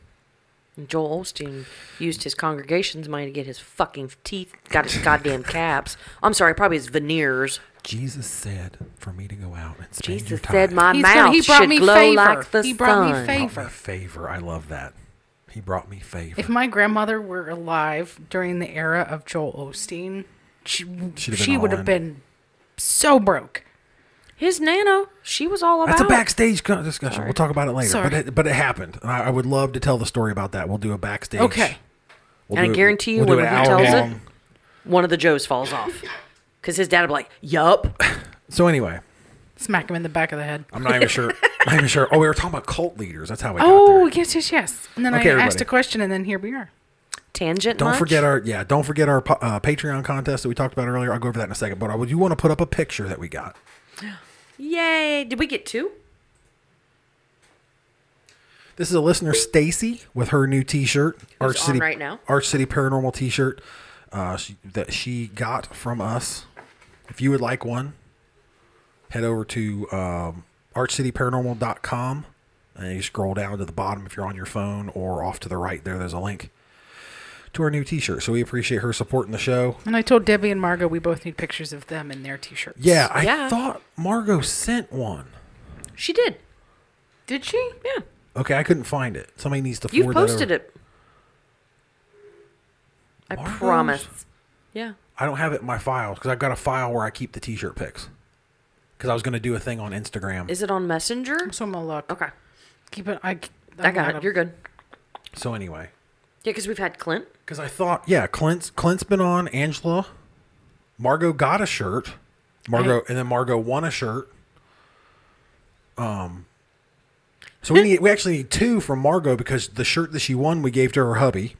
[SPEAKER 2] And Joel Olstein used his congregation's money to get his fucking teeth, got his goddamn caps. I'm sorry, probably his veneers.
[SPEAKER 1] Jesus said for me to go out and spend your
[SPEAKER 2] Jesus
[SPEAKER 1] time.
[SPEAKER 2] said my
[SPEAKER 3] He's
[SPEAKER 2] mouth
[SPEAKER 3] gonna- he brought
[SPEAKER 2] should
[SPEAKER 3] me
[SPEAKER 2] glow
[SPEAKER 3] favor.
[SPEAKER 2] like the
[SPEAKER 3] He brought me
[SPEAKER 2] sun.
[SPEAKER 3] fa-
[SPEAKER 1] He brought
[SPEAKER 3] favor.
[SPEAKER 1] me favor. I love that. He brought me favor.
[SPEAKER 3] If my grandmother were alive during the era of Joel Osteen, she,
[SPEAKER 1] She'd have been
[SPEAKER 3] she
[SPEAKER 1] all
[SPEAKER 3] would have
[SPEAKER 1] in.
[SPEAKER 3] been so broke.
[SPEAKER 2] his nano, she was all about
[SPEAKER 1] That's a
[SPEAKER 2] it.
[SPEAKER 1] backstage con- discussion. We'll talk about it later.
[SPEAKER 3] Sorry.
[SPEAKER 1] But it, but it happened. And I, I would love to tell the story about that. We'll do a backstage.
[SPEAKER 3] Okay.
[SPEAKER 1] We'll
[SPEAKER 2] And I
[SPEAKER 1] do it-
[SPEAKER 2] guarantee you
[SPEAKER 1] we'll do
[SPEAKER 2] when
[SPEAKER 1] an
[SPEAKER 2] he tells
[SPEAKER 1] hour-long-
[SPEAKER 2] it- One of the Joes falls off. Because his dad would be like, yup.
[SPEAKER 1] So anyway,
[SPEAKER 3] Smack him in the back of the head.
[SPEAKER 1] I'm not even
[SPEAKER 2] [LAUGHS]
[SPEAKER 1] sure. not even sure. Oh, we were talking about cult leaders. That's how we
[SPEAKER 3] Oh,
[SPEAKER 1] got there.
[SPEAKER 3] yes, yes, yes. And then I
[SPEAKER 1] Okay,
[SPEAKER 3] asked
[SPEAKER 1] everybody.
[SPEAKER 3] a question, and then here we are.
[SPEAKER 2] Tangent
[SPEAKER 1] Don't
[SPEAKER 2] lunch?
[SPEAKER 1] forget our yeah. Don't forget our po- uh, Patreon contest that we talked about earlier. I'll go over that in a second. But I would you want to put up a picture that we got?
[SPEAKER 2] Yay. Did we get two?
[SPEAKER 1] This is a listener, Stacy, with her new T-shirt, Arch
[SPEAKER 2] on
[SPEAKER 1] City
[SPEAKER 2] right now.
[SPEAKER 1] Arch City Paranormal T-shirt uh, she, that she got from us. If you would like one, head over to um, ArchCityParanormal.com and you scroll down to the bottom if you're on your phone or off to the right there. There's a link to our new T-shirt. So we appreciate her supporting the show.
[SPEAKER 3] And I told Debbie and Margo we both need pictures of them in their T-shirts.
[SPEAKER 1] Yeah, I
[SPEAKER 2] Yeah.
[SPEAKER 1] thought Margot sent one.
[SPEAKER 2] She did.
[SPEAKER 3] Did she?
[SPEAKER 2] Yeah.
[SPEAKER 1] Okay, I couldn't find it. Somebody needs to
[SPEAKER 2] You've
[SPEAKER 1] forward
[SPEAKER 2] posted
[SPEAKER 1] that over.
[SPEAKER 2] it. I
[SPEAKER 1] Margo's?
[SPEAKER 2] promise. Yeah.
[SPEAKER 1] I don't have it in my files because I've got a file where I keep the T-shirt pics. Because I was going to do a thing on Instagram.
[SPEAKER 2] Is it on Messenger?
[SPEAKER 3] So I'm gonna look.
[SPEAKER 2] Okay.
[SPEAKER 3] Keep it. I.
[SPEAKER 2] I got it. You're good.
[SPEAKER 1] so anyway,
[SPEAKER 2] Yeah, because we've had Clint.
[SPEAKER 1] because I thought, yeah, Clint's Clint's been on. Angela, Margot got a shirt. Margot and then Margot won a shirt. Um. So we need we actually need two from Margot because the shirt that she won we gave to her hubby.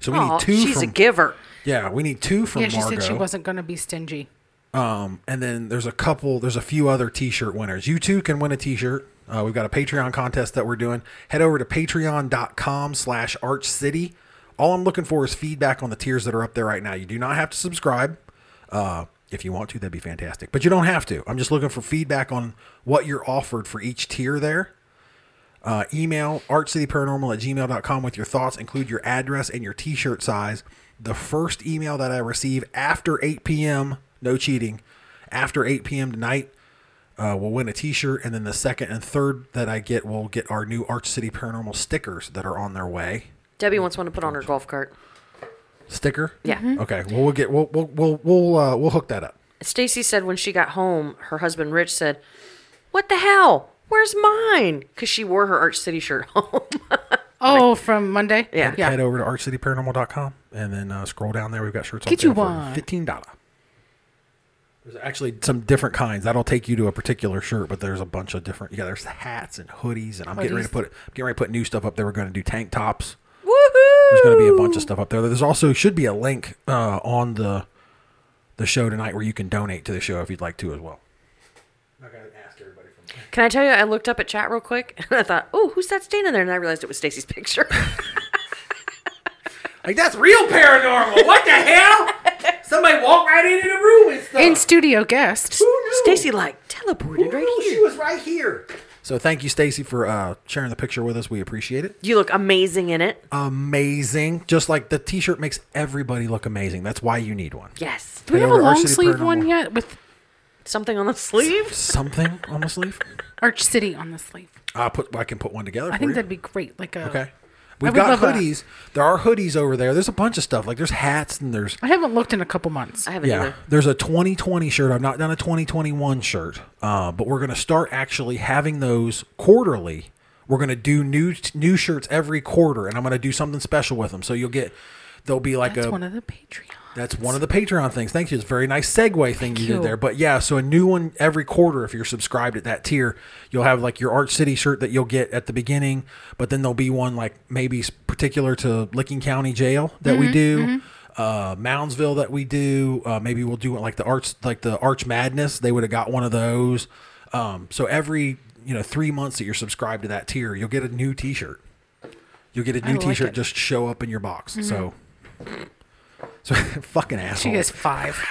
[SPEAKER 1] So we
[SPEAKER 2] Aw,
[SPEAKER 1] need two.
[SPEAKER 2] she's
[SPEAKER 1] from,
[SPEAKER 2] a giver.
[SPEAKER 1] Yeah, we need two from
[SPEAKER 3] Yeah, she
[SPEAKER 1] Margot.
[SPEAKER 3] said she wasn't gonna be stingy.
[SPEAKER 1] Um, and then there's a couple, there's a few other t-shirt winners. You too can win a t-shirt. Uh, we've got a Patreon contest that we're doing. Head over to patreon.com slash archcity. All I'm looking for is feedback on the tiers that are up there right now. You do not have to subscribe. Uh, if you want to, that'd be fantastic. But you don't have to. I'm just looking for feedback on what you're offered for each tier there. Uh, email artcityparanormal at gmail.com with your thoughts. Include your address and your t shirt size. The first email that I receive after 8 p.m., no cheating, after 8 p.m. tonight uh, will win a t shirt. And then the second and third that I get will get our new Arch City Paranormal stickers that are on their way.
[SPEAKER 2] Debbie wants one to put on her golf cart.
[SPEAKER 1] Sticker?
[SPEAKER 2] Yeah.
[SPEAKER 1] Okay. Well, we'll get, we'll, we'll, we'll, we'll, uh, we'll hook that up.
[SPEAKER 2] Stacy said when she got home, her husband Rich said, "What the hell? Where's mine?" Because she wore her Arch City shirt home. [LAUGHS]
[SPEAKER 3] Oh, from Monday.
[SPEAKER 2] Yeah.
[SPEAKER 3] Yeah.
[SPEAKER 1] Head over to archcityparanormal.com and then uh, scroll down there. We've got shirts on
[SPEAKER 3] Get
[SPEAKER 1] sale
[SPEAKER 3] you
[SPEAKER 1] for
[SPEAKER 3] one.
[SPEAKER 1] $15. There's actually some different kinds. That'll take you to a particular shirt, but there's a bunch of different. Yeah, there's hats and hoodies, and I'm getting ready to
[SPEAKER 3] Hoodies.
[SPEAKER 1] put I'm getting ready to put new stuff up there. We're going to do tank tops.
[SPEAKER 2] Woohoo!
[SPEAKER 1] There's going to be a bunch of stuff up there. There's also should be a link uh, on the the show tonight where you can donate to the show if you'd like to as well. I'm not going to ask everybody from
[SPEAKER 2] Can I tell you? I looked up at chat real quick [LAUGHS] and I thought, "Oh, who's that standing there?" And I realized it was
[SPEAKER 1] [LAUGHS]
[SPEAKER 2] Stacy's picture.
[SPEAKER 1] Oh,
[SPEAKER 4] Like that's real paranormal. What the hell? Somebody walked right into the room and stuff.
[SPEAKER 3] In studio guest.
[SPEAKER 4] Who knew?
[SPEAKER 2] Stacy like teleported
[SPEAKER 4] Who
[SPEAKER 2] right
[SPEAKER 4] knew
[SPEAKER 1] Oh,
[SPEAKER 2] here.
[SPEAKER 4] She was right here.
[SPEAKER 1] So thank you, Stacy, for uh, sharing the picture with us. We appreciate it.
[SPEAKER 2] You look amazing in it.
[SPEAKER 1] Uh, amazing. Just like the t-shirt makes everybody look amazing. That's why you need one.
[SPEAKER 2] yes.
[SPEAKER 3] Do we
[SPEAKER 1] Head
[SPEAKER 3] have a
[SPEAKER 1] over to
[SPEAKER 3] long
[SPEAKER 1] Arch City
[SPEAKER 3] sleeve
[SPEAKER 1] Paranormal.
[SPEAKER 3] one yet with
[SPEAKER 2] Something on the sleeve.
[SPEAKER 1] Something on the sleeve.
[SPEAKER 3] Arch City on the sleeve?
[SPEAKER 1] I put. I can put one together.
[SPEAKER 3] I
[SPEAKER 1] for
[SPEAKER 3] think
[SPEAKER 1] you.
[SPEAKER 3] that'd be great. Like a.
[SPEAKER 1] okay. We've
[SPEAKER 3] would
[SPEAKER 1] got
[SPEAKER 3] love that.
[SPEAKER 1] hoodies. There are hoodies over there. There's a bunch of stuff. Like there's hats and there's
[SPEAKER 3] I haven't looked in a couple months.
[SPEAKER 2] I haven't
[SPEAKER 1] yeah.
[SPEAKER 2] either.
[SPEAKER 1] There's a 2020 shirt. I've not done a 2021 shirt. Uh, but we're gonna start actually having those quarterly. We're gonna do new new shirts every quarter, and I'm gonna do something special with them. So you'll get. There'll be like
[SPEAKER 3] That's
[SPEAKER 1] a
[SPEAKER 3] one of the Patreon.
[SPEAKER 1] That's one of the Patreon things. Thank you. It's a very nice segue thing you, did
[SPEAKER 3] you.
[SPEAKER 1] there. But yeah, so a new one every quarter if you're subscribed at that tier, you'll have like your Arch City shirt that you'll get at the
[SPEAKER 3] Mm-hmm,
[SPEAKER 1] beginning, but then there'll be one like maybe s- particular to Licking County Jail that we do. uh, Moundsville that we do. Uh, maybe we'll do like the arts, like the Arch Madness. They would have got one of those. Um, so every you know three months that you're subscribed to that tier, you'll get a new T-shirt. You'll get a new
[SPEAKER 3] like
[SPEAKER 1] T-shirt
[SPEAKER 3] it. Mm-hmm.
[SPEAKER 1] just show up in your box. So, so [LAUGHS] fucking
[SPEAKER 3] She
[SPEAKER 1] asshole.
[SPEAKER 3] gets five.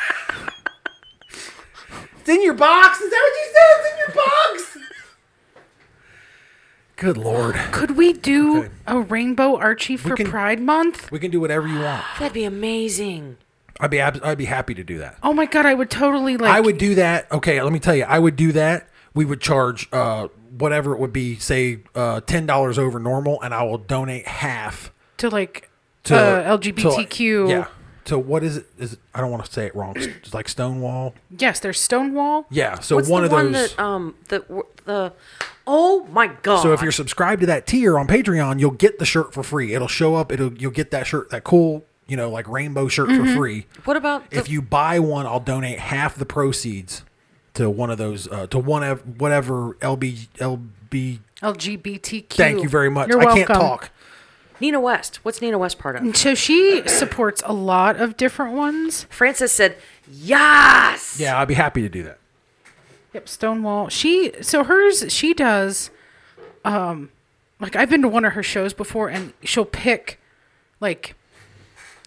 [SPEAKER 4] It's in your box? Is that what you said? It's in your box?
[SPEAKER 1] Good lord,
[SPEAKER 3] Could we do
[SPEAKER 1] Okay.
[SPEAKER 3] a rainbow Archie for
[SPEAKER 1] can-
[SPEAKER 3] Pride Month?
[SPEAKER 1] we can do whatever you want.
[SPEAKER 2] That'd be amazing.
[SPEAKER 1] I'd be ab- I'd be happy to do that.
[SPEAKER 3] Oh my god, I would totally like.
[SPEAKER 1] I would do that. Okay, let me tell you, I would do that. We would charge uh, whatever it would be, say uh, ten dollars over normal, and I will donate half
[SPEAKER 3] to like
[SPEAKER 1] to
[SPEAKER 3] uh, LGBTQ.
[SPEAKER 1] To, yeah. To what is it? Is it, I don't want to say it wrong. It's like Stonewall.
[SPEAKER 3] Yes, there's Stonewall.
[SPEAKER 1] Yeah. So
[SPEAKER 2] What's
[SPEAKER 1] one
[SPEAKER 2] the
[SPEAKER 1] of
[SPEAKER 2] one
[SPEAKER 1] those.
[SPEAKER 2] that um the the oh my god.
[SPEAKER 1] so if you're subscribed to that tier on Patreon, you'll get the shirt for free. It'll show up. It'll you'll get that shirt, that cool, you know, like rainbow shirt for free.
[SPEAKER 2] what about the,
[SPEAKER 1] if you buy one, I'll donate half the proceeds to one of those uh, to one of whatever LB LB.
[SPEAKER 3] LGBTQ.
[SPEAKER 1] Thank you very much.
[SPEAKER 3] You're
[SPEAKER 1] I
[SPEAKER 3] welcome.
[SPEAKER 1] can't talk.
[SPEAKER 2] Nina West? What's Nina West part
[SPEAKER 1] Mm.
[SPEAKER 2] of?
[SPEAKER 3] So she supports a lot of different ones.
[SPEAKER 2] Francis said yes.
[SPEAKER 1] Yeah, I'd be happy to do that.
[SPEAKER 3] Yep, Stonewall. She so hers she does um like I've been to one of her shows before and she'll pick like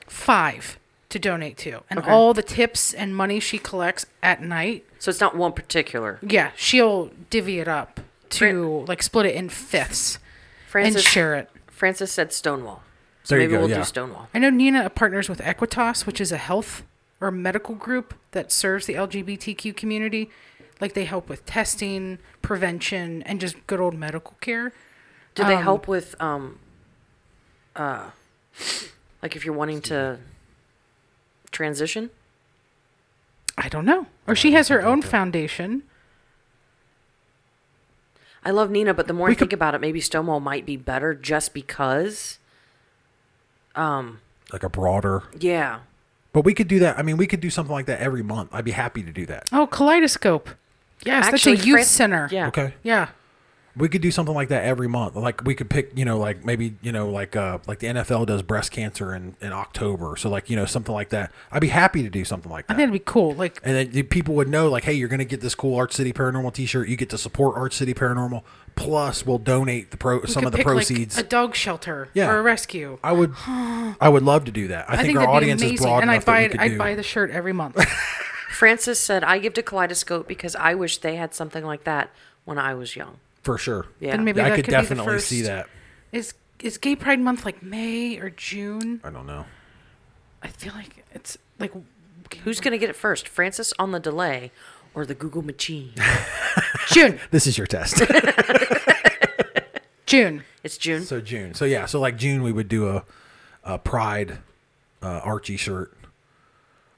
[SPEAKER 3] five to donate to. And all the tips and money she collects at night,
[SPEAKER 2] So it's not one particular.
[SPEAKER 3] yeah, she'll divvy it up to like split it in fifths and
[SPEAKER 2] Francis
[SPEAKER 3] share it.
[SPEAKER 2] Francis said Stonewall. So
[SPEAKER 1] There you
[SPEAKER 2] maybe
[SPEAKER 1] go,
[SPEAKER 2] we'll
[SPEAKER 1] yeah.
[SPEAKER 2] do Stonewall.
[SPEAKER 3] I know Nina partners with Equitas, which is a health or medical group that serves the LGBTQ community. Like they help with testing, prevention, and just good old medical care.
[SPEAKER 2] Do they help with um uh like if you're wanting to transition?
[SPEAKER 3] I don't know. Or she has her own foundation.
[SPEAKER 2] I love Nina, but the more I
[SPEAKER 1] could-
[SPEAKER 2] think about it, maybe Stonewall might be better just because.
[SPEAKER 1] Like a broader,
[SPEAKER 2] Yeah.
[SPEAKER 1] but we could do that. I mean, we could do something like that every month. I'd be happy to do that.
[SPEAKER 3] Oh, Kaleidoscope. Yes, that's a youth
[SPEAKER 2] Fran-
[SPEAKER 3] center.
[SPEAKER 2] Yeah.
[SPEAKER 1] Okay,
[SPEAKER 3] Yeah.
[SPEAKER 1] we could do something like that every month. Like we could pick, you know, like maybe you know, like uh, like the NFL does breast cancer in in October. So like you know, something like that. I'd be happy to do something like
[SPEAKER 3] I
[SPEAKER 1] that.
[SPEAKER 3] think it'd be cool. Like,
[SPEAKER 1] and then the people would know like hey you're gonna get this cool art city paranormal t-shirt you get to support art city paranormal plus we'll donate the pro some
[SPEAKER 3] could
[SPEAKER 1] of the
[SPEAKER 3] pick, like,
[SPEAKER 1] proceeds
[SPEAKER 3] a dog shelter
[SPEAKER 1] Yeah.
[SPEAKER 3] or a rescue.
[SPEAKER 1] i
[SPEAKER 3] [GASPS]
[SPEAKER 1] would i would love to do that i,
[SPEAKER 3] I
[SPEAKER 1] think,
[SPEAKER 3] think
[SPEAKER 1] our
[SPEAKER 3] that'd be
[SPEAKER 1] audience is
[SPEAKER 3] amazing.
[SPEAKER 1] broad
[SPEAKER 3] And
[SPEAKER 1] enough
[SPEAKER 3] I'd
[SPEAKER 1] that
[SPEAKER 3] buy
[SPEAKER 1] we
[SPEAKER 3] it,
[SPEAKER 1] could do
[SPEAKER 3] I'd buy the shirt every month.
[SPEAKER 1] [LAUGHS]
[SPEAKER 2] Francis said, I give to Kaleidoscope because I wish they had something like that when I was young.
[SPEAKER 1] for sure
[SPEAKER 2] Yeah.
[SPEAKER 3] Then maybe
[SPEAKER 1] i
[SPEAKER 3] that
[SPEAKER 1] could
[SPEAKER 3] could
[SPEAKER 1] definitely
[SPEAKER 3] be the first.
[SPEAKER 1] see that
[SPEAKER 3] Is is Gay Pride Month like May or June?
[SPEAKER 1] i don't know
[SPEAKER 3] I feel like it's like
[SPEAKER 2] Who's going to get it first? Francis on the delay or the Google machine?
[SPEAKER 3] June.
[SPEAKER 1] this is your [LAUGHS] test
[SPEAKER 3] June.
[SPEAKER 2] It's June.
[SPEAKER 1] so june so yeah so like june we would do a, a pride uh, archie shirt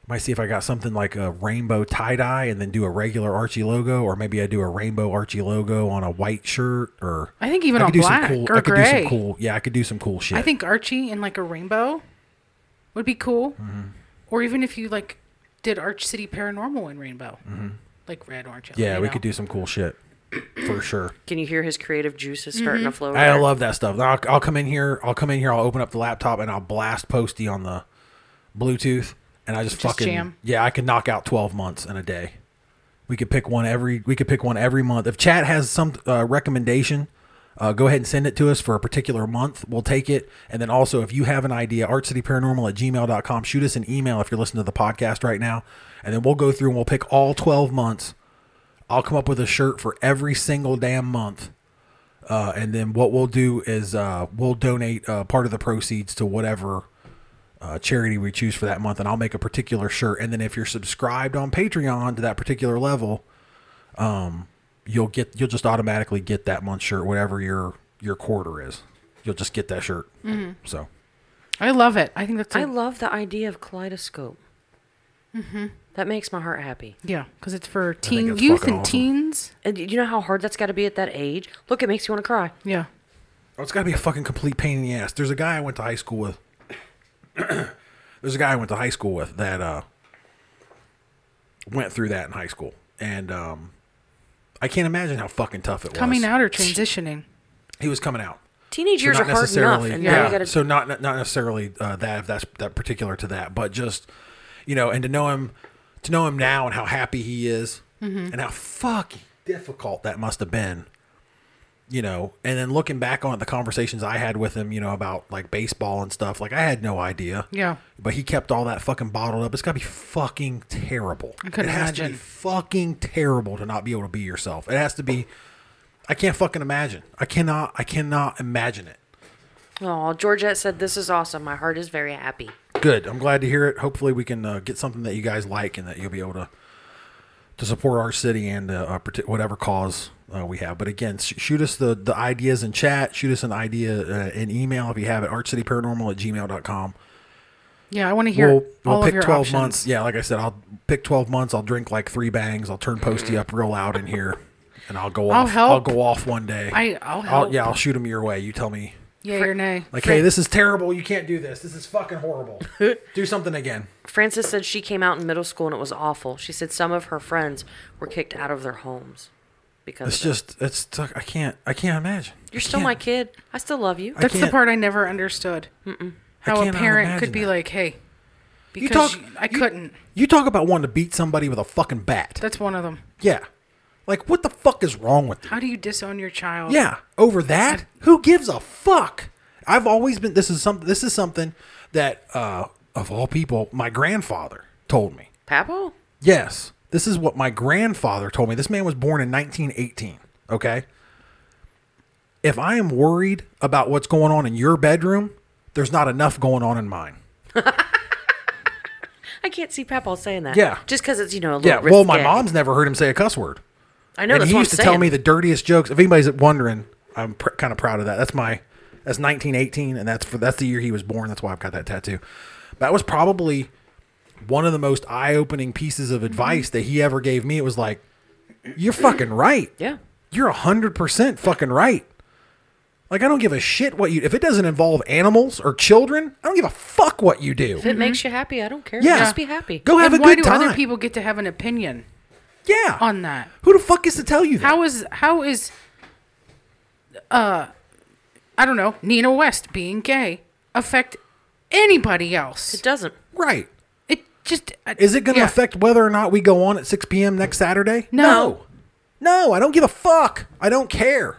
[SPEAKER 1] might see if I got something like a rainbow tie dye and then do a regular Archie logo, or maybe I do a rainbow Archie logo on a white shirt, or
[SPEAKER 3] I think even
[SPEAKER 1] I
[SPEAKER 3] on
[SPEAKER 1] could do some
[SPEAKER 3] black
[SPEAKER 1] cool.
[SPEAKER 3] or
[SPEAKER 1] I could do
[SPEAKER 3] gray.
[SPEAKER 1] some cool. Yeah, I could do some cool shit.
[SPEAKER 3] I think Archie in like a rainbow would be cool.
[SPEAKER 1] Mm-hmm.
[SPEAKER 3] Or even if you like did Arch City Paranormal in rainbow. Like red, orange, yellow.
[SPEAKER 1] Mm-hmm. Yeah,
[SPEAKER 3] you
[SPEAKER 1] we
[SPEAKER 3] know?
[SPEAKER 1] could do some cool shit for sure.
[SPEAKER 2] Can you hear his creative juices starting to flow? over
[SPEAKER 1] I
[SPEAKER 2] there?
[SPEAKER 1] love that stuff. I'll, I'll come in here. I'll come in here. I'll open up the laptop and I'll blast Posty on the Bluetooth, and I just,
[SPEAKER 3] Just
[SPEAKER 1] fucking
[SPEAKER 3] jam.
[SPEAKER 1] yeah. I could knock out twelve months in a day. We could pick one every. We could pick one every month. If chat has some uh, recommendation, uh, go ahead and send it to us for a particular month. We'll take it. And then also, if you have an idea, artcityparanormal at gmail.com. Shoot us an email if you're listening to the podcast right now, and then we'll go through and we'll pick all twelve months. I'll come up with a shirt for every single damn month. Uh, and then what we'll do is uh, we'll donate uh, part of the proceeds to whatever uh, charity we choose for that month, and I'll make a particular shirt. And then if you're subscribed on Patreon to that particular level, um, you'll get you'll just automatically get that month's shirt, whatever your your quarter is. You'll just get that shirt. So
[SPEAKER 3] I love it. I think that's a,
[SPEAKER 2] I love the idea of Kaleidoscope. Mm-hmm. That makes my heart happy.
[SPEAKER 3] yeah, because it's for teen
[SPEAKER 1] it's
[SPEAKER 3] youth
[SPEAKER 1] fucking
[SPEAKER 3] and
[SPEAKER 1] awesome.
[SPEAKER 3] teens.
[SPEAKER 2] And you know how hard that's got to be at that age? Look, it makes you want to cry.
[SPEAKER 3] Yeah.
[SPEAKER 1] Oh, it's got to be a fucking complete pain in the ass. There's a guy I went to high school with. [COUGHS] There's a guy I went to high school with that uh, went through that in high school, and um, I can't imagine how fucking tough it was.
[SPEAKER 3] Coming out or transitioning.
[SPEAKER 1] he was coming out.
[SPEAKER 2] Teenage years are
[SPEAKER 1] not
[SPEAKER 2] hard enough,
[SPEAKER 1] necessarily
[SPEAKER 2] and now
[SPEAKER 1] yeah
[SPEAKER 2] you gotta
[SPEAKER 1] so not not necessarily uh, that if that's that particular to that but just you know and to know him to know him now and how happy he is
[SPEAKER 2] Mm-hmm.
[SPEAKER 1] and how fucking difficult that must have been you know and then looking back on the conversations i had with him you know about like baseball and stuff like i had no idea
[SPEAKER 3] Yeah.
[SPEAKER 1] but he kept all that fucking bottled up it's gotta be fucking terrible i
[SPEAKER 3] couldn't
[SPEAKER 1] it has to
[SPEAKER 3] imagine.
[SPEAKER 1] be fucking terrible to not be able to be yourself it has to be i can't fucking imagine i cannot i cannot imagine it
[SPEAKER 2] Oh, Georgette said, This is awesome. My heart is very happy.
[SPEAKER 1] Good. I'm glad to hear it. Hopefully, we can uh, get something that you guys like and that you'll be able to to support our city and uh, our, parti- whatever cause uh, we have. But again, sh- shoot us the, the ideas in chat. Shoot us an idea uh, in email if you have it. ArtCityParanormal at gmail.com.
[SPEAKER 3] Yeah, I want to hear
[SPEAKER 1] We'll,
[SPEAKER 3] all
[SPEAKER 1] we'll
[SPEAKER 3] of your
[SPEAKER 1] pick 12
[SPEAKER 3] options.
[SPEAKER 1] months. Yeah, like I said, I'll pick 12 months. I'll drink like three bangs. I'll turn Posty up real loud in here and I'll go
[SPEAKER 3] I'll
[SPEAKER 1] off.
[SPEAKER 3] help.
[SPEAKER 1] go off one day.
[SPEAKER 3] I- I'll help.
[SPEAKER 1] yeah, I'll shoot them your way. You tell me.
[SPEAKER 3] Yay or nay.
[SPEAKER 1] Like, hey, this is terrible. You can't do this. This is fucking
[SPEAKER 3] [LAUGHS]
[SPEAKER 1] horrible. do something again.
[SPEAKER 2] Frances said she came out in middle school and it was awful. She said some of her friends were kicked out of their homes because
[SPEAKER 1] It's
[SPEAKER 2] of it.
[SPEAKER 1] just it's t- I can't I can't imagine.
[SPEAKER 2] you're
[SPEAKER 1] I
[SPEAKER 2] still
[SPEAKER 1] can't-
[SPEAKER 2] my kid. I still love you.
[SPEAKER 1] I
[SPEAKER 3] That's the
[SPEAKER 1] can't-
[SPEAKER 3] part I never understood. How a
[SPEAKER 1] cannot
[SPEAKER 3] parent could
[SPEAKER 1] imagine
[SPEAKER 3] be
[SPEAKER 1] that.
[SPEAKER 3] like, "Hey,
[SPEAKER 1] You
[SPEAKER 3] because
[SPEAKER 1] talk.
[SPEAKER 3] you- I
[SPEAKER 1] you-
[SPEAKER 3] couldn't."
[SPEAKER 1] You talk about wanting to beat somebody with a fucking bat.
[SPEAKER 3] That's one of them.
[SPEAKER 1] yeah. Like what the fuck is wrong with you?
[SPEAKER 3] How do you disown your child?
[SPEAKER 1] Yeah. Over that? Who gives a fuck? I've always been this is something this is something that uh of all people my grandfather told me.
[SPEAKER 2] Papo?
[SPEAKER 1] Yes. This is what my grandfather told me. This man was born in 1918. Okay. If I am worried about what's going on in your bedroom, there's not enough going on in mine.
[SPEAKER 2] I can't see Papo saying that.
[SPEAKER 1] Yeah.
[SPEAKER 2] Just because it's, you know, a little
[SPEAKER 1] Yeah. Well, my
[SPEAKER 2] risque.
[SPEAKER 1] mom's never heard him say a cuss word.
[SPEAKER 2] I know
[SPEAKER 1] and
[SPEAKER 2] that's
[SPEAKER 1] he
[SPEAKER 2] what
[SPEAKER 1] used
[SPEAKER 2] I'm
[SPEAKER 1] to tell
[SPEAKER 2] saying.
[SPEAKER 1] me the dirtiest jokes. If anybody's wondering, I'm pr- kind of proud of that. That's my that's 1918, and that's for that's the year he was born. That's why I've got that tattoo. That was probably one of the most eye-opening pieces of advice that he ever gave me. It was like, "You're fucking right.
[SPEAKER 2] Yeah.
[SPEAKER 1] You're hundred percent fucking right." Like I don't give a shit what you if it doesn't involve animals or children, I don't give a fuck what you do.
[SPEAKER 2] If it makes you happy, I don't care.
[SPEAKER 1] Yeah.
[SPEAKER 2] Just be happy.
[SPEAKER 1] Go have
[SPEAKER 3] and
[SPEAKER 1] a
[SPEAKER 3] why
[SPEAKER 1] good
[SPEAKER 3] do
[SPEAKER 1] time.
[SPEAKER 3] other people get to have an opinion
[SPEAKER 1] yeah.
[SPEAKER 3] on that?
[SPEAKER 1] Who the fuck is to tell you that?
[SPEAKER 3] How is how is uh I don't know, Nina West being gay affect anybody else?
[SPEAKER 2] It doesn't.
[SPEAKER 1] right.
[SPEAKER 3] It just uh,
[SPEAKER 1] Is it going to affect whether or not we go on at 6 p.m. next Saturday?
[SPEAKER 3] No.
[SPEAKER 1] No, I don't give a fuck. I don't care.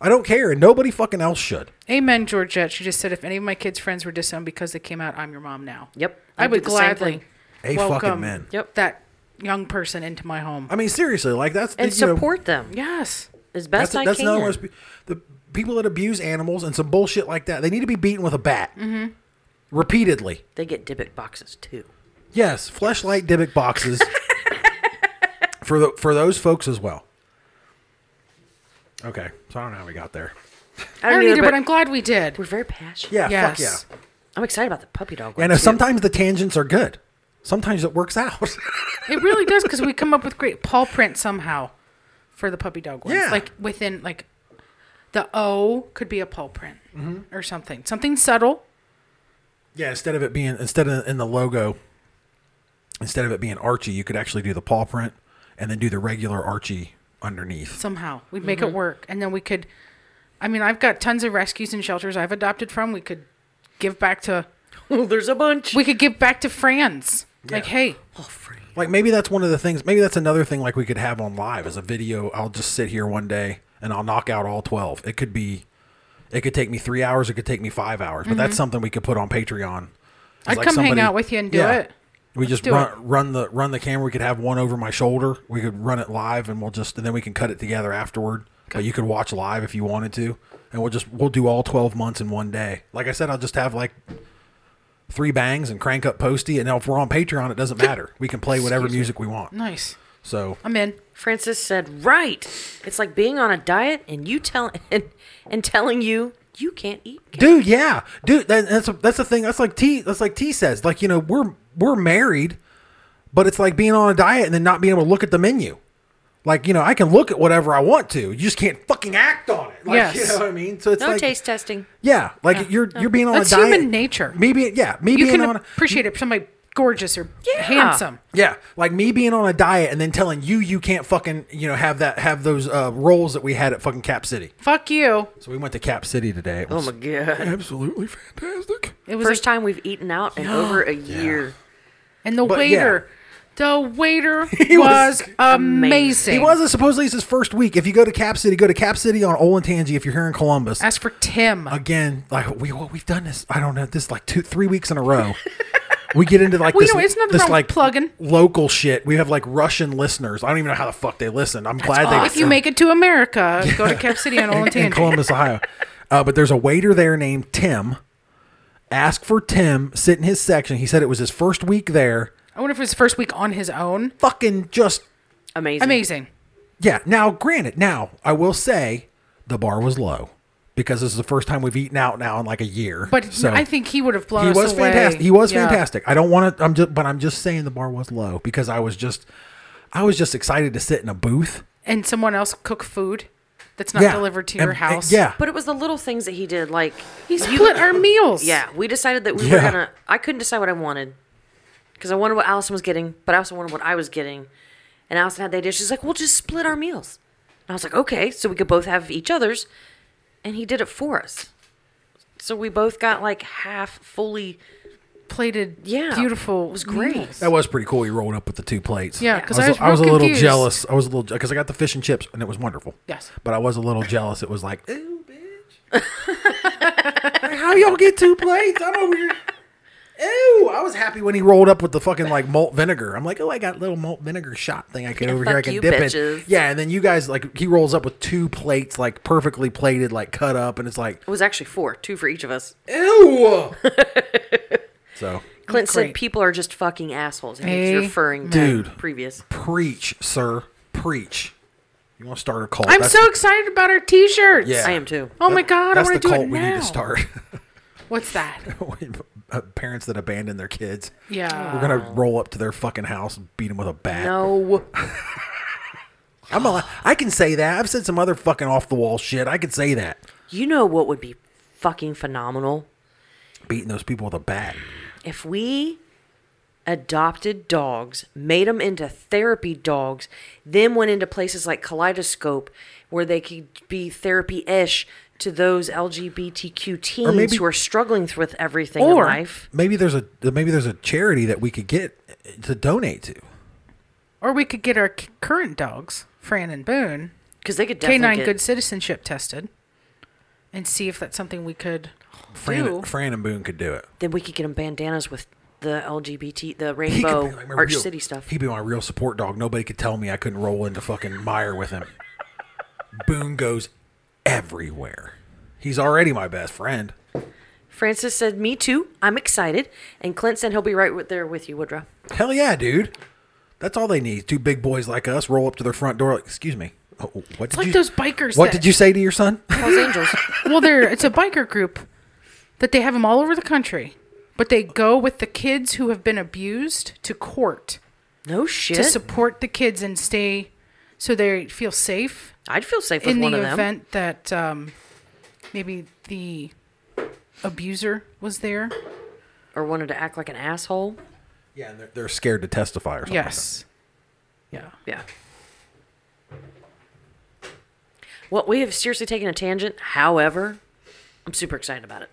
[SPEAKER 1] I don't care, and nobody fucking else should.
[SPEAKER 3] Amen, Georgette. She just said if any of my kids' friends were disowned because they came out, I'm your mom now.
[SPEAKER 2] Yep.
[SPEAKER 3] I
[SPEAKER 2] I'd do
[SPEAKER 3] would
[SPEAKER 2] the same
[SPEAKER 3] gladly
[SPEAKER 2] thing.
[SPEAKER 1] A fucking
[SPEAKER 3] welcome
[SPEAKER 1] man.
[SPEAKER 2] Yep.
[SPEAKER 3] that young person into my home.
[SPEAKER 1] I mean, seriously, like that's
[SPEAKER 2] And
[SPEAKER 1] you know,
[SPEAKER 2] support them
[SPEAKER 3] yes.
[SPEAKER 2] as
[SPEAKER 1] That's
[SPEAKER 2] best I
[SPEAKER 1] that's
[SPEAKER 2] can.
[SPEAKER 1] another one. The people that abuse animals and some bullshit like that, they need to be beaten with a bat
[SPEAKER 2] Mm-hmm.
[SPEAKER 1] repeatedly.
[SPEAKER 2] they get Dibbit boxes too.
[SPEAKER 1] Yes, fleshlight Dybbuk boxes
[SPEAKER 2] [LAUGHS]
[SPEAKER 1] for the for those folks as well. Okay, so I don't know how we got there.
[SPEAKER 2] I
[SPEAKER 3] I
[SPEAKER 2] don't,
[SPEAKER 3] don't
[SPEAKER 2] either,
[SPEAKER 3] either,
[SPEAKER 2] but,
[SPEAKER 3] but I'm glad we did.
[SPEAKER 2] we're very passionate.
[SPEAKER 1] Yeah,
[SPEAKER 3] yes.
[SPEAKER 1] fuck yeah.
[SPEAKER 2] I'm excited about the puppy dog. one,
[SPEAKER 1] And if
[SPEAKER 2] too.
[SPEAKER 1] sometimes the tangents are good. Sometimes it works out. [LAUGHS]
[SPEAKER 3] It really does because we come up with great paw print somehow for the puppy dog ones.
[SPEAKER 1] Yeah.
[SPEAKER 3] Like within like the O could be a paw print
[SPEAKER 1] Mm-hmm.
[SPEAKER 3] or something. Something subtle.
[SPEAKER 1] yeah, instead of it being instead of in the logo, instead of it being Archie, you could actually do the paw print and then do the regular Archie underneath.
[SPEAKER 3] somehow. We'd make
[SPEAKER 1] Mm-hmm.
[SPEAKER 3] it work, and then we could. I mean, I've got tons of rescues and shelters I've adopted from. We could give back to.
[SPEAKER 2] [LAUGHS] Oh, there's a bunch.
[SPEAKER 3] We could give back to friends. Like,
[SPEAKER 1] Yeah.
[SPEAKER 3] hey,
[SPEAKER 2] oh, free.
[SPEAKER 1] Like maybe that's one of the things. Maybe that's another thing. Like we could have on live as a video. I'll just sit here one day and I'll knock out all twelve. It could be, it could take me three hours. It could take me five hours. But that's something we could put on Patreon. It's
[SPEAKER 3] Mm-hmm. I'd come hang out with you and do it.
[SPEAKER 1] We just
[SPEAKER 3] do
[SPEAKER 1] run,
[SPEAKER 3] it.
[SPEAKER 1] run the run the camera. We could have one over my shoulder. We could run it live, and we'll just and then we can cut it together afterward. But you could watch live if you wanted to, and we'll just we'll do all twelve months in one day. Like I said, I'll just have like three bangs and crank up Posty, and now if we're on Patreon, it doesn't matter. We can play whatever music we want.
[SPEAKER 3] nice.
[SPEAKER 1] So
[SPEAKER 3] I'm in.
[SPEAKER 2] Francis said, "Right. It's like being on a diet and you tell [LAUGHS] and, and telling you you can't eat."
[SPEAKER 1] dude yeah dude that, that's that's the thing that's like t that's like t says like you know we're we're married but it's like being on a diet and then not being able to look at the menu like you know i can look at whatever i want to you just can't fucking act on it like you
[SPEAKER 3] Yes.
[SPEAKER 1] know what i mean so it's
[SPEAKER 2] No
[SPEAKER 1] like
[SPEAKER 2] taste testing.
[SPEAKER 1] yeah like you're you're being on
[SPEAKER 3] That's
[SPEAKER 1] a diet
[SPEAKER 3] human nature.
[SPEAKER 1] me being yeah me
[SPEAKER 3] You
[SPEAKER 1] being
[SPEAKER 3] can
[SPEAKER 1] on a,
[SPEAKER 3] appreciate it. Somebody gorgeous or
[SPEAKER 2] Yeah.
[SPEAKER 3] handsome.
[SPEAKER 1] Yeah, like me being on a diet and then telling you you can't fucking you know have that have those uh, rolls that we had at fucking Cap City.
[SPEAKER 3] Fuck you.
[SPEAKER 1] So we went to Cap City today. It
[SPEAKER 2] Oh
[SPEAKER 1] was
[SPEAKER 2] my god!
[SPEAKER 1] absolutely fantastic.
[SPEAKER 3] It was
[SPEAKER 2] First
[SPEAKER 3] like,
[SPEAKER 2] time we've eaten
[SPEAKER 1] [GASPS]
[SPEAKER 2] out in over a year.
[SPEAKER 3] and the
[SPEAKER 1] But, yeah.
[SPEAKER 3] waiter, the
[SPEAKER 1] [LAUGHS]
[SPEAKER 3] waiter
[SPEAKER 1] was
[SPEAKER 3] was,
[SPEAKER 2] amazing.
[SPEAKER 3] amazing.
[SPEAKER 1] He wasn't supposedly it's his first week. If you go to Cap City, go to Cap City on Olentangy if you're here in Columbus.
[SPEAKER 3] As for Tim,
[SPEAKER 1] Again, like we well, we've done this. I don't know this is like two three weeks in a
[SPEAKER 3] [LAUGHS]
[SPEAKER 1] row. We get into like
[SPEAKER 3] Well,
[SPEAKER 1] this,
[SPEAKER 3] you know, it's nothing
[SPEAKER 1] this
[SPEAKER 3] wrong with
[SPEAKER 1] like
[SPEAKER 3] plugging.
[SPEAKER 1] local shit. We have like Russian listeners. I don't even know how the fuck they listen. I'm glad they
[SPEAKER 3] if you make it
[SPEAKER 1] [LAUGHS]
[SPEAKER 3] to America, go to Cap City on
[SPEAKER 1] in
[SPEAKER 3] Olentangy.
[SPEAKER 1] Columbus, Ohio. Uh, but there's a waiter there named Tim. Ask for Tim, sit in his section. He said it was his first week there.
[SPEAKER 3] I wonder if it was first week on his own.
[SPEAKER 1] Fucking just
[SPEAKER 2] Amazing.
[SPEAKER 3] Amazing.
[SPEAKER 1] yeah. Now, granted, now I will say the bar was low because this is the first time we've eaten out now in like a year.
[SPEAKER 3] But
[SPEAKER 1] so
[SPEAKER 3] I think he would have blown
[SPEAKER 1] he
[SPEAKER 3] us
[SPEAKER 1] was
[SPEAKER 3] away.
[SPEAKER 1] fantastic. He was
[SPEAKER 3] Yeah.
[SPEAKER 1] fantastic. I don't want to. I'm just, but I'm just saying the bar was low because I was just, I was just excited to sit in a booth.
[SPEAKER 3] And someone else cook food that's not delivered to
[SPEAKER 1] And-
[SPEAKER 3] your
[SPEAKER 1] and-
[SPEAKER 3] house.
[SPEAKER 1] yeah.
[SPEAKER 2] But it was the little things that he did, like
[SPEAKER 3] He split our meals.
[SPEAKER 2] yeah, we decided that we were
[SPEAKER 1] Yeah.
[SPEAKER 2] gonna. I couldn't decide what I wanted because I wanted what Allison was getting, but I also wanted what I was getting. And Allison had the idea. She's like, "We'll just split our meals." And I was like, "Okay," so we could both have each other's. And he did it for us, so we both got like half fully.
[SPEAKER 3] Plated.
[SPEAKER 2] Yeah,
[SPEAKER 3] Beautiful.
[SPEAKER 2] It was great.
[SPEAKER 3] meals.
[SPEAKER 1] That was pretty cool. He rolled up with the two plates.
[SPEAKER 3] Yeah, 'cause I was
[SPEAKER 1] I was a
[SPEAKER 3] real
[SPEAKER 1] little
[SPEAKER 3] confused.
[SPEAKER 1] jealous. I was a little because I got the fish and chips and it was wonderful.
[SPEAKER 3] Yes.
[SPEAKER 1] but I was a little jealous. It was like, eh, ooh, bitch, Like, how y'all get two plates? I'm over here. Ew! I was happy when he rolled up with the fucking like malt vinegar. I'm like, oh, I got little malt vinegar shot thing I can over here. I
[SPEAKER 2] fuck
[SPEAKER 1] can
[SPEAKER 2] you,
[SPEAKER 1] dip
[SPEAKER 2] bitches.
[SPEAKER 1] it. Yeah, and then you guys like he rolls up with two plates, like perfectly plated, like cut up, and it's like,
[SPEAKER 2] It was actually four, two for each of us.
[SPEAKER 1] ew. so
[SPEAKER 2] Clint
[SPEAKER 3] Great.
[SPEAKER 2] said, "People are just fucking assholes." And he's
[SPEAKER 3] Amen.
[SPEAKER 2] referring to
[SPEAKER 1] Dude.
[SPEAKER 2] previous.
[SPEAKER 1] preach, sir, preach. You want to start a cult?
[SPEAKER 3] I'm
[SPEAKER 1] That's
[SPEAKER 3] so excited about our T-shirts.
[SPEAKER 1] Yeah.
[SPEAKER 2] I am too.
[SPEAKER 3] Oh my god! I
[SPEAKER 1] That's
[SPEAKER 3] want
[SPEAKER 1] the
[SPEAKER 3] to do
[SPEAKER 1] cult
[SPEAKER 3] it
[SPEAKER 1] we
[SPEAKER 3] now.
[SPEAKER 1] need to start. [LAUGHS]
[SPEAKER 3] What's that?
[SPEAKER 1] Parents that abandon their kids.
[SPEAKER 3] Yeah.
[SPEAKER 1] We're gonna roll up to their fucking house and beat them with a bat.
[SPEAKER 2] Oh. No,
[SPEAKER 1] I'm a, I can say that. I've said some other fucking off the wall shit. I could say that.
[SPEAKER 2] you know what would be fucking phenomenal
[SPEAKER 1] Beating those people with a bat.
[SPEAKER 2] if we adopted dogs, made them into therapy dogs, then went into places like Kaleidoscope where they could be therapy ish to those LGBTQ teens
[SPEAKER 1] maybe-
[SPEAKER 2] who are struggling with everything
[SPEAKER 3] Or-
[SPEAKER 2] in life.
[SPEAKER 1] Maybe there's a maybe there's a charity that we could get to donate to.
[SPEAKER 3] Or we could get our c- current dogs, Fran and Boone,
[SPEAKER 2] Because they could definitely
[SPEAKER 3] canine
[SPEAKER 2] get,
[SPEAKER 3] good citizenship tested, and see if that's something we could
[SPEAKER 1] Fran,
[SPEAKER 3] do.
[SPEAKER 2] [LAUGHS]
[SPEAKER 1] Fran and Boone could do it.
[SPEAKER 2] then we could get them bandanas with the LGBT, the
[SPEAKER 1] He could
[SPEAKER 2] rainbow,
[SPEAKER 1] be like my
[SPEAKER 2] Oh, Arch
[SPEAKER 1] real-
[SPEAKER 2] City stuff.
[SPEAKER 1] He'd be my real support dog. Nobody could tell me I couldn't roll into fucking mire with him. Boone goes everywhere. He's already my best friend.
[SPEAKER 2] Francis said, "Me too. I'm excited." And Clint said, "He'll be right with, there with you, Woodrow."
[SPEAKER 1] Hell yeah, dude. That's all they need. Two big boys like us roll up to their front door. Like, Excuse me. Oh, what did
[SPEAKER 3] like
[SPEAKER 1] you,
[SPEAKER 3] those bikers
[SPEAKER 1] What
[SPEAKER 3] that-
[SPEAKER 1] did you say to your son?
[SPEAKER 2] Hell's Angels.
[SPEAKER 3] well, they're it's a biker group that they have them all over the country, but they go with the kids who have been abused to court
[SPEAKER 2] No shit.
[SPEAKER 3] to support the kids and stay so they feel safe
[SPEAKER 2] I'd feel safe with
[SPEAKER 3] in
[SPEAKER 2] one
[SPEAKER 3] the
[SPEAKER 2] of them.
[SPEAKER 3] event that um, maybe the abuser was there.
[SPEAKER 2] or wanted to act like an asshole.
[SPEAKER 1] Yeah, and they're, they're scared to testify or something. like
[SPEAKER 3] Yes. Yeah.
[SPEAKER 2] Yeah. Well, we have seriously taken a tangent. However, I'm super excited about it.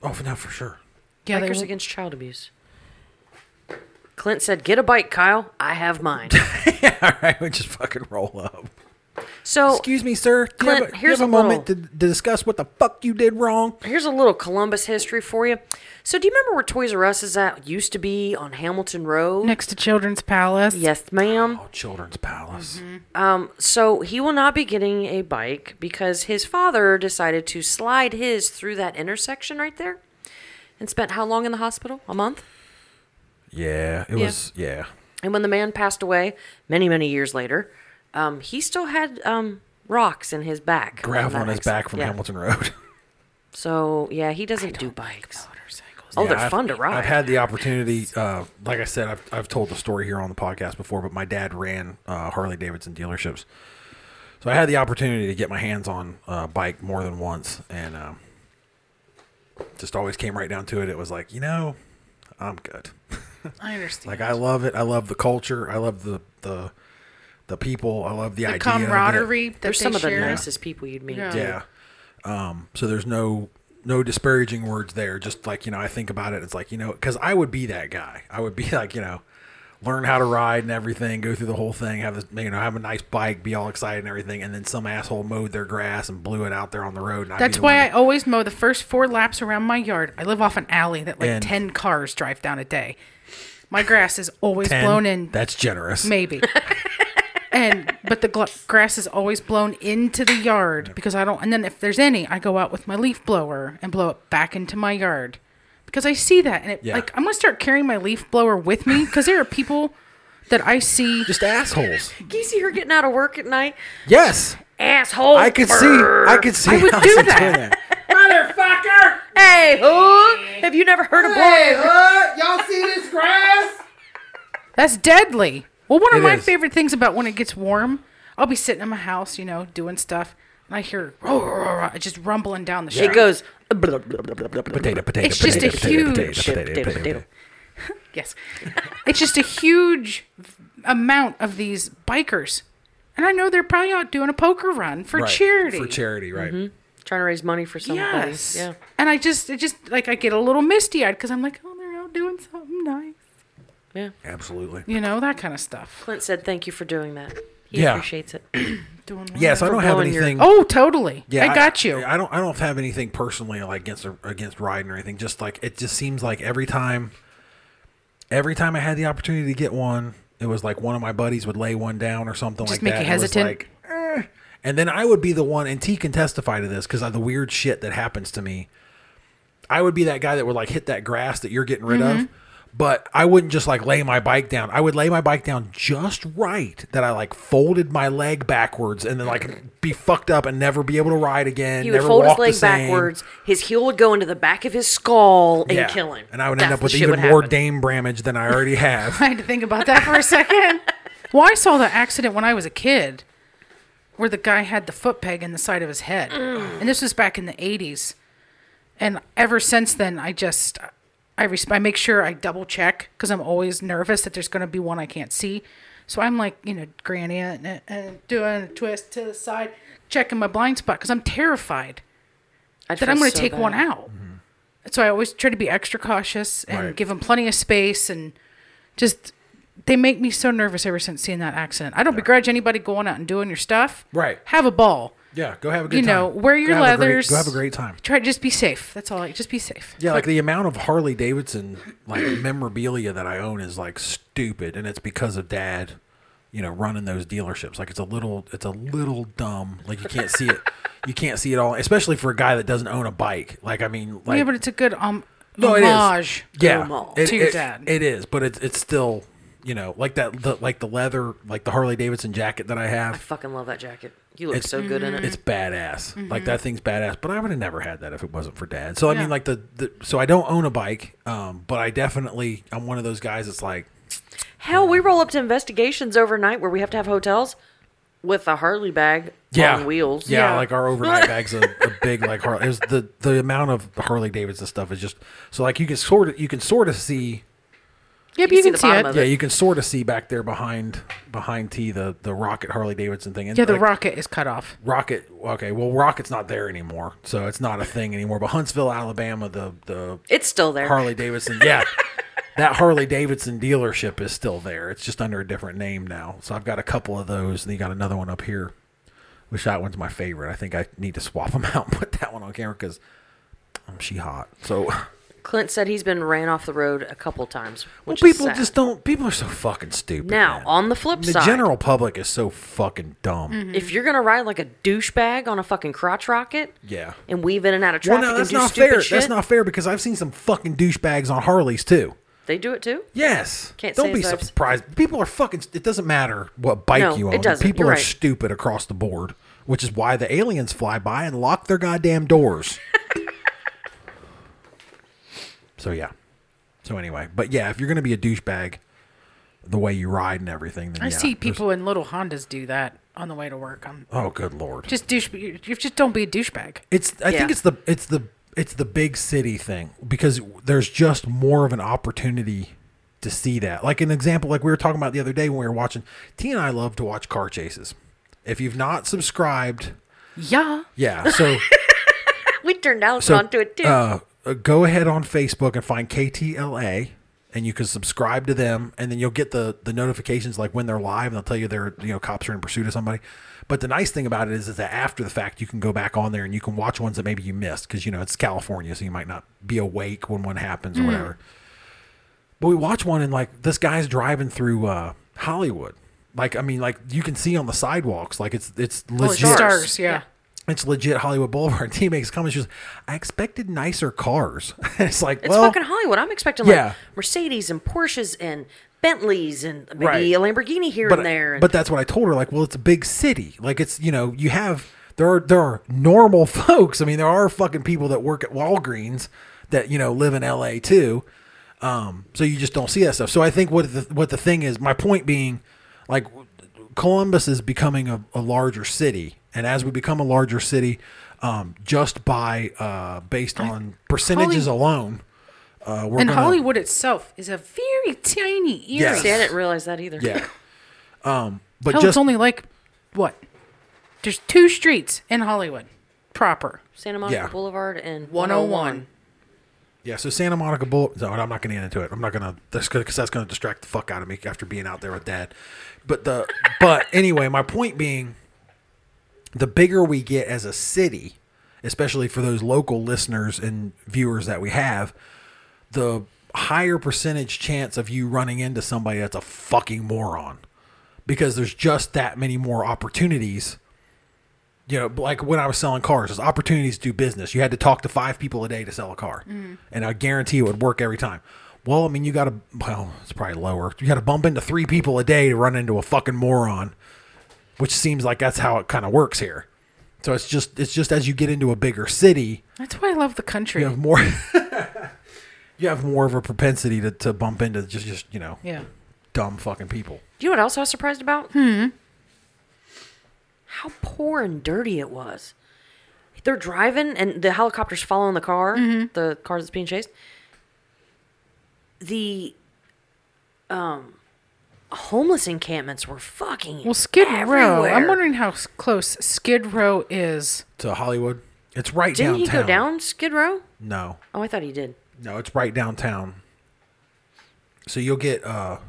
[SPEAKER 1] that. Oh, for now for sure. [LAUGHS]
[SPEAKER 3] Yeah. They,
[SPEAKER 2] Bikers
[SPEAKER 3] won't-
[SPEAKER 2] Against Child Abuse. Clint said, "Get a bike, Kyle. I have
[SPEAKER 3] [LAUGHS]
[SPEAKER 2] mine."
[SPEAKER 1] all right, we just fucking roll up.
[SPEAKER 2] So
[SPEAKER 1] Excuse me, sir. Do you
[SPEAKER 2] Oh, Clint,
[SPEAKER 1] have a, do you
[SPEAKER 2] here's
[SPEAKER 1] have
[SPEAKER 2] a
[SPEAKER 1] a moment to,
[SPEAKER 2] little-
[SPEAKER 1] to discuss what the fuck you did wrong?
[SPEAKER 2] here's a little Columbus history for you. So do you remember where Toys R Us is at? Used to be on Hamilton Road.
[SPEAKER 3] next to Children's Palace.
[SPEAKER 2] Yes, ma'am.
[SPEAKER 1] Oh, Children's Palace.
[SPEAKER 2] So he will not be getting a bike because his father decided to slide his through that intersection right there, and spent how long in the hospital? A month.
[SPEAKER 1] Yeah, it was. Yeah.
[SPEAKER 2] And when the man passed away, many many years later, um, he still had um, rocks in his back.
[SPEAKER 1] Gravel
[SPEAKER 2] that
[SPEAKER 1] on his
[SPEAKER 2] ex-
[SPEAKER 1] back from
[SPEAKER 2] yeah.
[SPEAKER 1] Hamilton Road. [LAUGHS]
[SPEAKER 2] So yeah, he doesn't do bikes.
[SPEAKER 3] Motorcycles.
[SPEAKER 2] Oh,
[SPEAKER 1] Yeah,
[SPEAKER 2] they're
[SPEAKER 1] I've-
[SPEAKER 2] fun to ride.
[SPEAKER 1] I've had the opportunity, uh, like I said, I've, I've told the story here on the podcast before, but my dad ran uh, Harley Davidson dealerships. So I had the opportunity to get my hands on a bike more than once and um, just always came right down to it. It was like, you know, I'm good.
[SPEAKER 3] I understand.
[SPEAKER 1] Like I love it. I love the culture. I love the the the people. I love the,
[SPEAKER 3] the
[SPEAKER 1] idea. of it.
[SPEAKER 3] camaraderie that
[SPEAKER 2] They're
[SPEAKER 3] they
[SPEAKER 2] some of the
[SPEAKER 3] share.
[SPEAKER 2] nicest people you'd meet.
[SPEAKER 3] Yeah.
[SPEAKER 2] dude.
[SPEAKER 1] Yeah. Um, so there's no no disparaging words there. Just like you know, I think about it. It's like you know, because I would be that guy. I would be [LAUGHS] like you know, learn how to ride and everything, go through the whole thing, have this, you know, have a nice bike, be all excited and everything, and then some asshole mowed their grass and blew it out there on the road. And I'd be
[SPEAKER 3] That's
[SPEAKER 1] the
[SPEAKER 3] why
[SPEAKER 1] one
[SPEAKER 3] I always mow the first four laps around my yard. I live off an alley that like
[SPEAKER 1] And-
[SPEAKER 3] 10 cars drive down a day. My grass is always
[SPEAKER 1] to-
[SPEAKER 3] blown
[SPEAKER 1] And
[SPEAKER 3] in,
[SPEAKER 1] That's generous.
[SPEAKER 2] [LAUGHS]
[SPEAKER 3] maybe. and but the gl- grass is always blown into the yard because I don't and then if there's any, I go out with my leaf blower and blow it back into my yard. Because I see that and it
[SPEAKER 1] Yeah.
[SPEAKER 3] like I'm going to start carrying my leaf blower with me cuz there are people that I see
[SPEAKER 1] Just assholes.
[SPEAKER 2] Can you see her getting out of work at night?
[SPEAKER 1] Yes,
[SPEAKER 2] Asshole.
[SPEAKER 1] I could see. I could see.
[SPEAKER 3] would
[SPEAKER 1] how
[SPEAKER 3] do
[SPEAKER 1] she's
[SPEAKER 3] that.
[SPEAKER 1] doing that.
[SPEAKER 4] Motherfucker!
[SPEAKER 2] Hey, who? Have you never heard of
[SPEAKER 4] Hey,
[SPEAKER 2] boy?
[SPEAKER 4] huh? Y'all see this grass?
[SPEAKER 3] That's deadly. Well, one of
[SPEAKER 1] It
[SPEAKER 3] my
[SPEAKER 1] is.
[SPEAKER 3] favorite things about when it gets warm, I'll be sitting in my house, you know, doing stuff, and I hear "Roar, roar, roar," just rumbling down the street.
[SPEAKER 2] It goes.
[SPEAKER 1] Potato, potato,
[SPEAKER 3] It's
[SPEAKER 1] potato,
[SPEAKER 3] just a
[SPEAKER 1] potato,
[SPEAKER 3] huge
[SPEAKER 1] potato,
[SPEAKER 2] shit,
[SPEAKER 1] potato,
[SPEAKER 2] potato,
[SPEAKER 1] potato,
[SPEAKER 2] potato.
[SPEAKER 3] Yes. it's just a huge amount of these bikers. And I know they're probably out doing a poker run for
[SPEAKER 1] Right.
[SPEAKER 3] charity. Mm-hmm.
[SPEAKER 1] For charity, right?
[SPEAKER 2] Trying to raise money for somebody.
[SPEAKER 3] Yes.
[SPEAKER 2] Yeah.
[SPEAKER 3] And I just, it just, like, I get a little misty eyed because I'm like, oh, they're out doing something nice.
[SPEAKER 2] Yeah.
[SPEAKER 1] Absolutely.
[SPEAKER 3] You know, that kind of stuff.
[SPEAKER 2] Clint said, "Thank you for doing that. He
[SPEAKER 1] Yeah.
[SPEAKER 2] appreciates it."
[SPEAKER 3] Doing well.
[SPEAKER 1] Yeah, so I don't have
[SPEAKER 2] blowing your-
[SPEAKER 1] anything.
[SPEAKER 3] Oh, totally.
[SPEAKER 1] Yeah,
[SPEAKER 3] I got you.
[SPEAKER 1] I don't. I don't have anything personally like against against riding or anything. Just like it just seems like every time, every time I had the opportunity to get one, it was like one of my buddies would lay one down or something
[SPEAKER 3] Just
[SPEAKER 1] like
[SPEAKER 3] make
[SPEAKER 1] that.
[SPEAKER 3] you
[SPEAKER 1] It was
[SPEAKER 3] hesitant?
[SPEAKER 1] like, eh. And then I would be the one, and T can testify to this because of the weird shit that happens to me. I would be that guy that would like hit that grass that you're getting rid of.
[SPEAKER 2] Mm-hmm.
[SPEAKER 1] But I wouldn't just like lay my bike down. I would lay my bike down just right that I like folded my leg backwards and then like be fucked up and never be able to ride again.
[SPEAKER 2] He would
[SPEAKER 1] never
[SPEAKER 2] fold his
[SPEAKER 1] walk the
[SPEAKER 2] leg
[SPEAKER 1] same.
[SPEAKER 2] backwards. His heel would go into the back of his skull and
[SPEAKER 1] Yeah.
[SPEAKER 2] kill him.
[SPEAKER 1] And I would
[SPEAKER 2] That's
[SPEAKER 1] end up
[SPEAKER 2] the
[SPEAKER 1] with
[SPEAKER 2] shit
[SPEAKER 1] even
[SPEAKER 2] would
[SPEAKER 1] more
[SPEAKER 2] happen.
[SPEAKER 1] Dame Bramage than I already have.
[SPEAKER 2] [LAUGHS]
[SPEAKER 3] I had to think about that for a second. well, I saw the accident when I was a kid where the guy had the foot peg in the side of his head. And this was back in the 80s. And ever since then, I just, I, res- I make sure I double check because I'm always nervous that there's going to be one I can't see. So I'm like, you know, granny and, and doing a twist to the side, checking my blind spot because I'm terrified
[SPEAKER 2] I'd
[SPEAKER 3] that
[SPEAKER 2] feel
[SPEAKER 3] I'm going to
[SPEAKER 2] so
[SPEAKER 3] take
[SPEAKER 2] bad.
[SPEAKER 3] one out. So I always try to be extra cautious and
[SPEAKER 1] Mm-hmm. Right.
[SPEAKER 3] give them plenty of space and just they make me so nervous ever since seeing that accident. I don't begrudge anybody going out and doing your stuff.
[SPEAKER 1] Right.
[SPEAKER 3] Have a ball.
[SPEAKER 1] yeah, go have a good
[SPEAKER 3] You
[SPEAKER 1] time.
[SPEAKER 3] know, wear your
[SPEAKER 1] go have a great-
[SPEAKER 3] leathers.
[SPEAKER 1] go have a great time.
[SPEAKER 3] Try just be safe. That's all. I Just be safe.
[SPEAKER 1] Yeah, like the amount of Harley Davidson like memorabilia that I own is like stupid, and it's because of Dad, you know, running those dealerships. Like it's a little, it's a little dumb. Like you can't see it, you can't see it all, especially for a guy that doesn't own a bike. Like I mean, like
[SPEAKER 3] yeah, but it's a good um
[SPEAKER 1] no, it is.
[SPEAKER 3] homage.
[SPEAKER 1] Yeah,
[SPEAKER 2] Homage.
[SPEAKER 1] it,
[SPEAKER 3] To your
[SPEAKER 1] it-
[SPEAKER 3] dad.
[SPEAKER 1] It is, but it's it's still, you know, like that, the, like the leather, like the Harley Davidson jacket that I have.
[SPEAKER 2] Fucking love that jacket. You look so good in it.
[SPEAKER 1] It's Mm-hmm. badass. Like that thing's badass. But I would have never had that if it wasn't for dad. So I
[SPEAKER 3] Yeah.
[SPEAKER 1] mean, like the, the so I don't own a bike, um, but I definitely I'm one of those guys that's like,
[SPEAKER 2] Hell, we roll up to investigations overnight where we have to have hotels with a Harley bag
[SPEAKER 1] yeah,
[SPEAKER 2] on wheels.
[SPEAKER 1] Yeah,
[SPEAKER 3] Yeah.
[SPEAKER 1] like our overnight bag's a, a big like Harley. It's the the amount of Harley Davidson stuff is just so like you can sort of you can sort of see.
[SPEAKER 3] Yeah, but
[SPEAKER 2] You
[SPEAKER 3] you
[SPEAKER 2] see
[SPEAKER 3] can
[SPEAKER 2] the
[SPEAKER 3] see
[SPEAKER 2] bottom
[SPEAKER 3] it.
[SPEAKER 2] of
[SPEAKER 1] Yeah, you can sort of see back there behind behind T the the rocket Harley Davidson thing. And
[SPEAKER 3] Yeah, the
[SPEAKER 1] like,
[SPEAKER 3] rocket is cut off.
[SPEAKER 1] Rocket. Okay, well, Rocket's not there anymore, so it's not a thing anymore. But Huntsville, Alabama, the the
[SPEAKER 2] It's still there.
[SPEAKER 1] Harley Davidson. Yeah. that Harley Davidson dealership is still there. It's just under a different name now. So I've got a couple of those, and you got another one up here, which that one's my favorite. I think I need to swap them [LAUGHS] out and put that one on camera because um, she hot. So
[SPEAKER 2] Clint said he's been ran off the road a couple times.
[SPEAKER 1] well,
[SPEAKER 2] Which is
[SPEAKER 1] people
[SPEAKER 2] sad.
[SPEAKER 1] just don't. People are so fucking stupid.
[SPEAKER 2] Now,
[SPEAKER 1] man.
[SPEAKER 2] on the flip
[SPEAKER 1] the
[SPEAKER 2] side, Mm-hmm.
[SPEAKER 1] general public is so fucking dumb.
[SPEAKER 2] if you're gonna ride like a douchebag on a fucking crotch rocket,
[SPEAKER 1] Yeah.
[SPEAKER 2] and weave in and out of
[SPEAKER 1] Well,
[SPEAKER 2] traffic
[SPEAKER 1] no,
[SPEAKER 2] and
[SPEAKER 1] that's
[SPEAKER 2] do
[SPEAKER 1] not
[SPEAKER 2] stupid
[SPEAKER 1] fair.
[SPEAKER 2] shit,
[SPEAKER 1] That's not fair because I've seen some fucking douchebags on Harleys too.
[SPEAKER 2] they do it too.
[SPEAKER 1] Yes.
[SPEAKER 2] Can't
[SPEAKER 1] Don't
[SPEAKER 2] say
[SPEAKER 1] be
[SPEAKER 2] as I've-
[SPEAKER 1] surprised. People are fucking. It doesn't matter what bike
[SPEAKER 2] No,
[SPEAKER 1] you own.
[SPEAKER 2] it doesn't.
[SPEAKER 1] People
[SPEAKER 2] You're
[SPEAKER 1] are
[SPEAKER 2] right.
[SPEAKER 1] stupid across the board, which is why the aliens fly by and lock their goddamn
[SPEAKER 2] [LAUGHS]
[SPEAKER 1] doors. so yeah. So anyway, but yeah, if you're gonna be a douchebag, the way you ride and everything, then
[SPEAKER 3] I
[SPEAKER 1] yeah,
[SPEAKER 3] see
[SPEAKER 1] there's-
[SPEAKER 3] people in little Hondas do that on the way to work. I'm
[SPEAKER 1] Oh, good lord!
[SPEAKER 3] just douche. You you just don't be a douchebag.
[SPEAKER 1] It's. I
[SPEAKER 2] Yeah.
[SPEAKER 1] think it's the. It's the. it's the big city thing because there's just more of an opportunity to see that. Like an example, like we were talking about the other day when we were watching. T and I love to watch car chases. If you've not subscribed,
[SPEAKER 3] Yeah.
[SPEAKER 1] yeah, so
[SPEAKER 2] [LAUGHS] We turned out
[SPEAKER 1] so
[SPEAKER 2] onto it too.
[SPEAKER 1] uh, go ahead on Facebook and find KTLA, and you can subscribe to them, and then you'll get the the notifications like when they're live, and they'll tell you they're you know cops are in pursuit of somebody. But the nice thing about it is, is that after the fact, you can go back on there and you can watch ones that maybe you missed because you know it's California, so you might not be awake when one happens
[SPEAKER 2] Mm.
[SPEAKER 1] or whatever. But we watch one and like this guy's driving through uh, Hollywood. Like I mean, like you can see on the sidewalks, like it's it's legit
[SPEAKER 2] stars.
[SPEAKER 3] Stars, yeah.
[SPEAKER 1] it's legit Hollywood Boulevard. [LAUGHS] He makes comments. She was, I expected nicer cars. [LAUGHS] it's like,
[SPEAKER 2] It's
[SPEAKER 1] well,
[SPEAKER 2] fucking Hollywood. I'm expecting like
[SPEAKER 1] yeah.
[SPEAKER 2] Mercedes and Porsches and Bentleys and maybe
[SPEAKER 1] Right.
[SPEAKER 2] a Lamborghini here
[SPEAKER 1] but,
[SPEAKER 2] and there. And
[SPEAKER 1] but that's what I told her. Like, well, it's a big city. Like, it's you know, you have there are there are normal [LAUGHS] folks. I mean, there are fucking people that work at Walgreens that you know live in L.A. too. Um, so you just don't see that stuff. So I think what the what the thing is, my point being, like Columbus is becoming a, a larger city, and as we become a larger city, um, just by uh, based on percentages alone, uh, we're
[SPEAKER 3] And
[SPEAKER 1] gonna,
[SPEAKER 3] Hollywood itself is a very tiny area.
[SPEAKER 1] Yes.
[SPEAKER 2] See, I didn't realize that either.
[SPEAKER 3] [LAUGHS]
[SPEAKER 1] Yeah. Um, but
[SPEAKER 3] Hell,
[SPEAKER 1] just
[SPEAKER 3] it's only like what? There's two streets in Hollywood proper.
[SPEAKER 2] Santa Monica
[SPEAKER 1] Yeah.
[SPEAKER 2] Boulevard and
[SPEAKER 3] 101.
[SPEAKER 1] yeah. So Santa Monica Bowl. No, I'm not gonna get into it. I'm not gonna. That's because that's gonna distract the fuck out of me after being out there with Dad. But the but anyway, my point being, the bigger we get as a city, especially for those local listeners and viewers that we have, the higher percentage chance of you running into somebody that's a fucking moron because there's just that many more opportunities you know, like when I was selling cars, there's opportunities to do business. You had to talk to five people a day to sell a car,
[SPEAKER 2] Mm.
[SPEAKER 1] and I guarantee it would work every time. Well, I mean, you got to well, it's probably lower. You got to bump into three people a day to run into a fucking moron, which seems like that's how it kind of works here. So it's just it's just as you get into a bigger city,
[SPEAKER 3] That's why I love the country.
[SPEAKER 1] you have more [LAUGHS] you have more of a propensity to, to bump into just just you know
[SPEAKER 3] yeah.
[SPEAKER 1] dumb fucking people.
[SPEAKER 2] You know what else I was surprised about? Hmm. How poor and dirty it was. They're driving and the helicopter's following the car, the car that's being chased. The um, homeless encampments were fucking
[SPEAKER 3] Well, Skid Row.
[SPEAKER 2] everywhere.
[SPEAKER 3] I'm wondering how s- close Skid Row is.
[SPEAKER 1] To Hollywood, it's right
[SPEAKER 2] Didn't he
[SPEAKER 1] downtown.
[SPEAKER 2] go down Skid Row?
[SPEAKER 1] No,
[SPEAKER 2] Oh, I thought he did.
[SPEAKER 1] No, it's right downtown. So you'll get uh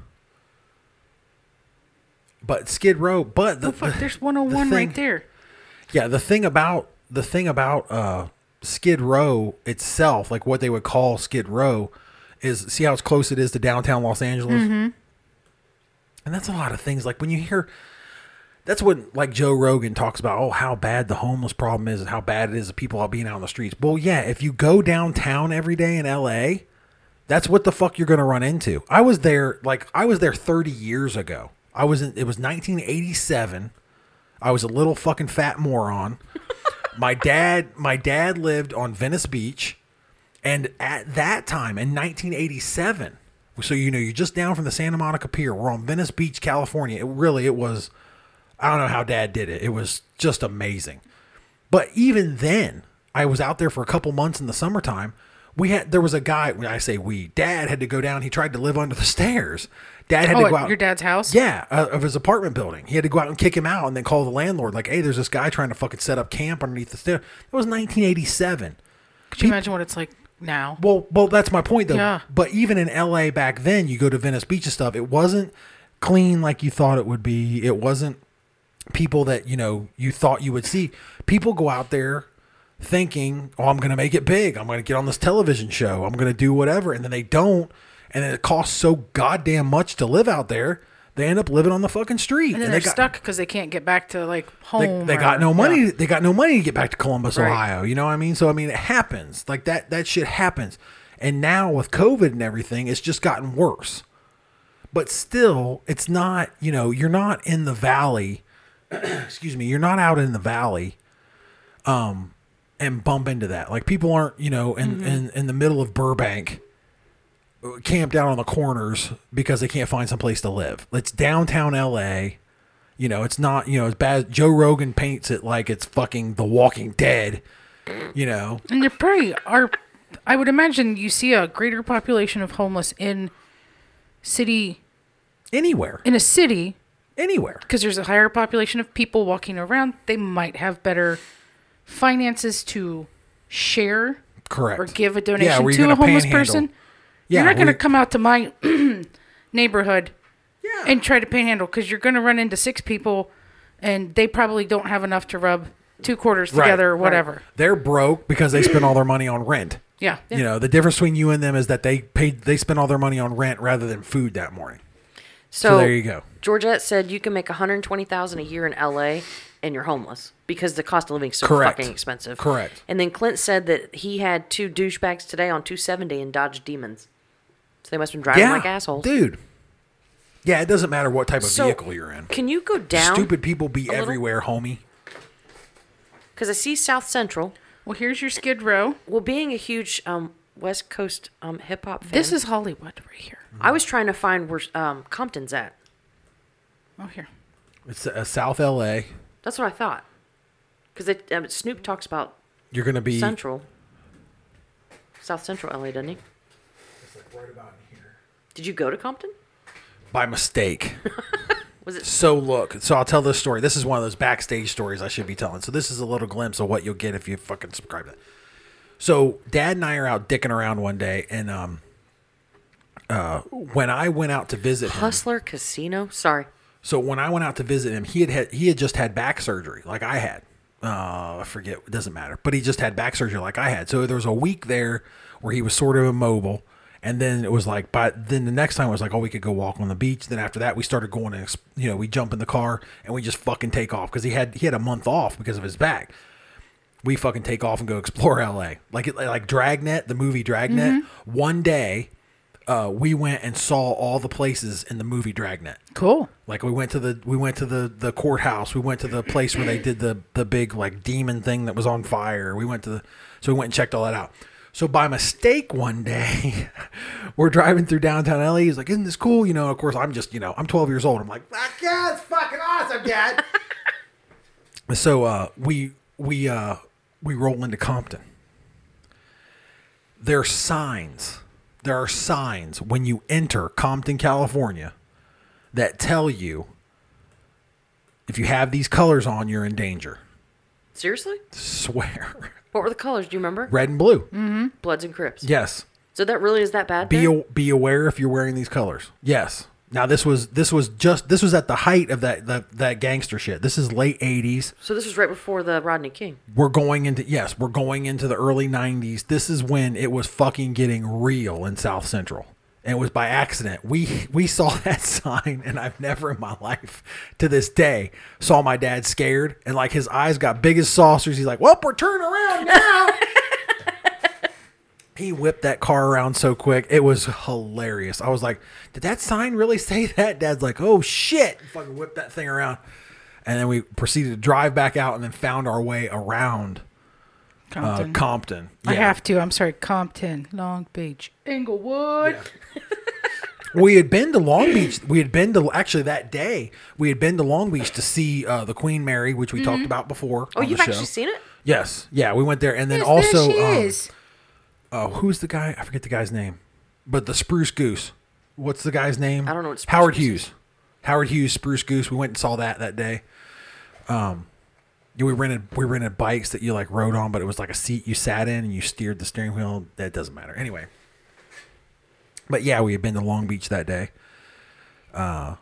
[SPEAKER 1] but Skid Row, but the,
[SPEAKER 3] Oh,
[SPEAKER 1] [LAUGHS]
[SPEAKER 3] fuck,
[SPEAKER 1] the-
[SPEAKER 3] there's
[SPEAKER 1] the
[SPEAKER 3] 101
[SPEAKER 1] thing-
[SPEAKER 3] right there.
[SPEAKER 1] Yeah, the thing about the thing about uh Skid Row itself, like what they would call Skid Row is see how it's close it is to downtown Los Angeles. And that's a lot of things like when you hear that's what like Joe Rogan talks about. Oh, how bad the homeless problem is, and how bad it is of people all being out on the streets. Well, yeah, if you go downtown every day in L.A., that's what the fuck you're gonna run into. I was there, like I was there 30 years ago. I was in. It was 1987. I was a little fucking fat moron. my dad, my dad lived on Venice Beach, and at that time in 1987, so you know you're just down from the Santa Monica Pier. We're on Venice Beach, California. It really, it was. I don't know how dad did it. It was just amazing. But even then, I was out there for a couple months in the summertime. We had there was a guy. When I say we, dad had to go down. He tried to live under the stairs. Dad had
[SPEAKER 3] Oh,
[SPEAKER 1] to go
[SPEAKER 3] at
[SPEAKER 1] out.
[SPEAKER 3] your dad's house?
[SPEAKER 1] Yeah, uh, of his apartment building. He had to go out and kick him out, and then call the landlord. Like, hey, there's this guy trying to fucking set up camp underneath the stair. That was 1987.
[SPEAKER 3] Could you imagine what it's like now?
[SPEAKER 1] Well, well, that's my point though.
[SPEAKER 3] Yeah.
[SPEAKER 1] But even in LA back then, you go to Venice Beach and stuff, it wasn't clean like you thought it would be. It wasn't people that, you know, you thought you would see. People go out there thinking, "Oh, I'm going to make it big. I'm going to get on this television show. I'm going to do whatever." And then they don't, and then it costs so goddamn much to live out there. They end up living on the fucking street.
[SPEAKER 3] and then
[SPEAKER 1] they
[SPEAKER 3] they're
[SPEAKER 1] got-
[SPEAKER 3] stuck because they can't get back to like
[SPEAKER 1] they,
[SPEAKER 3] home.
[SPEAKER 1] they
[SPEAKER 3] or-
[SPEAKER 1] got no money.
[SPEAKER 3] Yeah.
[SPEAKER 1] They got no money to get back to Columbus,
[SPEAKER 2] Right.
[SPEAKER 1] Ohio. You know what I mean? So I mean, it happens. Like that. That shit happens. And now with COVID and everything, it's just gotten worse. But still, it's not. You know, you're not in the valley. [CLEARS THROAT] excuse me. You're not out in the valley. Um, and bump into that. Like people aren't. You know, in
[SPEAKER 3] Mm-hmm.
[SPEAKER 1] in, in the middle of Burbank. uh, Camped out on the corners because they can't find someplace to live. It's downtown LA. You know, it's not, you know, as bad Joe Rogan paints it like it's fucking The Walking Dead You know,
[SPEAKER 3] And there probably are. I would imagine you see a greater population of homeless in city
[SPEAKER 1] anywhere,
[SPEAKER 3] in a city
[SPEAKER 1] anywhere.
[SPEAKER 3] because there's a higher population of people walking around. They might have better finances to share
[SPEAKER 1] Correct.
[SPEAKER 3] or give a
[SPEAKER 1] Yeah,
[SPEAKER 3] donation
[SPEAKER 1] where you're
[SPEAKER 3] to a
[SPEAKER 1] gonna
[SPEAKER 3] homeless
[SPEAKER 1] panhandle.
[SPEAKER 3] person.
[SPEAKER 1] Yeah,
[SPEAKER 3] you're not
[SPEAKER 1] where
[SPEAKER 3] going to
[SPEAKER 1] you-
[SPEAKER 3] come out to my [CLEARS THROAT] neighborhood
[SPEAKER 4] Yeah.
[SPEAKER 3] and try to panhandle because you're going to run into six people and they probably don't have enough to rub two quarters
[SPEAKER 1] Right,
[SPEAKER 3] together or
[SPEAKER 1] right.
[SPEAKER 3] whatever.
[SPEAKER 1] They're broke because they spend all their money on rent.
[SPEAKER 3] Yeah.
[SPEAKER 1] You know, the difference between you and them is that they paid they spent all their money on rent rather than food that morning.
[SPEAKER 2] So,
[SPEAKER 1] there you go.
[SPEAKER 2] Georgette said you can make 120,000 a year in LA and you're homeless because the cost of living is so
[SPEAKER 1] Correct.
[SPEAKER 2] fucking expensive.
[SPEAKER 1] Correct.
[SPEAKER 2] And then Clint said that he had two douchebags today on 270 and dodged demons. So they must have been driving like assholes.
[SPEAKER 1] dude. Yeah, it doesn't matter what type of
[SPEAKER 2] So,
[SPEAKER 1] vehicle you're in.
[SPEAKER 2] Can you go down?
[SPEAKER 1] Stupid people be
[SPEAKER 2] little?
[SPEAKER 1] everywhere, homie.
[SPEAKER 2] Because I see South Central.
[SPEAKER 3] Well, here's your Skid Row.
[SPEAKER 2] Well, being a huge um, West Coast um, hip hop fan,
[SPEAKER 3] This is Hollywood right here.
[SPEAKER 2] I was trying to find where um, Compton's at.
[SPEAKER 3] Oh, here.
[SPEAKER 1] It's uh, South LA.
[SPEAKER 2] That's what I thought. Because um, Snoop talks about
[SPEAKER 1] You're gonna be
[SPEAKER 2] Central, South Central LA, doesn't he? Did you go to Compton?
[SPEAKER 1] by mistake.
[SPEAKER 2] [LAUGHS] Was it-
[SPEAKER 1] so? Look, so I'll tell this story. This is one of those backstage stories I should be telling. So this is a little glimpse of what you'll get if you fucking subscribe to. That. So Dad and I are out dicking around one day, and um, uh, when I went out to visit him,
[SPEAKER 2] Hustler Casino. Sorry.
[SPEAKER 1] so when I went out to visit him, he had, had he had just had back surgery, like I had. Uh, I forget, it doesn't matter. But he just had back surgery, like I had. So there was a week there where he was sort of immobile, and then it was like, but then the next time it was like, oh, we could go walk on the beach. Then after that, we started going and ex- you know we jump in the car and we just fucking take off because he had he had a month off because of his back we fucking take off and go explore LA. Like it, like Dragnet, the movie Dragnet. One day, uh, we went and saw all the places in the movie Dragnet.
[SPEAKER 3] Cool.
[SPEAKER 1] Like we went to the we went to the the courthouse. We went to the place where they did the the big like demon thing that was on fire. We went to the so we went and checked all that out. So by mistake one day, [LAUGHS] we're driving through downtown LA. He's like, "Isn't this cool?" You know. Of course, I'm just you know I'm 12 years old. I'm like,
[SPEAKER 4] Like, yeah, it's fucking awesome, Dad.
[SPEAKER 1] So uh, we we uh, we roll into Compton. There are signs. There are signs when you enter Compton, California, that tell you if you have these colors on, you're in danger.
[SPEAKER 2] Seriously?
[SPEAKER 1] Swear, [LAUGHS]
[SPEAKER 2] What were the colors? Do you remember?
[SPEAKER 1] red and blue.
[SPEAKER 2] Bloods and Crips.
[SPEAKER 1] Yes.
[SPEAKER 2] So that really is that bad?
[SPEAKER 1] Be
[SPEAKER 2] there?
[SPEAKER 1] a- be aware if you're wearing these colors. Yes. Now this was this was just this was at the height of that that, that gangster shit. This is late '80s.
[SPEAKER 2] so this was right before the Rodney King.
[SPEAKER 1] we're going into yes, we're going into the early 90s. This is when it was fucking getting real in South Central. And it was by accident. We we saw [LAUGHS] that sign and I've never in my life to this day saw my dad scared and like his eyes got big as saucers. He's like, "Well, we're turning around now." he whipped that car around so quick. It was hilarious. I was like, "Did that sign really say that?" Dad's like, "Oh shit." Fucking whipped that thing around. And then we proceeded to drive back out and then found our way around uh,
[SPEAKER 3] Compton.
[SPEAKER 1] Compton.
[SPEAKER 3] I have to. I'm sorry. Compton, Long Beach, Inglewood.
[SPEAKER 1] We had been to Long Beach. We had been to actually that day. We had been to Long Beach to see uh, the Queen Mary, which we
[SPEAKER 3] Mm-hmm.
[SPEAKER 1] talked about before.
[SPEAKER 2] Oh,
[SPEAKER 1] on
[SPEAKER 2] you've
[SPEAKER 1] the
[SPEAKER 2] actually
[SPEAKER 1] show.
[SPEAKER 2] seen it?
[SPEAKER 1] Yes, yeah, we went there, and then
[SPEAKER 3] Yes,
[SPEAKER 1] also,
[SPEAKER 3] there she
[SPEAKER 1] um,
[SPEAKER 3] is.
[SPEAKER 1] oh, who's the guy? I forget the guy's name, but the Spruce Goose. What's the guy's name?
[SPEAKER 2] I don't know what Spruce
[SPEAKER 1] Howard
[SPEAKER 2] Goose
[SPEAKER 1] Hughes. Howard Hughes, Spruce Goose. We went and saw that that day. Um, yeah, we rented we rented bikes that you like rode on, but it was like a seat you sat in and you steered the steering wheel. That doesn't matter anyway. But yeah, we had been to Long Beach that day. Uh,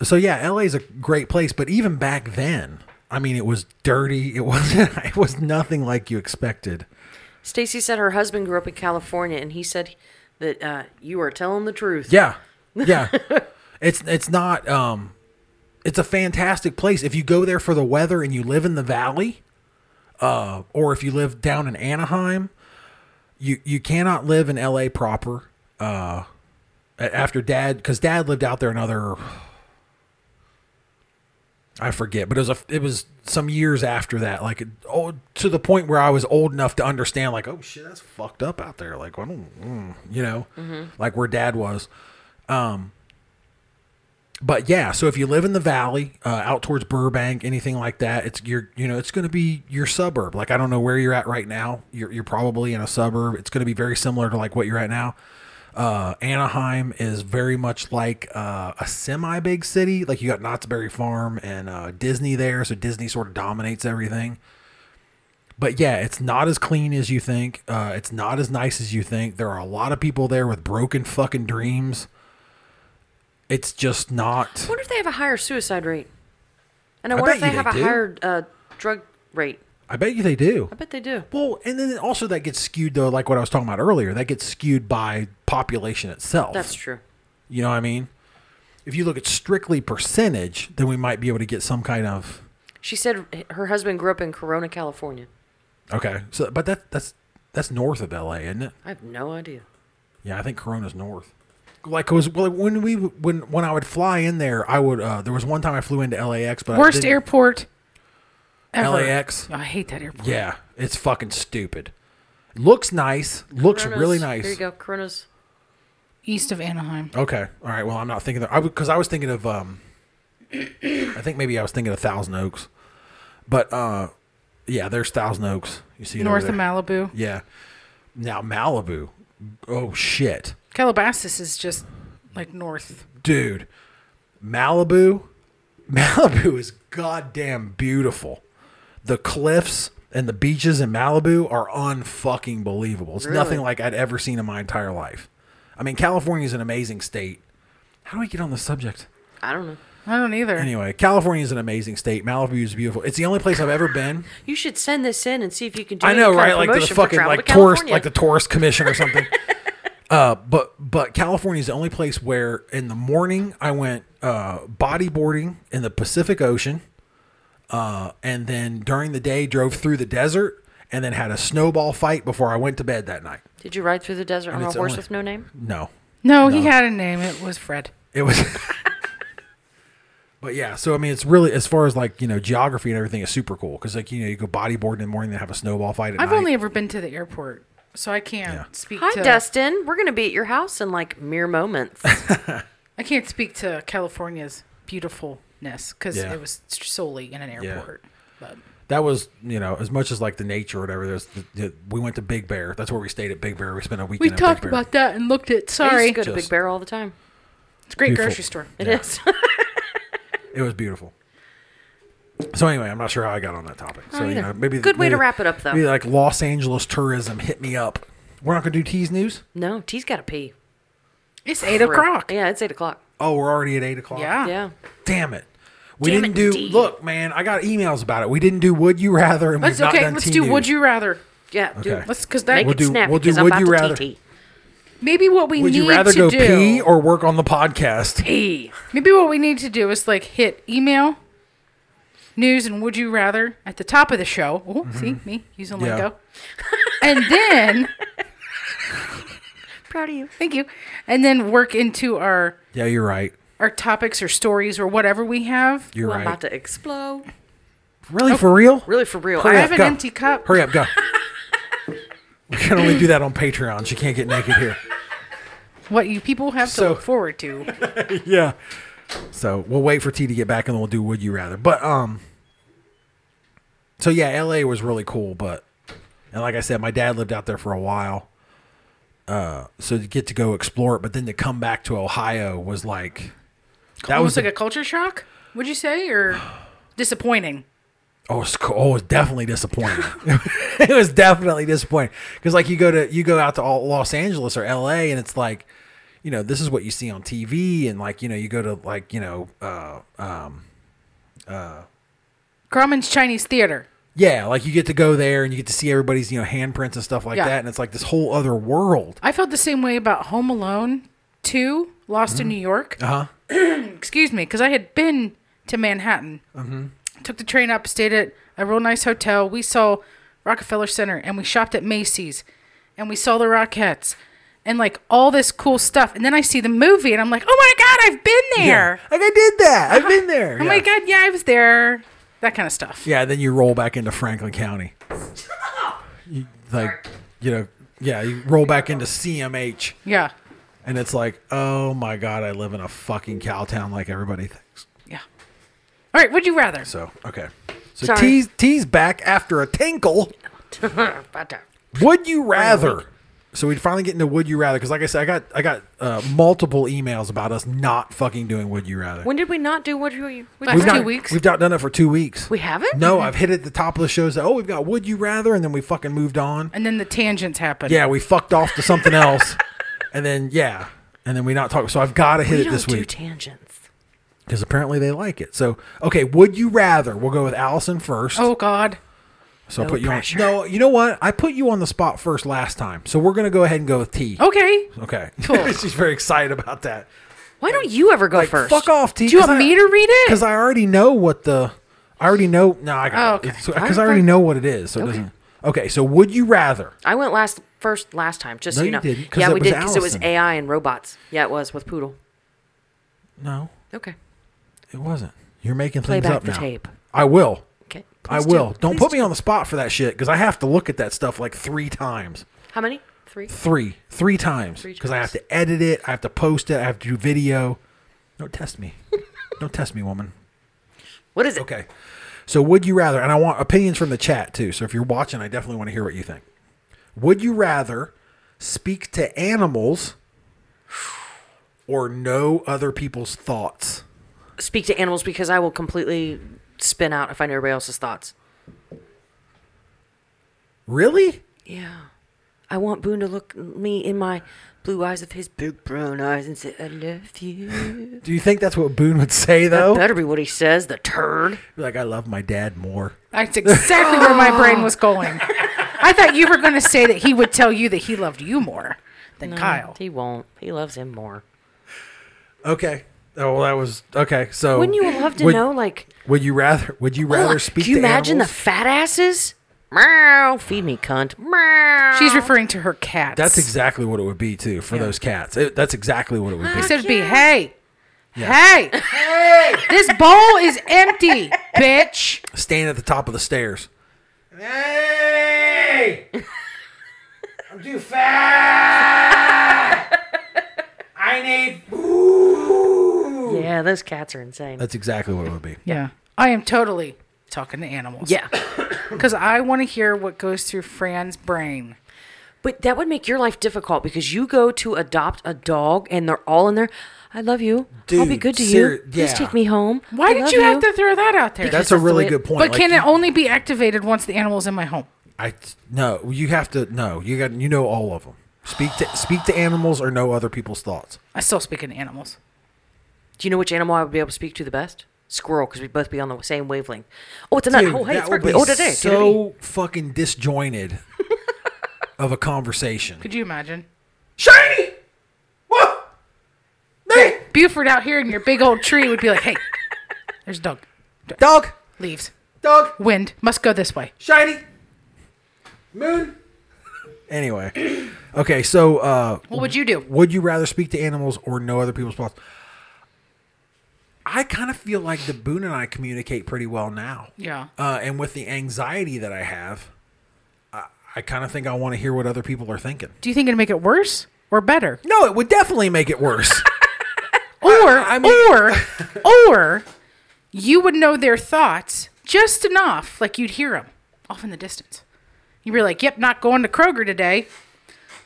[SPEAKER 1] So yeah, LA is a great place, but even back then, I mean, it was dirty. It [LAUGHS] was it was nothing like you expected.
[SPEAKER 2] Stacy said her husband grew up in California, and he said that uh, you are telling the truth.
[SPEAKER 1] Yeah, yeah. it's it's not. Um, it's a fantastic place if you go there for the weather and you live in the valley, uh, or if you live down in Anaheim. You you cannot live in LA proper. Uh, a- after Dad, because Dad lived out there another. I forget, but it was a, it was some years after that, like oh, to the point where I was old enough to understand, like oh shit, that's fucked up out there, like I don't, mm, you know, like where Dad was but yeah, so if you live in the valley, uh, out towards Burbank, anything like that, it's your you know it's going to be your suburb. Like I don't know where you're at right now. You're you're probably in a suburb. It's going to be very similar to like what you're at now. Uh, Anaheim is very much like uh, a semi big city. Like you got Knott's Berry Farm and uh, Disney there, so Disney sort of dominates everything. But yeah, it's not as clean as you think. Uh, it's not as nice as you think. There are a lot of people there with broken fucking dreams. It's just not.
[SPEAKER 2] I wonder if they have a higher suicide rate. And I,
[SPEAKER 1] I
[SPEAKER 2] wonder if
[SPEAKER 1] bet
[SPEAKER 2] they
[SPEAKER 1] you
[SPEAKER 2] have
[SPEAKER 1] they
[SPEAKER 2] a
[SPEAKER 1] do.
[SPEAKER 2] higher uh, drug rate.
[SPEAKER 1] I bet you they do.
[SPEAKER 2] I bet they do.
[SPEAKER 1] Well, and then also that gets skewed though, like what I was talking about earlier. That gets skewed by population itself.
[SPEAKER 2] That's true.
[SPEAKER 1] You know what I mean? If you look at strictly percentage, then we might be able to get some kind of
[SPEAKER 2] She said h- her husband grew up in Corona, California.
[SPEAKER 1] okay. So, but that that's that's north of L.A., isn't it?
[SPEAKER 2] I have no idea.
[SPEAKER 1] Yeah, I think Corona's north. Like, cause well, when we when when I would fly in there, I would. uh There was one time I flew into LAX, but I
[SPEAKER 3] Worst
[SPEAKER 1] didn't-
[SPEAKER 3] airport ever.
[SPEAKER 1] LAX.
[SPEAKER 3] Oh, I hate that airport.
[SPEAKER 1] Yeah, it's fucking stupid. Looks nice. Looks
[SPEAKER 2] Corona's-
[SPEAKER 1] really nice.
[SPEAKER 2] Here you go. Corona's.
[SPEAKER 3] East of Anaheim.
[SPEAKER 1] Okay. All right. Well, I'm not thinking that. I because I was thinking of um, I think maybe I was thinking of Thousand Oaks, but uh, yeah, there's Thousand Oaks. You see it over
[SPEAKER 3] North
[SPEAKER 1] there.
[SPEAKER 3] of Malibu.
[SPEAKER 1] Yeah. Now Malibu. Oh shit,
[SPEAKER 3] Calabasas is just like north.
[SPEAKER 1] dude. Malibu. [LAUGHS] Malibu is goddamn beautiful. The cliffs and the beaches in Malibu are unfucking believable. It's nothing
[SPEAKER 2] Really?
[SPEAKER 1] like I'd ever seen in my entire life. I mean, California is an amazing state. How do we get on the subject?
[SPEAKER 2] I don't know.
[SPEAKER 3] I don't either.
[SPEAKER 1] Anyway, California is an amazing state. Malibu is beautiful. It's the only place I've ever been.
[SPEAKER 2] You should send this in and see if you can do.
[SPEAKER 1] I
[SPEAKER 2] any
[SPEAKER 1] know,
[SPEAKER 2] kind of
[SPEAKER 1] right? Like to the
[SPEAKER 2] promotion for
[SPEAKER 1] fucking
[SPEAKER 2] travel
[SPEAKER 1] like
[SPEAKER 2] to
[SPEAKER 1] tourist,
[SPEAKER 2] California.
[SPEAKER 1] like the tourist commission or
[SPEAKER 2] [LAUGHS]
[SPEAKER 1] something. uh, but but California is the only place where in the morning I went uh, bodyboarding in the Pacific Ocean, uh, and then during the day drove through the desert, and then had a snowball fight before I went to bed that night.
[SPEAKER 2] Did you ride through the desert on a
[SPEAKER 1] it's
[SPEAKER 2] horse
[SPEAKER 1] only-
[SPEAKER 2] with no name?
[SPEAKER 1] No,
[SPEAKER 3] No, he had a name. It was Fred.
[SPEAKER 1] It was. but yeah, so I mean, it's really as far as like you know geography and everything is super cool because like you know you go bodyboarding in the morning, then have a snowball fight at
[SPEAKER 3] I've
[SPEAKER 1] night.
[SPEAKER 3] only ever been to the airport, so I can't
[SPEAKER 1] Yeah.
[SPEAKER 3] speak
[SPEAKER 2] Hi,
[SPEAKER 3] to
[SPEAKER 2] Dustin. We're gonna be at your house in like mere moments.
[SPEAKER 3] I can't speak to California's beautifulness cuz
[SPEAKER 1] Yeah.
[SPEAKER 3] it was solely in an airport. But
[SPEAKER 1] that was you know as much as like the nature or whatever. There's the, the, we went to Big Bear. That's where we stayed at Big Bear. We spent a weekend.
[SPEAKER 3] we
[SPEAKER 1] at
[SPEAKER 3] talked
[SPEAKER 1] Big Bear.
[SPEAKER 3] about that and looked at
[SPEAKER 2] I
[SPEAKER 3] sorry.
[SPEAKER 2] used to go to Big
[SPEAKER 1] Just-
[SPEAKER 2] Bear all the time.
[SPEAKER 3] It's a great
[SPEAKER 1] Beautiful.
[SPEAKER 3] grocery store.
[SPEAKER 2] It
[SPEAKER 1] Yeah.
[SPEAKER 2] [LAUGHS] is.
[SPEAKER 1] It was beautiful. So anyway, I'm not sure how I got on that topic. So you
[SPEAKER 2] either.
[SPEAKER 1] know maybe
[SPEAKER 2] Good way to
[SPEAKER 1] maybe-
[SPEAKER 2] wrap it up, though.
[SPEAKER 1] Maybe like Los Angeles tourism hit me up. We're not gonna do tease news.
[SPEAKER 2] no, T's got to pee.
[SPEAKER 3] It's 8 o'clock.
[SPEAKER 2] Yeah, it's eight o'clock.
[SPEAKER 1] Oh, we're already at eight o'clock.
[SPEAKER 3] Yeah.
[SPEAKER 2] Yeah.
[SPEAKER 1] Damn it. We
[SPEAKER 2] Damn
[SPEAKER 1] didn't do.
[SPEAKER 2] it, D.
[SPEAKER 1] Look, man, I got emails about it. We didn't do Would You Rather, and
[SPEAKER 3] Let's
[SPEAKER 1] we've not
[SPEAKER 3] okay,
[SPEAKER 1] done
[SPEAKER 3] let's
[SPEAKER 1] Teen
[SPEAKER 3] do
[SPEAKER 1] News.
[SPEAKER 3] would you rather.
[SPEAKER 2] Yeah. Dude,
[SPEAKER 1] Okay.
[SPEAKER 3] Let's cuz
[SPEAKER 2] Make
[SPEAKER 3] that
[SPEAKER 1] We'll
[SPEAKER 2] it
[SPEAKER 1] do-
[SPEAKER 2] snap
[SPEAKER 1] we'll do
[SPEAKER 2] because I'm
[SPEAKER 1] Would
[SPEAKER 2] about
[SPEAKER 1] You
[SPEAKER 2] to
[SPEAKER 1] Rather.
[SPEAKER 2] TT.
[SPEAKER 3] maybe what we
[SPEAKER 1] Would
[SPEAKER 3] need
[SPEAKER 1] you rather
[SPEAKER 3] to
[SPEAKER 1] go
[SPEAKER 3] do
[SPEAKER 1] pee or work on the podcast?
[SPEAKER 2] Pee.
[SPEAKER 3] Maybe what we need to do is like hit email, news, and would you rather at the top of the show. Oh, see me using
[SPEAKER 1] Mm-hmm. Yeah.
[SPEAKER 3] lingo. and then [LAUGHS]
[SPEAKER 2] Proud of you.
[SPEAKER 3] thank you. And then work into our
[SPEAKER 1] Yeah, you're right.
[SPEAKER 3] our topics or stories or whatever we have.
[SPEAKER 1] You're
[SPEAKER 2] Ooh, I'm
[SPEAKER 1] right.
[SPEAKER 2] about to explode.
[SPEAKER 1] Really, for real?
[SPEAKER 2] Really, for real.
[SPEAKER 1] Hurry
[SPEAKER 3] I
[SPEAKER 2] I-
[SPEAKER 1] up,
[SPEAKER 3] have an
[SPEAKER 1] go.
[SPEAKER 3] empty cup.
[SPEAKER 1] Hurry up, go. we can only do that on Patreon. She can't get naked here.
[SPEAKER 3] What you people have
[SPEAKER 1] So-
[SPEAKER 3] to look forward to.
[SPEAKER 1] yeah. So we'll wait for T to get back, and then we'll do Would You Rather. But um. So yeah, LA was really cool, but and like I said, my dad lived out there for a while. Uh, so to get to go explore it, but then to come back to Ohio was like that
[SPEAKER 3] Almost
[SPEAKER 1] was
[SPEAKER 3] like
[SPEAKER 1] a,
[SPEAKER 3] a culture shock, would you say, or disappointing?
[SPEAKER 1] oh, it was, co- oh, it was definitely disappointing. [LAUGHS] it was definitely disappointing because like you go to you go out to all, Los Angeles or LA, and it's like you know this is what you see on TV, and like you know you go to like you know uh,
[SPEAKER 3] Grauman's Chinese Theater.
[SPEAKER 1] Yeah, like you get to go there and you get to see everybody's, you know, handprints and stuff like
[SPEAKER 3] Yeah.
[SPEAKER 1] that. And it's like this whole other world.
[SPEAKER 3] I felt the same way about Home Alone 2, Lost in New York.
[SPEAKER 1] Uh huh.
[SPEAKER 3] [CLEARS THROAT] excuse me, because I had been to Manhattan.
[SPEAKER 1] Mm-hmm.
[SPEAKER 3] Took the train up, stayed at a real nice hotel. We saw Rockefeller Center and we shopped at Macy's and we saw the Rockettes and like all this cool stuff. And then I see the movie and I'm like, oh my God, I've been there.
[SPEAKER 1] Like I did that. I've been there.
[SPEAKER 3] [LAUGHS] Oh
[SPEAKER 1] yeah.
[SPEAKER 3] my God, yeah, I was there. That kind of stuff.
[SPEAKER 1] Yeah, then you roll back into Franklin County. You, like, you know, yeah, you roll back into CMH
[SPEAKER 3] Yeah.
[SPEAKER 1] And it's like, oh my God, I live in a fucking cow town like everybody thinks.
[SPEAKER 3] Yeah. All right. Would you rather?
[SPEAKER 1] So, okay. So
[SPEAKER 2] Sorry.
[SPEAKER 1] T's, T's back after a tinkle.
[SPEAKER 2] [LAUGHS] Butter.
[SPEAKER 1] Would you rather? So we finally get into would you rather because, like I said, I got I got uh, multiple emails about us not fucking doing would you rather.
[SPEAKER 2] when did we not do what you? you- What
[SPEAKER 3] We've
[SPEAKER 2] you
[SPEAKER 3] not-
[SPEAKER 2] do?
[SPEAKER 3] two weeks?
[SPEAKER 1] We've not done it for two weeks.
[SPEAKER 2] We haven't?
[SPEAKER 1] No, I've hit it at the top of the shows that oh we've got would you rather and then we fucking moved on.
[SPEAKER 3] And then the tangents happen.
[SPEAKER 1] Yeah, we fucked off to something
[SPEAKER 2] [LAUGHS]
[SPEAKER 1] else, and then yeah, and then we not talk. So I've got to hit
[SPEAKER 2] we
[SPEAKER 1] it
[SPEAKER 2] don't
[SPEAKER 1] this
[SPEAKER 2] do
[SPEAKER 1] week
[SPEAKER 2] tangents.
[SPEAKER 1] because apparently they like it. So okay, would you rather? We'll go with Allison first.
[SPEAKER 3] Oh God.
[SPEAKER 1] so
[SPEAKER 2] no
[SPEAKER 1] put you
[SPEAKER 2] pressure.
[SPEAKER 1] on. No, you know what? I put you on the spot first last time, so we're gonna go ahead and go with
[SPEAKER 2] Oh,
[SPEAKER 1] T.
[SPEAKER 3] Okay.
[SPEAKER 1] Okay.
[SPEAKER 3] Cool.
[SPEAKER 1] [LAUGHS] She's very excited about that.
[SPEAKER 2] Why don't you ever go
[SPEAKER 1] Like,
[SPEAKER 2] first?
[SPEAKER 1] fuck off, T.
[SPEAKER 3] Do you want me to read it?
[SPEAKER 1] Because I already know what the. I already know. No, I got
[SPEAKER 3] Oh,
[SPEAKER 1] it.
[SPEAKER 3] okay.
[SPEAKER 1] Because I already know what it is. So it doesn't. Okay, so would you rather?
[SPEAKER 2] I went last first last time, just
[SPEAKER 1] No,
[SPEAKER 2] so
[SPEAKER 1] you
[SPEAKER 2] you know.
[SPEAKER 1] didn't, 'cause
[SPEAKER 2] yeah,
[SPEAKER 1] it
[SPEAKER 2] we
[SPEAKER 1] was
[SPEAKER 2] did because it was
[SPEAKER 1] Allison.
[SPEAKER 2] AI and robots. Yeah, it was with Poodle.
[SPEAKER 1] No,
[SPEAKER 2] Okay.
[SPEAKER 1] it wasn't. You're making
[SPEAKER 2] Play
[SPEAKER 1] things
[SPEAKER 2] back
[SPEAKER 1] up
[SPEAKER 2] the
[SPEAKER 1] now.
[SPEAKER 2] tape.
[SPEAKER 1] I will.
[SPEAKER 2] Okay.
[SPEAKER 1] I
[SPEAKER 2] please
[SPEAKER 1] will. Do. not
[SPEAKER 2] Please
[SPEAKER 1] put me
[SPEAKER 2] do.
[SPEAKER 1] on the spot for that shit because I have to look at that stuff like three times.
[SPEAKER 2] How many? Three.
[SPEAKER 1] Three. Three times.
[SPEAKER 2] Three
[SPEAKER 1] Because I have
[SPEAKER 2] times.
[SPEAKER 1] to edit it. I have to post it. I have to do video. Don't test me. [LAUGHS] Don't test me, woman.
[SPEAKER 2] What is it?
[SPEAKER 1] Okay. So would you rather, and I want opinions from the chat too. So if you're watching, I definitely want to hear what you think. Would you rather speak to animals or know other people's thoughts?
[SPEAKER 2] Speak to animals because I will completely spin out if I know everybody else's thoughts.
[SPEAKER 1] Really?
[SPEAKER 2] Yeah. I want Boone to look me in my blue eyes of his big brown eyes and say, I love you.
[SPEAKER 1] Do you think that's what Boone would say
[SPEAKER 2] That
[SPEAKER 1] though?
[SPEAKER 2] better be what he says,
[SPEAKER 1] [LAUGHS]
[SPEAKER 2] the turd.
[SPEAKER 1] Like I love my dad more.
[SPEAKER 3] That's exactly where my brain was going. I thought you were going to say that he would tell you that he loved you more than Kyle.
[SPEAKER 2] He won't. He loves him more.
[SPEAKER 1] Okay. Oh, well, that was okay. So
[SPEAKER 2] Wouldn't you love to
[SPEAKER 1] would-
[SPEAKER 2] know, like,
[SPEAKER 1] Would you rather? Would you rather
[SPEAKER 2] Ugh,
[SPEAKER 1] speak?
[SPEAKER 2] Can you
[SPEAKER 1] to
[SPEAKER 2] imagine
[SPEAKER 1] animals?
[SPEAKER 2] the fat asses? Meow. Feed me, cunt. Meow.
[SPEAKER 3] She's referring to her cats.
[SPEAKER 1] That's exactly what it would be too for those cats. It, that's exactly what it would be.
[SPEAKER 2] Ah.
[SPEAKER 3] Instead of be,
[SPEAKER 2] Cute.
[SPEAKER 3] hey, hey, this bowl is empty, bitch.
[SPEAKER 1] Stand at the top of the stairs.
[SPEAKER 4] Hey! I'm too fat! I need food!
[SPEAKER 2] Yeah, those cats are insane.
[SPEAKER 1] That's exactly what it would be.
[SPEAKER 3] Yeah, I am totally talking to animals.
[SPEAKER 2] yeah.
[SPEAKER 3] because I want to hear what goes through Fran's brain.
[SPEAKER 2] But that would make your life difficult because you go to adopt a dog and they're all in there. I love you. I'll be
[SPEAKER 1] Dude,
[SPEAKER 2] good to
[SPEAKER 1] ser-
[SPEAKER 2] you.
[SPEAKER 1] yeah.
[SPEAKER 2] Please take me home.
[SPEAKER 3] Why
[SPEAKER 2] I
[SPEAKER 3] did
[SPEAKER 2] love
[SPEAKER 3] you, have to throw that out there?
[SPEAKER 1] That's a
[SPEAKER 2] Just the
[SPEAKER 1] really
[SPEAKER 2] way-
[SPEAKER 1] good point.
[SPEAKER 3] but
[SPEAKER 1] Like,
[SPEAKER 3] can
[SPEAKER 1] you-
[SPEAKER 3] it only be activated once the animal's in my home?
[SPEAKER 1] I no, you have to no. You got you know all of them. Speak to speak to animals or know other people's thoughts.
[SPEAKER 3] I still speak in animals.
[SPEAKER 2] Do you know which animal I would be able to speak to the best? Squirrel, because we'd both be on the same wavelength. Oh, it's a nut.
[SPEAKER 1] Dude,
[SPEAKER 2] Oh, hey,
[SPEAKER 1] that
[SPEAKER 2] it's
[SPEAKER 1] would be
[SPEAKER 2] rugby. Oh, today.
[SPEAKER 1] so fucking
[SPEAKER 3] [LAUGHS]
[SPEAKER 1] disjointed of a conversation.
[SPEAKER 3] Could you imagine?
[SPEAKER 4] Shiny! Whoa! Hey!
[SPEAKER 3] Buford out here in your big old tree would be like, hey, there's a dog.
[SPEAKER 1] Dog,
[SPEAKER 3] Leaves.
[SPEAKER 4] Dog!
[SPEAKER 3] Wind. Must go this way.
[SPEAKER 4] Shiny! Moon!
[SPEAKER 1] Anyway, okay. So, uh,
[SPEAKER 3] What would you do?
[SPEAKER 1] would you rather speak to animals or know other people's thoughts? I kind of feel like the Boone and I communicate pretty well now.
[SPEAKER 3] Yeah.
[SPEAKER 1] Uh, and with the anxiety that I have, I, I kind of think I want to hear what other people are thinking.
[SPEAKER 3] Do you think it'd make it worse or better?
[SPEAKER 1] No, it would definitely make it
[SPEAKER 3] [LAUGHS]
[SPEAKER 1] worse.
[SPEAKER 3] Or,
[SPEAKER 1] I mean-
[SPEAKER 3] or, or you would know their thoughts just enough, like you'd hear them off in the distance. You'd be like, yep, not going to Kroger today.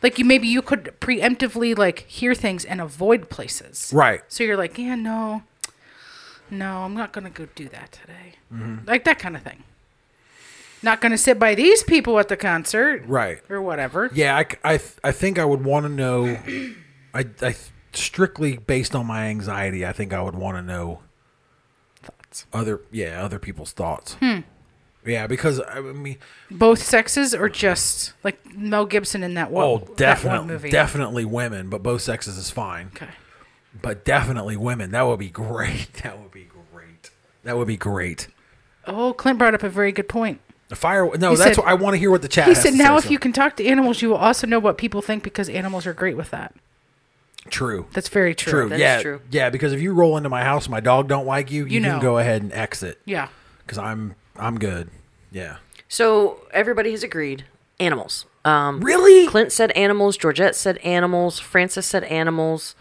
[SPEAKER 3] Like you, maybe you could preemptively like hear things and avoid places.
[SPEAKER 1] right.
[SPEAKER 3] So you're like, yeah, no, no, I'm not gonna go do that today.
[SPEAKER 1] Mm-hmm.
[SPEAKER 3] Like that kind of thing. Not gonna sit by these people at the concert,
[SPEAKER 1] Right.
[SPEAKER 3] Or whatever.
[SPEAKER 1] Yeah, I, c- I, th- I think I would want to know. I, I th- strictly based on my anxiety, I think I would want to know
[SPEAKER 3] Thoughts. Hmm.
[SPEAKER 1] other yeah other people's thoughts. Yeah, because I mean,
[SPEAKER 3] Both sexes, or just like Mel Gibson in that one.
[SPEAKER 1] oh,
[SPEAKER 3] that one
[SPEAKER 1] definitely,
[SPEAKER 3] movie.
[SPEAKER 1] definitely women, but both sexes is fine.
[SPEAKER 3] Okay.
[SPEAKER 1] But definitely women. That would be great. [LAUGHS] That would be great. That would be great.
[SPEAKER 3] Oh, Clint brought up a very good point.
[SPEAKER 1] The fire. No,
[SPEAKER 3] He
[SPEAKER 1] that's
[SPEAKER 3] said-
[SPEAKER 1] what I want to hear. What the chat.
[SPEAKER 3] He
[SPEAKER 1] has
[SPEAKER 3] said,
[SPEAKER 1] to
[SPEAKER 3] "Now,
[SPEAKER 1] say,
[SPEAKER 3] if
[SPEAKER 1] so-
[SPEAKER 3] you can talk to animals, you will also know what people think because animals are great with that."
[SPEAKER 1] true,
[SPEAKER 3] That's very true.
[SPEAKER 1] true,
[SPEAKER 2] That's
[SPEAKER 1] yeah,
[SPEAKER 2] true.
[SPEAKER 1] yeah. Because if you roll into my house, my dog don't like you. You, can
[SPEAKER 3] know.
[SPEAKER 1] go ahead and exit.
[SPEAKER 3] Yeah.
[SPEAKER 1] because I'm I'm good. Yeah.
[SPEAKER 2] So everybody has agreed. Animals. Um,
[SPEAKER 1] really?
[SPEAKER 2] Clint said animals. Georgette said animals. Frances said animals.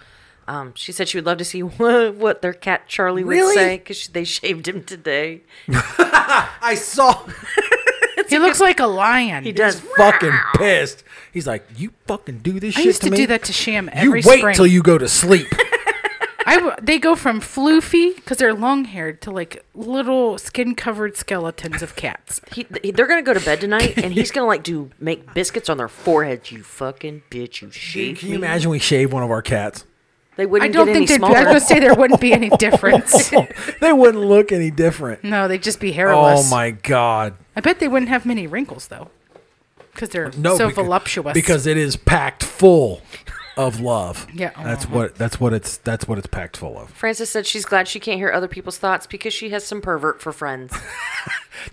[SPEAKER 2] Um, she said she would love to see [LAUGHS] what, what their cat Charlie would
[SPEAKER 1] Really?
[SPEAKER 2] say because they shaved him today.
[SPEAKER 1] I saw. [LAUGHS]
[SPEAKER 3] He looks like a lion.
[SPEAKER 2] He does.
[SPEAKER 1] fucking pissed. He's like, you fucking do this
[SPEAKER 3] I
[SPEAKER 1] shit
[SPEAKER 3] used to,
[SPEAKER 1] me.
[SPEAKER 3] do that to Sham
[SPEAKER 1] you
[SPEAKER 3] every
[SPEAKER 1] wait
[SPEAKER 3] spring.
[SPEAKER 1] till you go to
[SPEAKER 3] [LAUGHS]
[SPEAKER 1] sleep.
[SPEAKER 3] I w- they go from floofy because they're long haired to like little skin covered skeletons of cats.
[SPEAKER 2] He, th- they're gonna go to bed tonight, and he's gonna like do make biscuits on their foreheads. You fucking bitch! You shaved
[SPEAKER 1] Can you
[SPEAKER 2] me.
[SPEAKER 1] imagine we shave one of our cats?
[SPEAKER 2] They wouldn't
[SPEAKER 3] I don't
[SPEAKER 2] get
[SPEAKER 3] think
[SPEAKER 2] any
[SPEAKER 3] they'd. I was
[SPEAKER 2] smaller.
[SPEAKER 3] gonna say there wouldn't be
[SPEAKER 2] [LAUGHS]
[SPEAKER 3] any difference.
[SPEAKER 1] they wouldn't look any different.
[SPEAKER 3] no, they'd just be
[SPEAKER 1] Oh
[SPEAKER 3] hairless.
[SPEAKER 1] my god.
[SPEAKER 3] I bet they wouldn't have many wrinkles though, because they're
[SPEAKER 1] No,
[SPEAKER 3] so
[SPEAKER 1] becau-
[SPEAKER 3] voluptuous.
[SPEAKER 1] because it is packed full of love.
[SPEAKER 3] Yeah.
[SPEAKER 1] that's what that's what it's that's what it's packed full of.
[SPEAKER 2] Frances said she's glad she can't hear other people's thoughts because she has some pervert for friends.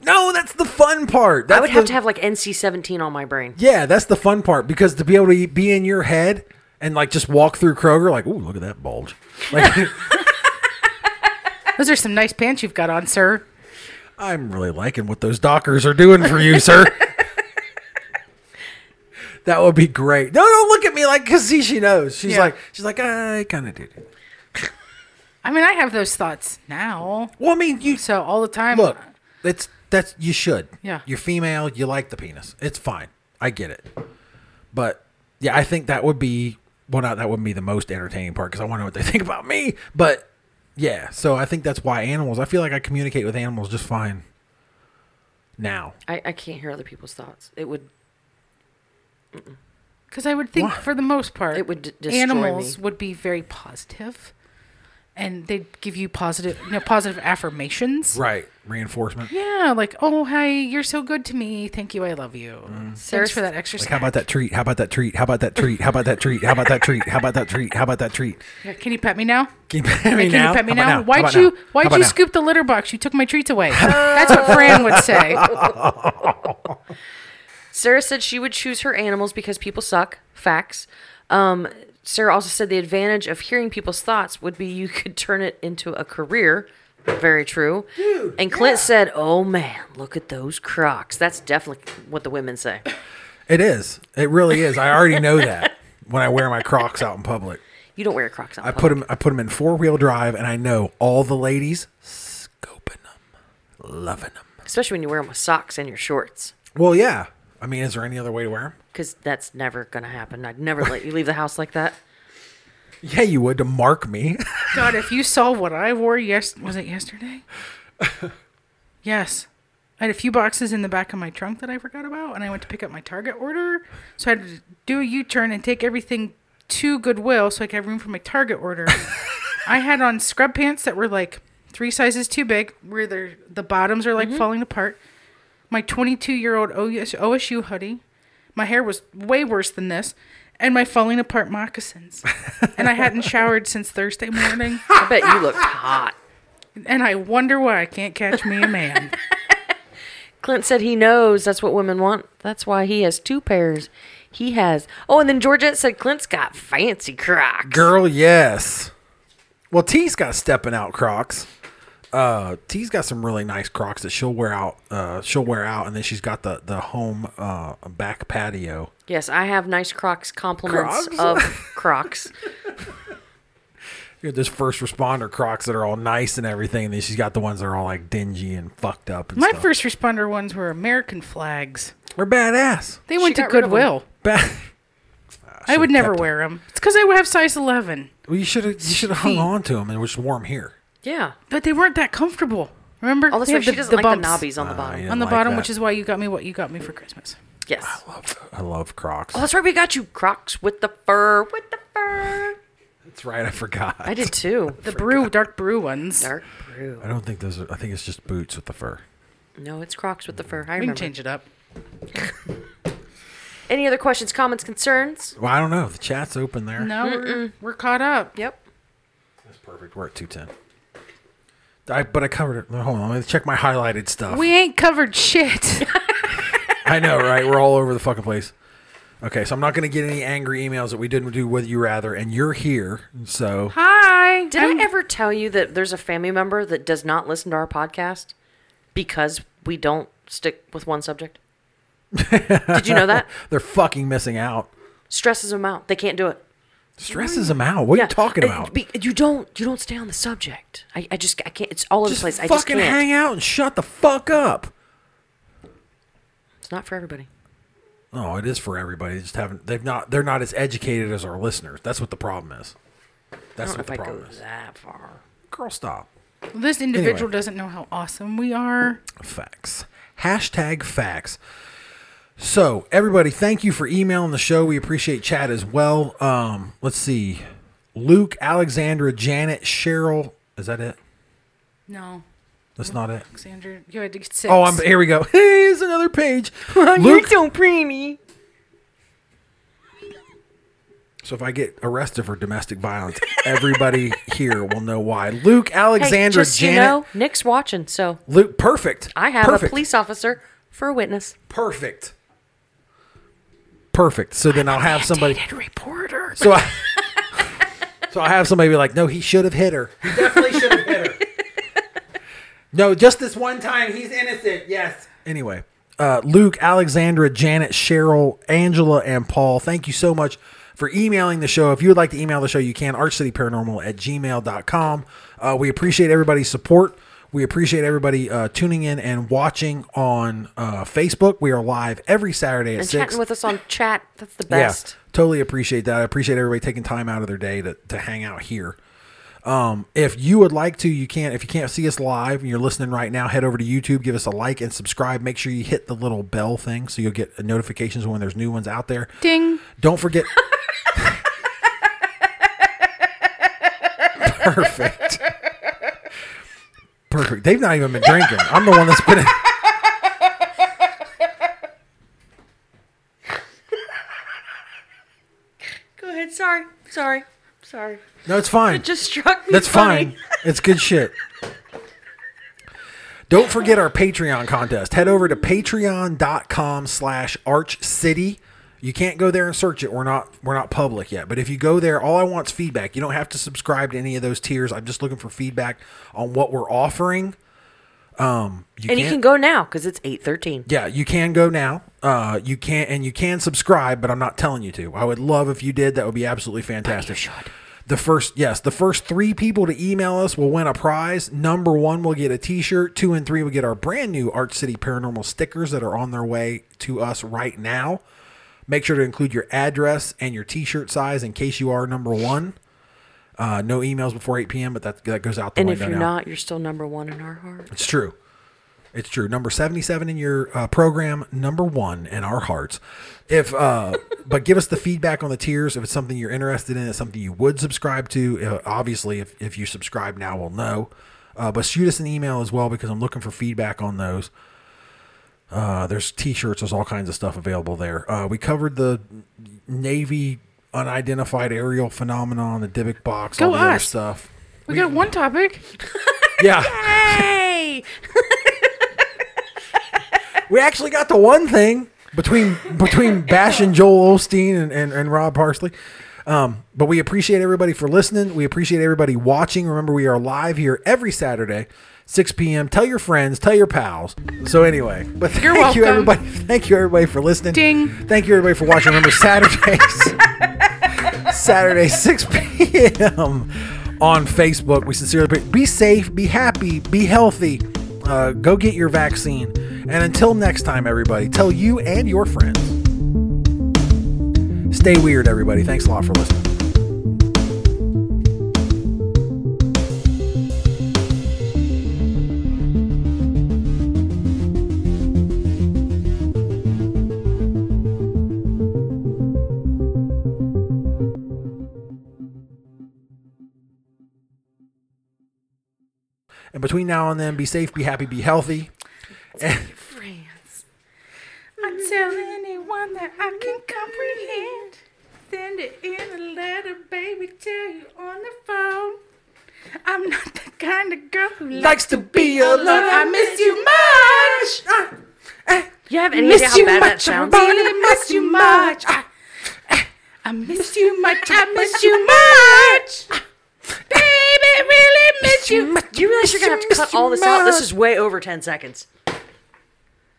[SPEAKER 1] No, that's the fun part. That's
[SPEAKER 2] I would have
[SPEAKER 1] the-
[SPEAKER 2] to have like NC seventeen on my brain.
[SPEAKER 1] Yeah, that's the fun part because to be able to be in your head and like just walk through Kroger, like, ooh, look at that bulge. Like, [LAUGHS]
[SPEAKER 3] those are some nice pants you've got on, sir.
[SPEAKER 1] I'm really liking what those dockers are doing for you, sir. [LAUGHS] that would be great. No, don't look at me like because see, she knows. She's
[SPEAKER 3] Yeah.
[SPEAKER 1] like, she's like, I kind of did. it."
[SPEAKER 3] I mean, I have those thoughts now,
[SPEAKER 1] Well, I mean, you
[SPEAKER 3] so all the time.
[SPEAKER 1] look. It's that's you should.
[SPEAKER 3] Yeah.
[SPEAKER 1] You're female. You like the penis. It's fine. I get it. But yeah, I think that would be well, not that wouldn't be the most entertaining part because I want to know what they [LAUGHS] think about me. But yeah, so I think that's why animals. I feel like I communicate with animals just fine. Now,
[SPEAKER 2] I, I can't hear other people's thoughts. It would
[SPEAKER 3] Because I would think,
[SPEAKER 1] Why?
[SPEAKER 3] for the most part,
[SPEAKER 2] It would d- destroy
[SPEAKER 3] animals
[SPEAKER 2] me.
[SPEAKER 3] would be very positive, and they'd give you positive, you know, positive affirmations.
[SPEAKER 1] right? Reinforcement.
[SPEAKER 3] Yeah, like, oh, hi, you're so good to me. Thank you, I love you. Thanks for that extra.
[SPEAKER 1] Mm. Like, how about that treat? How about that treat? How about that treat? How about that treat? How about that treat? How about that treat? How about that treat?
[SPEAKER 3] snack. Can you pet me now?
[SPEAKER 1] Can you [LAUGHS] pet me
[SPEAKER 3] Can
[SPEAKER 1] now?
[SPEAKER 3] you pet me
[SPEAKER 1] How about
[SPEAKER 3] now?
[SPEAKER 1] How
[SPEAKER 3] Why'd
[SPEAKER 1] about
[SPEAKER 3] you
[SPEAKER 1] now? How
[SPEAKER 3] Why'd
[SPEAKER 1] about
[SPEAKER 3] you
[SPEAKER 1] now?
[SPEAKER 3] scoop the litter box? You took my
[SPEAKER 1] [LAUGHS]
[SPEAKER 3] treats away. That's what Fran would say.
[SPEAKER 2] Sarah said she would choose her animals because people suck. Facts. Um, Sarah also said the advantage of hearing people's thoughts would be you [LAUGHS] could turn it into a career. Very true. Dude, and Clint said, "Oh man, look at those Crocs." That's definitely what the women say.
[SPEAKER 1] It is. It really is. I already [LAUGHS] know that when I wear my Crocs out in public.
[SPEAKER 2] You don't wear Crocs. On
[SPEAKER 1] I put them. I put them in four wheel drive, and I know all the ladies scoping them, loving them.
[SPEAKER 2] especially when you wear them with socks and your shorts,
[SPEAKER 1] Well, yeah. I mean, is there any other way to wear
[SPEAKER 2] because that's never gonna happen. I'd never let you leave the house like that.
[SPEAKER 1] them? Yeah, you would to mark me. [LAUGHS]
[SPEAKER 3] God, if you saw what I wore yes was it yesterday? yes. I had a few boxes in the back of my trunk that I forgot about and I went to pick up my Target order. So I had to do a U turn and take everything to Goodwill so I could have room for my Target order. I had on scrub pants that were like three sizes too big, where they're, the bottoms are like falling apart. My 22 year old OSU hoodie. My hair was way worse than this. And my falling apart moccasins. and I hadn't showered since Thursday morning.
[SPEAKER 2] I bet you looked hot.
[SPEAKER 3] And I wonder why I can't catch me a man.
[SPEAKER 2] Clint said he knows that's what women want. That's why he has two pairs. He has. Oh, and then Georgette said Clint's got fancy Crocs.
[SPEAKER 1] Girl, yes. Well, T's got stepping out Crocs. Uh, T's got some really nice Crocs that she'll wear out. Uh, she'll wear out, and then she's got the the home uh back patio.
[SPEAKER 2] Yes, I have nice Crocs compliments
[SPEAKER 1] Crocs?
[SPEAKER 2] of Crocs.
[SPEAKER 1] You know, there's first responder Crocs that are all nice and everything, and then she's got the ones that are all like dingy and fucked up. And
[SPEAKER 3] My
[SPEAKER 1] stuff.
[SPEAKER 3] first responder ones were American flags.
[SPEAKER 1] we're badass.
[SPEAKER 3] They went
[SPEAKER 2] She
[SPEAKER 3] to
[SPEAKER 2] got rid of 'em.
[SPEAKER 3] Goodwill.
[SPEAKER 1] Ba-
[SPEAKER 3] I would never
[SPEAKER 1] kept 'em.
[SPEAKER 3] wear them. It's because I would have size 11.
[SPEAKER 1] [LAUGHS] Well, you should have you should have hung on to them and was warm here.
[SPEAKER 2] Yeah.
[SPEAKER 3] But they weren't that comfortable. Remember?
[SPEAKER 2] Oh, that's
[SPEAKER 3] They
[SPEAKER 2] right.
[SPEAKER 3] have
[SPEAKER 2] She doesn't like the
[SPEAKER 3] bumps
[SPEAKER 2] knobbies on the bottom.
[SPEAKER 1] yeah.
[SPEAKER 3] On the
[SPEAKER 1] Like
[SPEAKER 3] bottom,
[SPEAKER 1] that.
[SPEAKER 3] which is why you got me what you got me for Christmas.
[SPEAKER 2] Yes.
[SPEAKER 1] I love, I love Crocs.
[SPEAKER 2] Oh, that's right. We got you Crocs with the fur. With the fur.
[SPEAKER 1] That's right. I forgot.
[SPEAKER 2] I
[SPEAKER 1] I,
[SPEAKER 2] did too.
[SPEAKER 3] The brew, dark brew ones.
[SPEAKER 2] Dark brew.
[SPEAKER 1] don't think those are. I think it's just boots with the fur.
[SPEAKER 2] No, it's Crocs with the fur. I
[SPEAKER 3] We can
[SPEAKER 2] remember.
[SPEAKER 3] change it up.
[SPEAKER 2] Any other questions, comments, concerns?
[SPEAKER 1] Well, I don't know. The chat's open there.
[SPEAKER 3] No, we're, we're caught up.
[SPEAKER 2] Yep.
[SPEAKER 1] That's perfect. We're at two ten. I, but I covered it. Hold on. Let me check my highlighted stuff.
[SPEAKER 3] We ain't covered shit.
[SPEAKER 1] I know, right? We're all over the fucking place. Okay, so I'm not going to get any angry emails that we didn't do with you rather, and you're here, so
[SPEAKER 3] Hi.
[SPEAKER 2] Did I ever tell you that there's a family member
[SPEAKER 1] [LAUGHS]
[SPEAKER 2] that does not listen to our podcast because we don't stick with one subject? Did you know that?
[SPEAKER 1] They're fucking missing out.
[SPEAKER 2] Stresses them out. They can't do it.
[SPEAKER 1] Stresses them out. What are you talking
[SPEAKER 2] Uh,
[SPEAKER 1] about?
[SPEAKER 2] be- you don't. You don't stay on the subject. I, I just. I can't. It's all over
[SPEAKER 1] Just
[SPEAKER 2] the place. I
[SPEAKER 1] fucking
[SPEAKER 2] just can't.
[SPEAKER 1] hang out and shut the fuck up.
[SPEAKER 2] It's not for everybody.
[SPEAKER 1] Oh, it is for everybody. They just haven't. They've not. They're not as educated as our listeners. That's what the problem is.
[SPEAKER 2] I
[SPEAKER 1] That's what
[SPEAKER 2] don't
[SPEAKER 1] the
[SPEAKER 2] know if I go
[SPEAKER 1] problem is.
[SPEAKER 2] that far.
[SPEAKER 1] Girl, stop.
[SPEAKER 3] This individual
[SPEAKER 1] Anyway.
[SPEAKER 3] doesn't know how awesome we are.
[SPEAKER 1] Facts. Hashtag facts. So everybody, thank you for emailing the show. We appreciate chat as well. Um, let's see. Luke, Alexandra, Janet, Cheryl. Is that it?
[SPEAKER 3] No,
[SPEAKER 1] That's not it.
[SPEAKER 3] Alexander, you had to get six.
[SPEAKER 1] Oh, I'm here. We go. [LAUGHS] Here's another
[SPEAKER 2] [LAUGHS]
[SPEAKER 1] page. Luke.
[SPEAKER 2] so preemie.
[SPEAKER 1] So if I get arrested for domestic violence, everybody here will know why. Luke, Alexandra,
[SPEAKER 2] hey, just,
[SPEAKER 1] Janet.
[SPEAKER 2] you know, Nick's watching, so
[SPEAKER 1] Luke, perfect.
[SPEAKER 2] I have
[SPEAKER 1] perfect.
[SPEAKER 2] a police officer for a witness.
[SPEAKER 1] Perfect. Perfect. So then I'll have somebody.
[SPEAKER 2] Mandated reporter.
[SPEAKER 1] So I. [LAUGHS] So I have somebody be like, no, he should have hit her.
[SPEAKER 4] He definitely should have hit
[SPEAKER 1] [LAUGHS]
[SPEAKER 4] her.
[SPEAKER 1] No, just this one
[SPEAKER 4] One time, he's innocent. Yes.
[SPEAKER 1] Anyway, uh, Luke, Alexandra, Janet, Cheryl, Angela, and Paul, thank you so much for emailing the show. If you would like to email the show, you can archcityparanormal at gmail.com. Uh, we appreciate everybody's support. We appreciate everybody uh, tuning in and watching on uh, Facebook. We are live every Saturday at
[SPEAKER 2] and
[SPEAKER 1] 6.
[SPEAKER 2] chatting with us on chat. That's the best.
[SPEAKER 1] Yeah, totally appreciate that. I appreciate everybody taking time out of their day to, to hang out here. Um, if you would like to, you can. If you can't see us live and you're listening right now, head over to YouTube, give us a like and subscribe. Make sure you hit the little bell thing so you'll get notifications when there's new ones out there.
[SPEAKER 3] Ding.
[SPEAKER 1] Don't
[SPEAKER 2] [LAUGHS]
[SPEAKER 1] forget. Perfect. Perfect. They've not even been drinking. I'm the one that's been.
[SPEAKER 2] Go ahead. Sorry. Sorry. Sorry.
[SPEAKER 1] No, it's fine.
[SPEAKER 2] It just struck me.
[SPEAKER 1] That's
[SPEAKER 2] funny.
[SPEAKER 1] fine. It's good shit. Don't forget our Patreon contest. Head over to patreon.com slash archcity. You can't go there and search it. We're not we're not public yet. But if you go there, all I want is feedback. You don't have to subscribe to any of those tiers. I'm just looking for feedback on what we're offering. Um you
[SPEAKER 2] And you
[SPEAKER 1] can't-
[SPEAKER 2] can go now because it's eight thirteen.
[SPEAKER 1] yeah, you can go now. Uh, you can and you can subscribe, but I'm not telling you to. I would love if you did. That would be absolutely fantastic.
[SPEAKER 2] should.
[SPEAKER 1] The first, yes, the first three people to email us will win a prize. Number one will get a T-shirt. Two and three will get our brand new Arch City Paranormal stickers that are on their way to us right now. Make sure to include your address and your T-shirt size in case you are number one. Uh, no emails before 8 p.m., but that that goes out the
[SPEAKER 2] And if
[SPEAKER 1] window
[SPEAKER 2] you're
[SPEAKER 1] Oh, now.
[SPEAKER 2] not, you're still number one in our heart.
[SPEAKER 1] It's true. It's true. Number 77 in your uh, program, number one in our hearts. If, uh, [LAUGHS] but give us the feedback on the tiers. If it's something you're interested in, it's something you would subscribe to. Uh, obviously, if, if you subscribe now, we'll know. Uh, but shoot us an email as well because I'm looking for feedback on those. Uh, there's t-shirts. There's all kinds of stuff available there. Uh, we covered the Navy unidentified aerial phenomenon, the Dybbuk box, all
[SPEAKER 3] Go
[SPEAKER 1] the other
[SPEAKER 3] us.
[SPEAKER 1] stuff.
[SPEAKER 3] We got one topic.
[SPEAKER 1] Yeah.
[SPEAKER 2] Hey.
[SPEAKER 1] We actually got the one thing between between Bash and Joel Osteen and, and, and Rob Parsley. Um, but we appreciate everybody for listening. We appreciate everybody watching. Remember, we are live here every Saturday, 6 p.m. Tell your friends, tell your pals. So anyway, but thank you
[SPEAKER 3] welcome.
[SPEAKER 1] everybody. [LAUGHS] Thank you everybody for listening.
[SPEAKER 3] Ding.
[SPEAKER 1] Thank you everybody for watching. Remember Saturdays. Saturday, 6 p.m. on Facebook. We sincerely pre- be safe, be happy, be healthy. Uh, go get your vaccine. And until next time, everybody, tell you and your friends. Stay weird, everybody. Thanks a lot for listening. And between now and then, be safe, be happy, be healthy.
[SPEAKER 2] France.
[SPEAKER 3] I tell anyone that I can comprehend. Send it in a letter, baby. Tell you on the phone. I'm not the kind of girl who likes
[SPEAKER 1] Likes to be alone.
[SPEAKER 3] I miss you much. Uh, eh.
[SPEAKER 2] You have any
[SPEAKER 3] miss
[SPEAKER 2] idea how
[SPEAKER 3] you
[SPEAKER 2] bad that
[SPEAKER 3] much. I
[SPEAKER 2] sounds?
[SPEAKER 3] really miss you much. I, eh, I miss you much. I miss you much. Baby, really miss you.
[SPEAKER 2] Do you realize you're gonna have to cut all this out? This is way over ten seconds.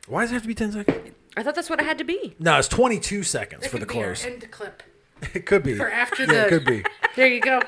[SPEAKER 1] Why does it have to be 10 seconds?
[SPEAKER 2] I thought that's what it had to be.
[SPEAKER 1] No, it's 22 seconds for the
[SPEAKER 3] could be our
[SPEAKER 1] close.
[SPEAKER 3] End clip
[SPEAKER 1] It could be.
[SPEAKER 3] for after
[SPEAKER 1] Yeah,
[SPEAKER 3] the.
[SPEAKER 1] it could be.
[SPEAKER 3] There you go.